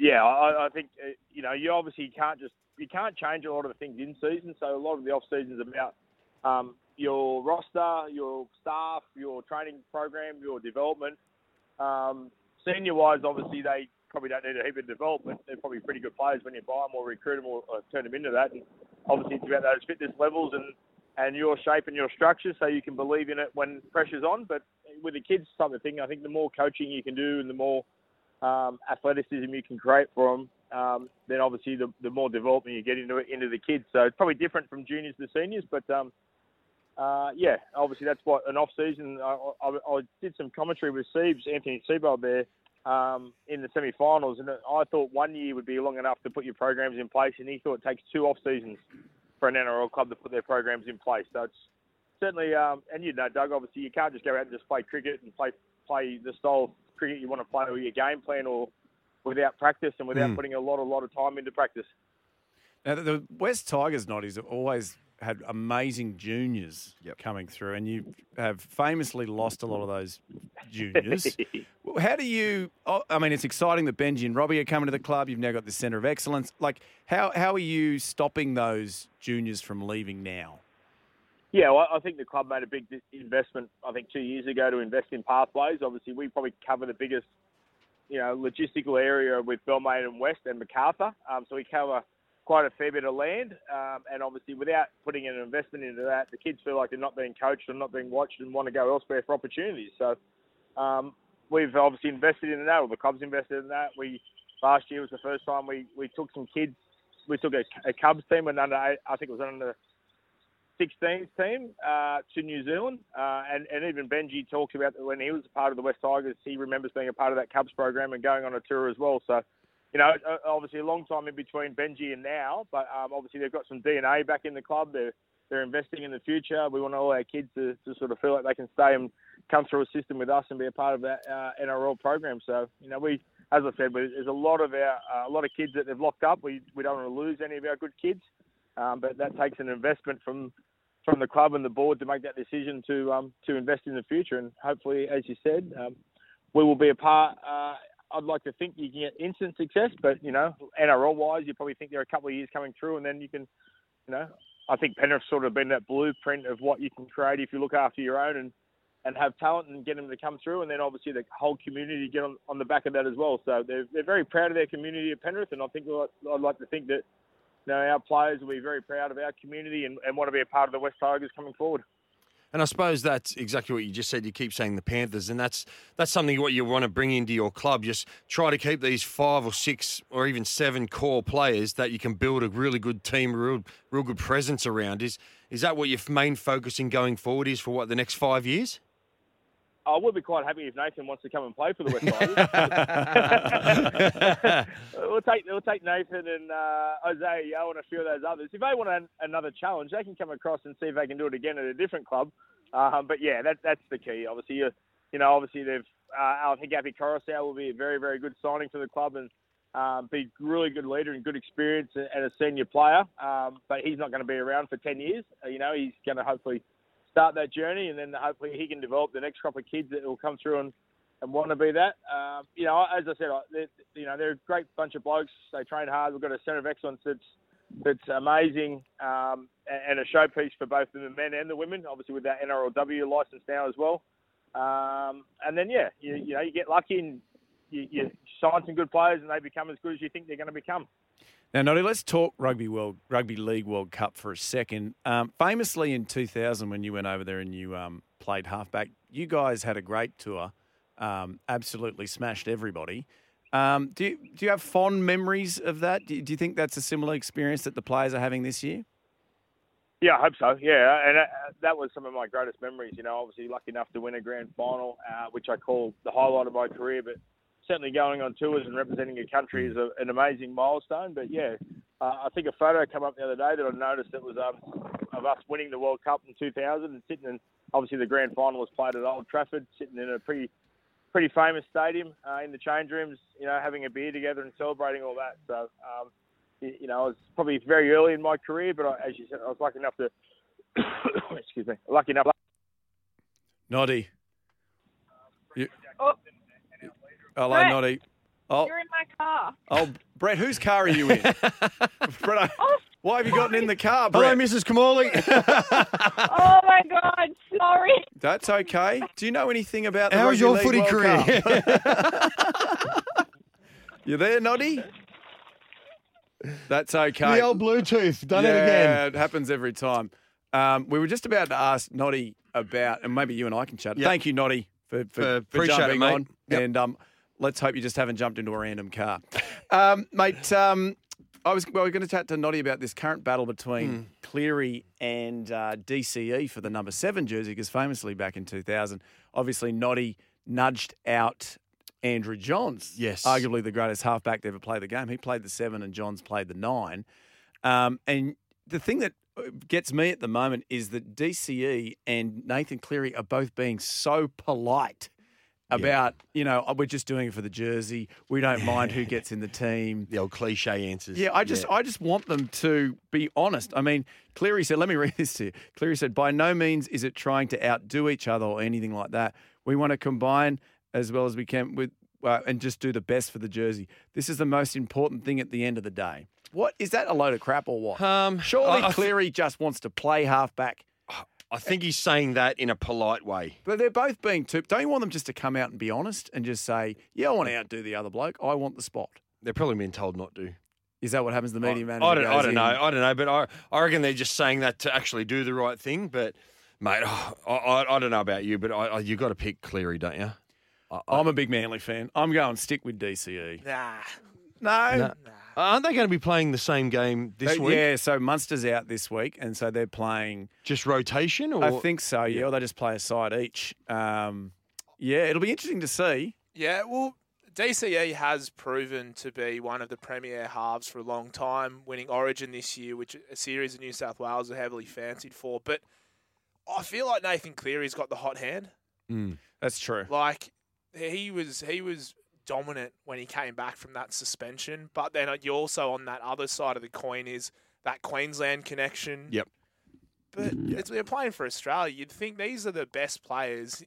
[SPEAKER 3] Yeah, I, I think uh, you know you obviously can't just you can't change a lot of the things in season. So a lot of the off season is about um, your roster, your staff, your training program, your development. Um, senior wise, obviously they probably don't need a heap of development. They're probably pretty good players when you buy them or recruit them or, or turn them into that. And obviously it's about those fitness levels and and your shape and your structure, so you can believe in it when pressure's on. But with the kids type of thing, I think the more coaching you can do and the more um, athleticism you can create for them,
[SPEAKER 6] um, then obviously the, the more development you get into it, into the kids. So it's probably different from juniors to seniors, but um, uh, yeah, obviously that's what an off season. I, I, I did some commentary with Siebes, Anthony Seibold there um, in the semi-finals, and I thought one year would be long enough to put your programs in place, and he thought it takes two off seasons for an NRL club to put their programs in place. So it's certainly, um, and you know, Doug, obviously you can't just go out and just play cricket and play play the style of cricket you want to play or your game plan or without practice and without
[SPEAKER 4] Mm.
[SPEAKER 6] putting a lot, a lot of time into practice.
[SPEAKER 4] Now, the- the West Tigers Noddies have always had amazing juniors coming through, and you have famously lost a lot of those juniors. Well, How do you? oh, I mean, it's exciting that Benji and Robbie are coming to the club. You've now got the centre of excellence. Like, how how are you stopping those juniors from leaving now?
[SPEAKER 6] Yeah, well, I think the club made a big di- investment. I think two years ago to invest in pathways. Obviously, we probably cover the biggest, you know, logistical area with Belmain and West and Macarthur. Um, so we cover quite a fair bit of land. Um, and obviously, without putting an investment into that, the kids feel like they're not being coached and not being watched and want to go elsewhere for opportunities. So um, we've obviously invested in that, or the club's invested in that. We last year was the first time we, we took some kids. We took a, a Cubs team and under, eight- I think it was under 16s team uh, to New Zealand, uh, and and even Benji talked about that when he was a part of the West Tigers, he remembers being a part of that Cubs program and going on a tour as well. So, you know, uh, obviously a long time in between Benji and now, but um, obviously they've got some DNA back in the club. They're they're investing in the future. We want all our kids to, to sort of feel like they can stay and come through a system with us and be a part of that uh, NRL program. So, you know, we, as I said, we, there's a lot of our uh, a lot of kids that they've locked up. We we don't want to lose any of our good kids. Um, but that takes an investment from from the club and the board to make that decision to um, to invest in the future. And hopefully, as you said, um, we will be a part. Uh, I'd like to think you can get instant success, but you know, NRL wise, you probably think there are a couple of years coming through, and then you can, you know, I think Penrith's sort of been that blueprint of what you can create if you look after your own and and have talent and get them to come through, and then obviously the whole community get on, on the back of that as well. So they're they're very proud of their community at Penrith, and I think I'd like to think that you know, our players will be very proud of our community and, and want to be a part of the West Tigers coming forward.
[SPEAKER 5] And I suppose that's exactly what you just said. You keep saying the Panthers, and that's that's something what you want to bring into your club. Just try to keep these five or six or even seven core players that you can build a really good team, real real good presence around. Is is that what your main focus in going forward is for what the next five years?
[SPEAKER 6] I would be quite happy if Nathan wants to come and play for the West Tigers. (laughs) we'll take we'll take Nathan and uh, Isaiah Yo and a few of those others. If they want an, another challenge, they can come across and see if they can do it again at a different club. Um, but yeah, that that's the key. Obviously, you, you know, obviously they've. Uh, I think Happy Coruscant will be a very very good signing for the club and um, be really good leader and good experience and, and a senior player. Um, but he's not going to be around for ten years. Uh, You know, he's going to hopefully start that journey, and then hopefully he can develop the next crop of kids that will come through and, and want to be that. Um, you know, as I said, I, they, you know they're a great bunch of blokes. They train hard. We've got a centre of excellence that's that's amazing um, a- and a showpiece for both the men and the women. Obviously, with that NRLW license now as well. Um, and then yeah, you, you know you get lucky and you, you sign some good players, and they become as good as you think they're going to become.
[SPEAKER 4] Now, Noddy, let's talk rugby world, rugby league World Cup for a second. Um, famously, in 2000, when you went over there and you um, played halfback, you guys had a great tour, um, absolutely smashed everybody. Um, do you, do you have fond memories of that? Do you, do you think that's a similar experience that the players are having this year?
[SPEAKER 6] Yeah, I hope so. Yeah, and uh, that was some of my greatest memories. You know, obviously lucky enough to win a grand final, uh, which I call the highlight of my career. But certainly going on tours and representing your country is a, an amazing milestone. But yeah, uh, I think a photo came up the other day that I noticed that was um, of us winning the World Cup in 2000 and sitting in. Obviously, the grand final was played at Old Trafford, sitting in a pretty pretty famous stadium uh, in the change rooms. You know, having a beer together and celebrating all that. So. Um, y- you know, I was probably very early in my career, but I, as you said, I was lucky enough to (coughs) excuse me, lucky enough.
[SPEAKER 4] Noddy. You,
[SPEAKER 21] Oh,
[SPEAKER 4] hello,
[SPEAKER 21] Brett.
[SPEAKER 4] Noddy. Oh,
[SPEAKER 21] you're in my car.
[SPEAKER 4] oh, Brett, whose car are you
[SPEAKER 21] (laughs)
[SPEAKER 4] in? Brett, I- why have you gotten in the car, Brett?
[SPEAKER 5] Hello, Mrs. (laughs) Kamali.
[SPEAKER 21] Oh my God! Sorry.
[SPEAKER 4] That's okay. Do you know anything about the rugby
[SPEAKER 5] How's your
[SPEAKER 4] league
[SPEAKER 5] footy
[SPEAKER 4] World
[SPEAKER 5] (laughs) career?
[SPEAKER 4] Cup? you there, Noddy? That's okay.
[SPEAKER 5] The old Bluetooth, done
[SPEAKER 4] yeah,
[SPEAKER 5] it again.
[SPEAKER 4] it happens every time. Um, we were just about to ask Noddy about, and maybe you and I can chat.
[SPEAKER 5] Yep.
[SPEAKER 4] Thank you, Noddy, for, for,
[SPEAKER 5] For-
[SPEAKER 4] for
[SPEAKER 5] appreciate it,
[SPEAKER 4] jumping
[SPEAKER 5] mate.
[SPEAKER 4] on.
[SPEAKER 5] Yep.
[SPEAKER 4] And um, let's hope you just haven't jumped into a random car. Um, mate, um, I was well, we are going to chat to Noddy about this current battle between Cleary and uh, DCE for the number seven jersey because famously back in 2000, obviously Noddy nudged out Andrew Johns.
[SPEAKER 22] Yes.
[SPEAKER 4] Arguably the greatest halfback to ever play the game. He played the seven and Johns played the nine. Um, and the thing that uh, gets me at the moment is that DCE and Nathan Cleary are both being so polite about you know "Oh, we're just doing it for the jersey. We don't mind who gets in the team.
[SPEAKER 22] The old cliche answers.
[SPEAKER 4] Yeah, I just I just want them to be honest. I mean, Cleary said, let me (laughs) read this to you. Cleary said, by no means is it trying to outdo each other or anything like that. We want to combine as well as we can with uh, and just do the best for the jersey. This is the most important thing at the end of the day. What is that a load of crap or what?
[SPEAKER 5] Um,
[SPEAKER 4] Surely
[SPEAKER 5] I- I th-
[SPEAKER 4] Cleary just wants to play halfback.
[SPEAKER 5] I think he's saying that in a polite way.
[SPEAKER 4] But they're both being too. Don't you want them just to come out and be honest and just say, "Yeah, I want to outdo the other bloke. I want the spot."
[SPEAKER 5] They're probably being told not to.
[SPEAKER 4] Is that what happens? to The media manager.
[SPEAKER 5] I don't, I
[SPEAKER 4] goes
[SPEAKER 5] don't
[SPEAKER 4] in-
[SPEAKER 5] know. I don't know. But I, I reckon they're just saying that to actually do the right thing. But, mate, oh, I, I, I don't know about you, but I, I, you got to pick Cleary, don't you? I,
[SPEAKER 4] I'm a big Manly fan. I'm going stick with E. DCE.
[SPEAKER 6] Nah.
[SPEAKER 4] No.
[SPEAKER 5] No. Uh, Aren't they going to be playing the same game
[SPEAKER 4] They-
[SPEAKER 5] this week?
[SPEAKER 4] Yeah, so Munster's out this week, and so they're playing.
[SPEAKER 5] Just rotation? Or
[SPEAKER 4] I think so. Yeah, or they just play a side each. Um, yeah, it'll be interesting to see.
[SPEAKER 6] Yeah, well, DCE has proven to be one of the premier halves for a long time, winning Origin this year, which a series in New South Wales are heavily fancied for. But I feel like Nathan Cleary's got the hot hand.
[SPEAKER 4] That's true.
[SPEAKER 6] Like he was, he was dominant when he came back from that suspension. But then you also on that other side of the coin is that Queensland connection.
[SPEAKER 5] Yep.
[SPEAKER 6] But
[SPEAKER 5] Mm.
[SPEAKER 6] it's, they're playing for Australia. You'd think these are the best players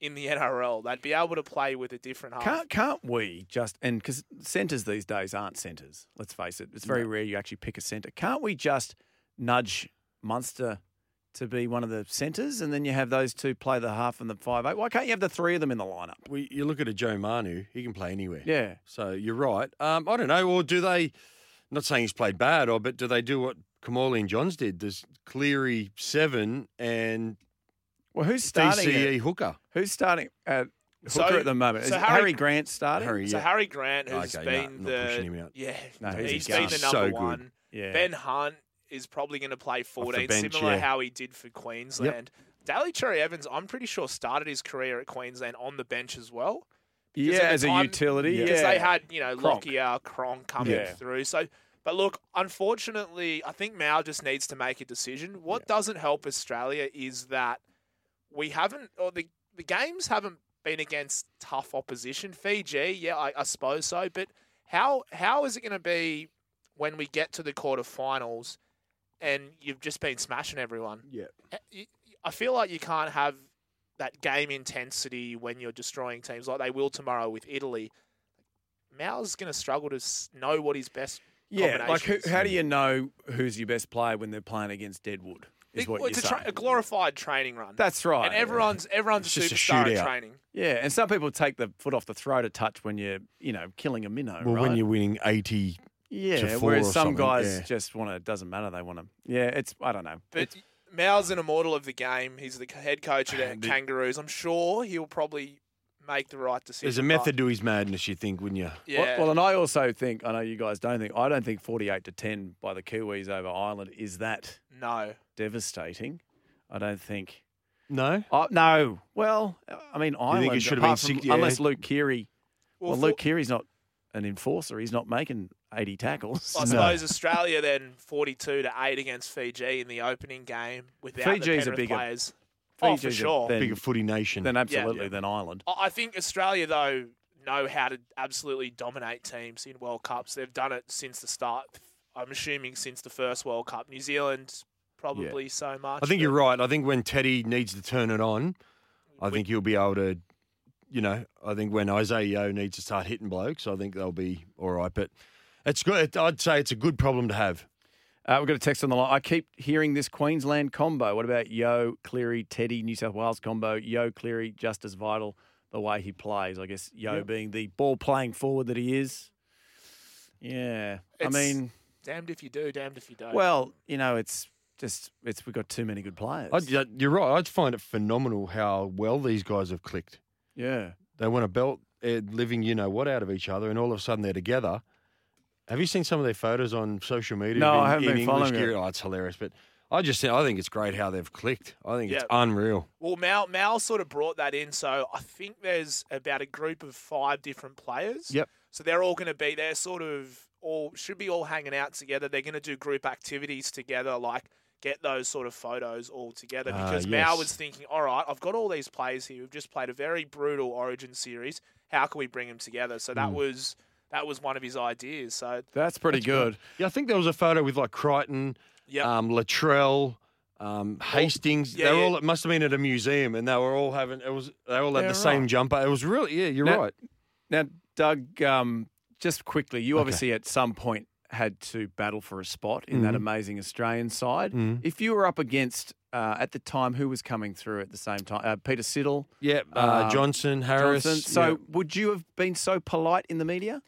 [SPEAKER 6] in the (laughs) NRL. They'd be able to play with a different half.
[SPEAKER 4] Can't can't we just and because centres these days aren't centres. Let's face it; it's very rare you actually pick a centre. Can't we just nudge Munster to be one of the centres, and then you have those two play the half and the five eight? Why can't you have the three of them in the lineup?
[SPEAKER 5] We, you look at a Joe Manu, he can play anywhere.
[SPEAKER 4] Yeah.
[SPEAKER 5] So you're right. Um, I don't know. Or do they, not saying he's played bad, or but do they do what Kamali and Johns did? There's Cleary seven and
[SPEAKER 4] Well, who's starting? at-
[SPEAKER 5] DCE hooker.
[SPEAKER 4] Who's starting at hooker
[SPEAKER 6] E. So-
[SPEAKER 4] at the moment?
[SPEAKER 6] so
[SPEAKER 4] Is
[SPEAKER 6] Harry-
[SPEAKER 4] Harry, Grant starting?
[SPEAKER 5] Harry,
[SPEAKER 6] So
[SPEAKER 5] yeah.
[SPEAKER 6] Harry Grant has
[SPEAKER 5] Okay, no,
[SPEAKER 6] been
[SPEAKER 5] not
[SPEAKER 6] the
[SPEAKER 5] pushing him out.
[SPEAKER 6] yeah,
[SPEAKER 4] No, he's a
[SPEAKER 6] he's been the
[SPEAKER 5] gun.
[SPEAKER 6] number
[SPEAKER 5] So good.
[SPEAKER 6] one.
[SPEAKER 4] Yeah.
[SPEAKER 6] Ben Hunt is probably going to play 14,
[SPEAKER 5] bench,
[SPEAKER 6] similar
[SPEAKER 5] yeah.
[SPEAKER 6] how he did for Queensland. Daly Cherry Evans, I'm pretty sure started his career at Queensland on the bench as well.
[SPEAKER 4] yeah,
[SPEAKER 6] at the
[SPEAKER 4] as a
[SPEAKER 6] time-
[SPEAKER 4] utility.
[SPEAKER 6] because
[SPEAKER 4] yeah.
[SPEAKER 6] they had you know
[SPEAKER 4] Cronk.
[SPEAKER 6] Lockyer, Cronk coming
[SPEAKER 4] Yeah.
[SPEAKER 6] through. So, but look, unfortunately, I think Mao just needs to make a decision. What doesn't help Australia is that we haven't, or the the games haven't been against tough opposition. Fiji, yeah, I, I suppose so. But how how is it going to be when we get to the quarterfinals and you've just been smashing everyone?
[SPEAKER 4] Yeah.
[SPEAKER 6] Eh, you- I feel like you can't have that game intensity when you're destroying teams like they will tomorrow with Italy. Mao's going to struggle to s- know what his best
[SPEAKER 4] Yeah, like who,
[SPEAKER 6] combination is.
[SPEAKER 4] how do you know who's your best player when they're playing against Deadwood? Is
[SPEAKER 6] It-
[SPEAKER 4] what
[SPEAKER 6] well,
[SPEAKER 4] you're
[SPEAKER 6] it's a,
[SPEAKER 4] saying.
[SPEAKER 6] tra- a glorified training run.
[SPEAKER 4] That's right.
[SPEAKER 6] and everyone's everyone's
[SPEAKER 5] It's
[SPEAKER 6] a
[SPEAKER 5] just a
[SPEAKER 6] superstar in
[SPEAKER 5] shootout.
[SPEAKER 6] training.
[SPEAKER 4] yeah, and some people take the foot off the throat a touch when you're you know killing a minnow.
[SPEAKER 5] Well,
[SPEAKER 4] right?
[SPEAKER 5] when you're winning 80. to
[SPEAKER 4] yeah,
[SPEAKER 5] four
[SPEAKER 4] whereas some
[SPEAKER 5] or something,
[SPEAKER 4] guys
[SPEAKER 5] yeah.
[SPEAKER 4] just want to. It doesn't matter. They want to. Yeah, it's I don't know.
[SPEAKER 6] But Mao's an immortal of the game. He's the head coach of the Kangaroos. I'm sure he'll probably make the right decision.
[SPEAKER 5] There's a
[SPEAKER 6] but-
[SPEAKER 5] method to his madness, you think, wouldn't you?
[SPEAKER 4] Well-
[SPEAKER 6] Yeah.
[SPEAKER 4] Well, and I also think I know you guys don't think I don't think 48 to 10 by the Kiwis over Ireland is that
[SPEAKER 6] no.
[SPEAKER 4] devastating. I don't think.
[SPEAKER 5] No.
[SPEAKER 4] Oh no. Well, I mean
[SPEAKER 5] it
[SPEAKER 4] Ireland.
[SPEAKER 5] should have been
[SPEAKER 4] apart from-
[SPEAKER 5] 60, yeah.
[SPEAKER 4] unless Luke Keary. Well,
[SPEAKER 6] Well,
[SPEAKER 4] Luke
[SPEAKER 6] for-
[SPEAKER 4] Keary's not an enforcer. He's not making 80 tackles.
[SPEAKER 6] I suppose Australia then 42 to 8 against Fiji in the opening game without the
[SPEAKER 4] Fiji's a
[SPEAKER 6] Penrith
[SPEAKER 4] bigger-
[SPEAKER 6] players.
[SPEAKER 4] (laughs)
[SPEAKER 6] oh,
[SPEAKER 4] Fiji's
[SPEAKER 6] for
[SPEAKER 4] a-
[SPEAKER 6] sure.
[SPEAKER 4] then-
[SPEAKER 5] Bigger footy nation.
[SPEAKER 4] Then absolutely, then Ireland.
[SPEAKER 6] I I think Australia though know how to absolutely dominate teams in World Cups. They've done it since the start. I'm assuming since the first World Cup. New Zealand probably so much.
[SPEAKER 5] I think
[SPEAKER 6] but
[SPEAKER 5] you're right. I think when Teddy needs to turn it on, I think he'll be able to, you know, I think when Isaiah needs to start hitting blokes, I think they'll be all right. But it's good. I'd say it's a good problem to have.
[SPEAKER 4] Uh, we've got a text on the line. I keep hearing this Queensland combo. What about Yo Cleary Teddy New South Wales combo? Yo Cleary just as vital the way he plays. I guess Yo being the ball playing forward that he is. Yeah, I
[SPEAKER 6] It's-
[SPEAKER 4] mean,
[SPEAKER 6] Damned if you do, damned if you don't.
[SPEAKER 4] well, you know, it's just it's we've got too many good players.
[SPEAKER 5] I'd, yeah, you're right. I'd find it phenomenal how well these guys have clicked.
[SPEAKER 4] yeah,
[SPEAKER 5] eh, They want to belt, they're living, you know what, out of each other, and all of a sudden they're together. Have you seen some of their photos on social media?
[SPEAKER 4] No,
[SPEAKER 5] in,
[SPEAKER 4] I haven't
[SPEAKER 5] in
[SPEAKER 4] been
[SPEAKER 5] English
[SPEAKER 4] following
[SPEAKER 5] gear?
[SPEAKER 4] it.
[SPEAKER 5] Oh, it's hilarious. But I just I think it's great how they've clicked. I think it's
[SPEAKER 6] Yeah.
[SPEAKER 5] unreal.
[SPEAKER 6] Well, Mal Mal sort of brought that in, so I think there's about a group of five different players.
[SPEAKER 5] Yep.
[SPEAKER 6] So they're all going to be they're sort of all should be all hanging out together. They're going to do group activities together, like get those sort of photos all together.
[SPEAKER 5] Ah,
[SPEAKER 6] Because Mal
[SPEAKER 5] yes.
[SPEAKER 6] was thinking, all right, I've got all these players here who've just played a very brutal Origin series. How can we bring them together? So that
[SPEAKER 5] Mm.
[SPEAKER 6] was that was one of his ideas. So
[SPEAKER 4] That's pretty good.
[SPEAKER 5] Yeah, I think there was a photo with like Crichton,
[SPEAKER 6] Yep.
[SPEAKER 5] um, Latrell, um, Hastings.
[SPEAKER 6] yeah,
[SPEAKER 5] they were
[SPEAKER 6] yeah.
[SPEAKER 5] all. It must have been at a museum, and they were all having. It was they all had
[SPEAKER 4] Yeah,
[SPEAKER 5] the same
[SPEAKER 4] right.
[SPEAKER 5] jumper. It was really. Yeah, you're
[SPEAKER 4] Now-
[SPEAKER 5] right.
[SPEAKER 4] Now, Doug, um, just quickly, you obviously at some point had to battle for a spot in that
[SPEAKER 5] Mhm.
[SPEAKER 4] amazing Australian side.
[SPEAKER 5] Mhm.
[SPEAKER 4] If you were up against uh, at the time, who was coming through at the same time? Uh, Peter Siddle,
[SPEAKER 5] Yeah, uh,
[SPEAKER 4] um,
[SPEAKER 5] Johnson, Harris.
[SPEAKER 4] Johnson. So,
[SPEAKER 5] yeah.
[SPEAKER 4] would you have been so polite in the media?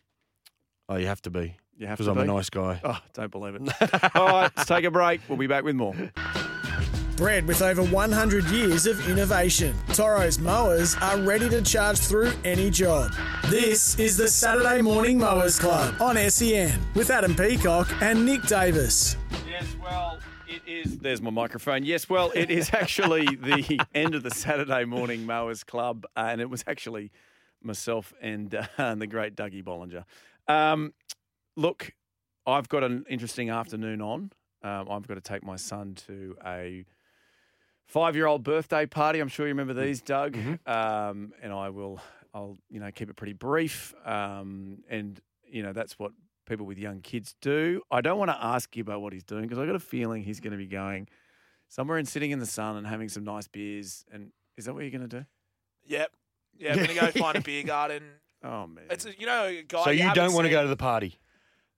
[SPEAKER 5] oh, you have to be
[SPEAKER 4] You have
[SPEAKER 5] because
[SPEAKER 4] to
[SPEAKER 5] I'm
[SPEAKER 4] be.
[SPEAKER 5] a nice guy.
[SPEAKER 4] Oh, don't believe
[SPEAKER 5] (laughs)
[SPEAKER 4] it. All right, let's take a break. We'll be back with more.
[SPEAKER 3] Bred with over 100 years of innovation, Toro's mowers are ready to charge through any job. This is the Saturday Morning Mowers Club on SEN with Adam Peacock and Nick Davis.
[SPEAKER 4] Yes, well, it is. There's my microphone. Yes, well, it is actually the end of the Saturday morning Mowers Club, uh, and it was actually myself and, uh, and the great Dougie Bollinger. Um, look, I've got an interesting afternoon on. Um, I've got to take my son to a five-year-old birthday party. I'm sure you remember these, Doug. Um, and I will, I'll, you know, keep it pretty brief. Um, and you know, that's what people with young kids do. I don't want to ask you about what he's doing because I got a feeling he's going to be going somewhere and sitting in the sun and having some nice beers. And is that what you're going to do?
[SPEAKER 6] yep,
[SPEAKER 5] (laughs)
[SPEAKER 6] yeah, I'm gonna go find a beer garden.
[SPEAKER 4] Oh man.
[SPEAKER 6] It's a, you know, a guy.
[SPEAKER 5] so you
[SPEAKER 6] haven't
[SPEAKER 5] don't want to
[SPEAKER 6] seen-
[SPEAKER 5] go to the party.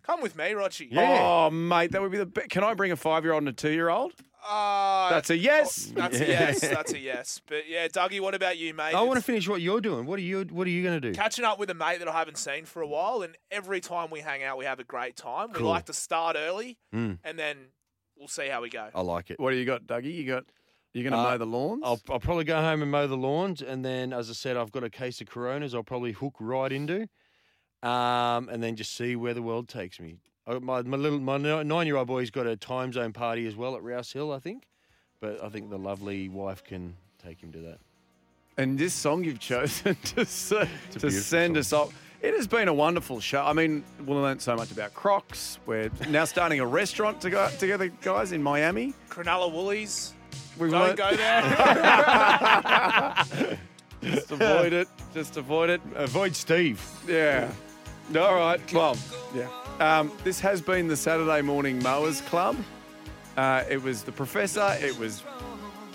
[SPEAKER 6] Come with me, Rochi.
[SPEAKER 4] Oh mate, that would be the. Be- Can I bring a five-year-old and a two-year-old?
[SPEAKER 6] Uh,
[SPEAKER 4] That's a yes.
[SPEAKER 6] That's a yes.
[SPEAKER 5] (laughs)
[SPEAKER 6] That's a yes. But yeah, Dougie, what about you, mate?
[SPEAKER 5] I want to
[SPEAKER 6] It's
[SPEAKER 5] finish what you're doing. What are you? What are you going to do?
[SPEAKER 6] catching up with a mate that I haven't seen for a while, and every time we hang out, we have a great time. We
[SPEAKER 5] Cool.
[SPEAKER 6] like to start early,
[SPEAKER 5] Mm. Oh.
[SPEAKER 6] and then we'll see how we go.
[SPEAKER 5] I like it.
[SPEAKER 4] What do you got, Dougie? You got. You're going to
[SPEAKER 5] Uh,
[SPEAKER 4] mow the lawns.
[SPEAKER 5] I'll, I'll probably go home and mow the lawns, and then, as I said, I've got a case of Coronas. I'll probably hook right into, um, and then just see where the world takes me. I, my, my little my nine year old boy's got a time zone party as well at Rouse Hill, I think, but I think the lovely wife can take him to that.
[SPEAKER 4] And this song you've chosen (laughs) to, s- to
[SPEAKER 5] beautiful
[SPEAKER 4] send us up. It has been a wonderful show. I mean, we learned so much about Crocs. We're now starting a restaurant to go, together, guys, in Miami.
[SPEAKER 6] Cronulla Woolies.
[SPEAKER 4] We've
[SPEAKER 6] Don't
[SPEAKER 4] learnt- (laughs)
[SPEAKER 5] (laughs)
[SPEAKER 6] go there.
[SPEAKER 4] Just avoid it. Just avoid it.
[SPEAKER 5] Avoid Steve.
[SPEAKER 4] Yeah. All right. Well, yeah. Um, this has been the Saturday Morning Mowers Club. Uh, it was the professor. It was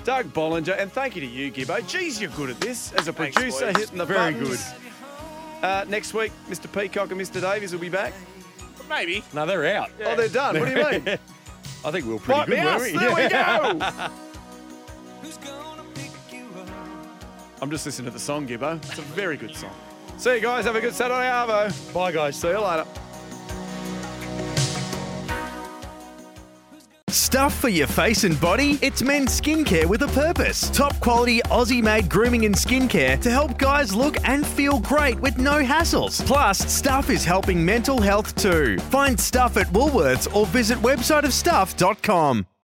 [SPEAKER 4] Doug Bollinger. And thank you to you, Gibbo. Jeez, you're good at this as a
[SPEAKER 6] Thanks,
[SPEAKER 4] producer
[SPEAKER 6] boys.
[SPEAKER 4] hitting the
[SPEAKER 5] Very
[SPEAKER 4] buttons. Uh, next week, Mr. Peacock and Mr. Davies will be back.
[SPEAKER 6] Maybe.
[SPEAKER 5] No, they're out.
[SPEAKER 4] Oh, they're done. What do you mean?
[SPEAKER 5] I think we were pretty
[SPEAKER 4] Right,
[SPEAKER 5] good,
[SPEAKER 4] mouse.
[SPEAKER 5] weren't we?
[SPEAKER 4] There we go.
[SPEAKER 23] Who's gonna pick you up?
[SPEAKER 4] I'm just listening to the song, Gibbo. It's a very good song. See you guys. Have a good Saturday, Arvo. Bye, guys. See you later.
[SPEAKER 24] Stuff for your face and body? It's men's skincare with a purpose. Top quality Aussie made grooming and skincare to help guys look and feel great with no hassles. Plus, Stuff is helping mental health too. Find Stuff at Woolworths or visit websiteofstuff.com.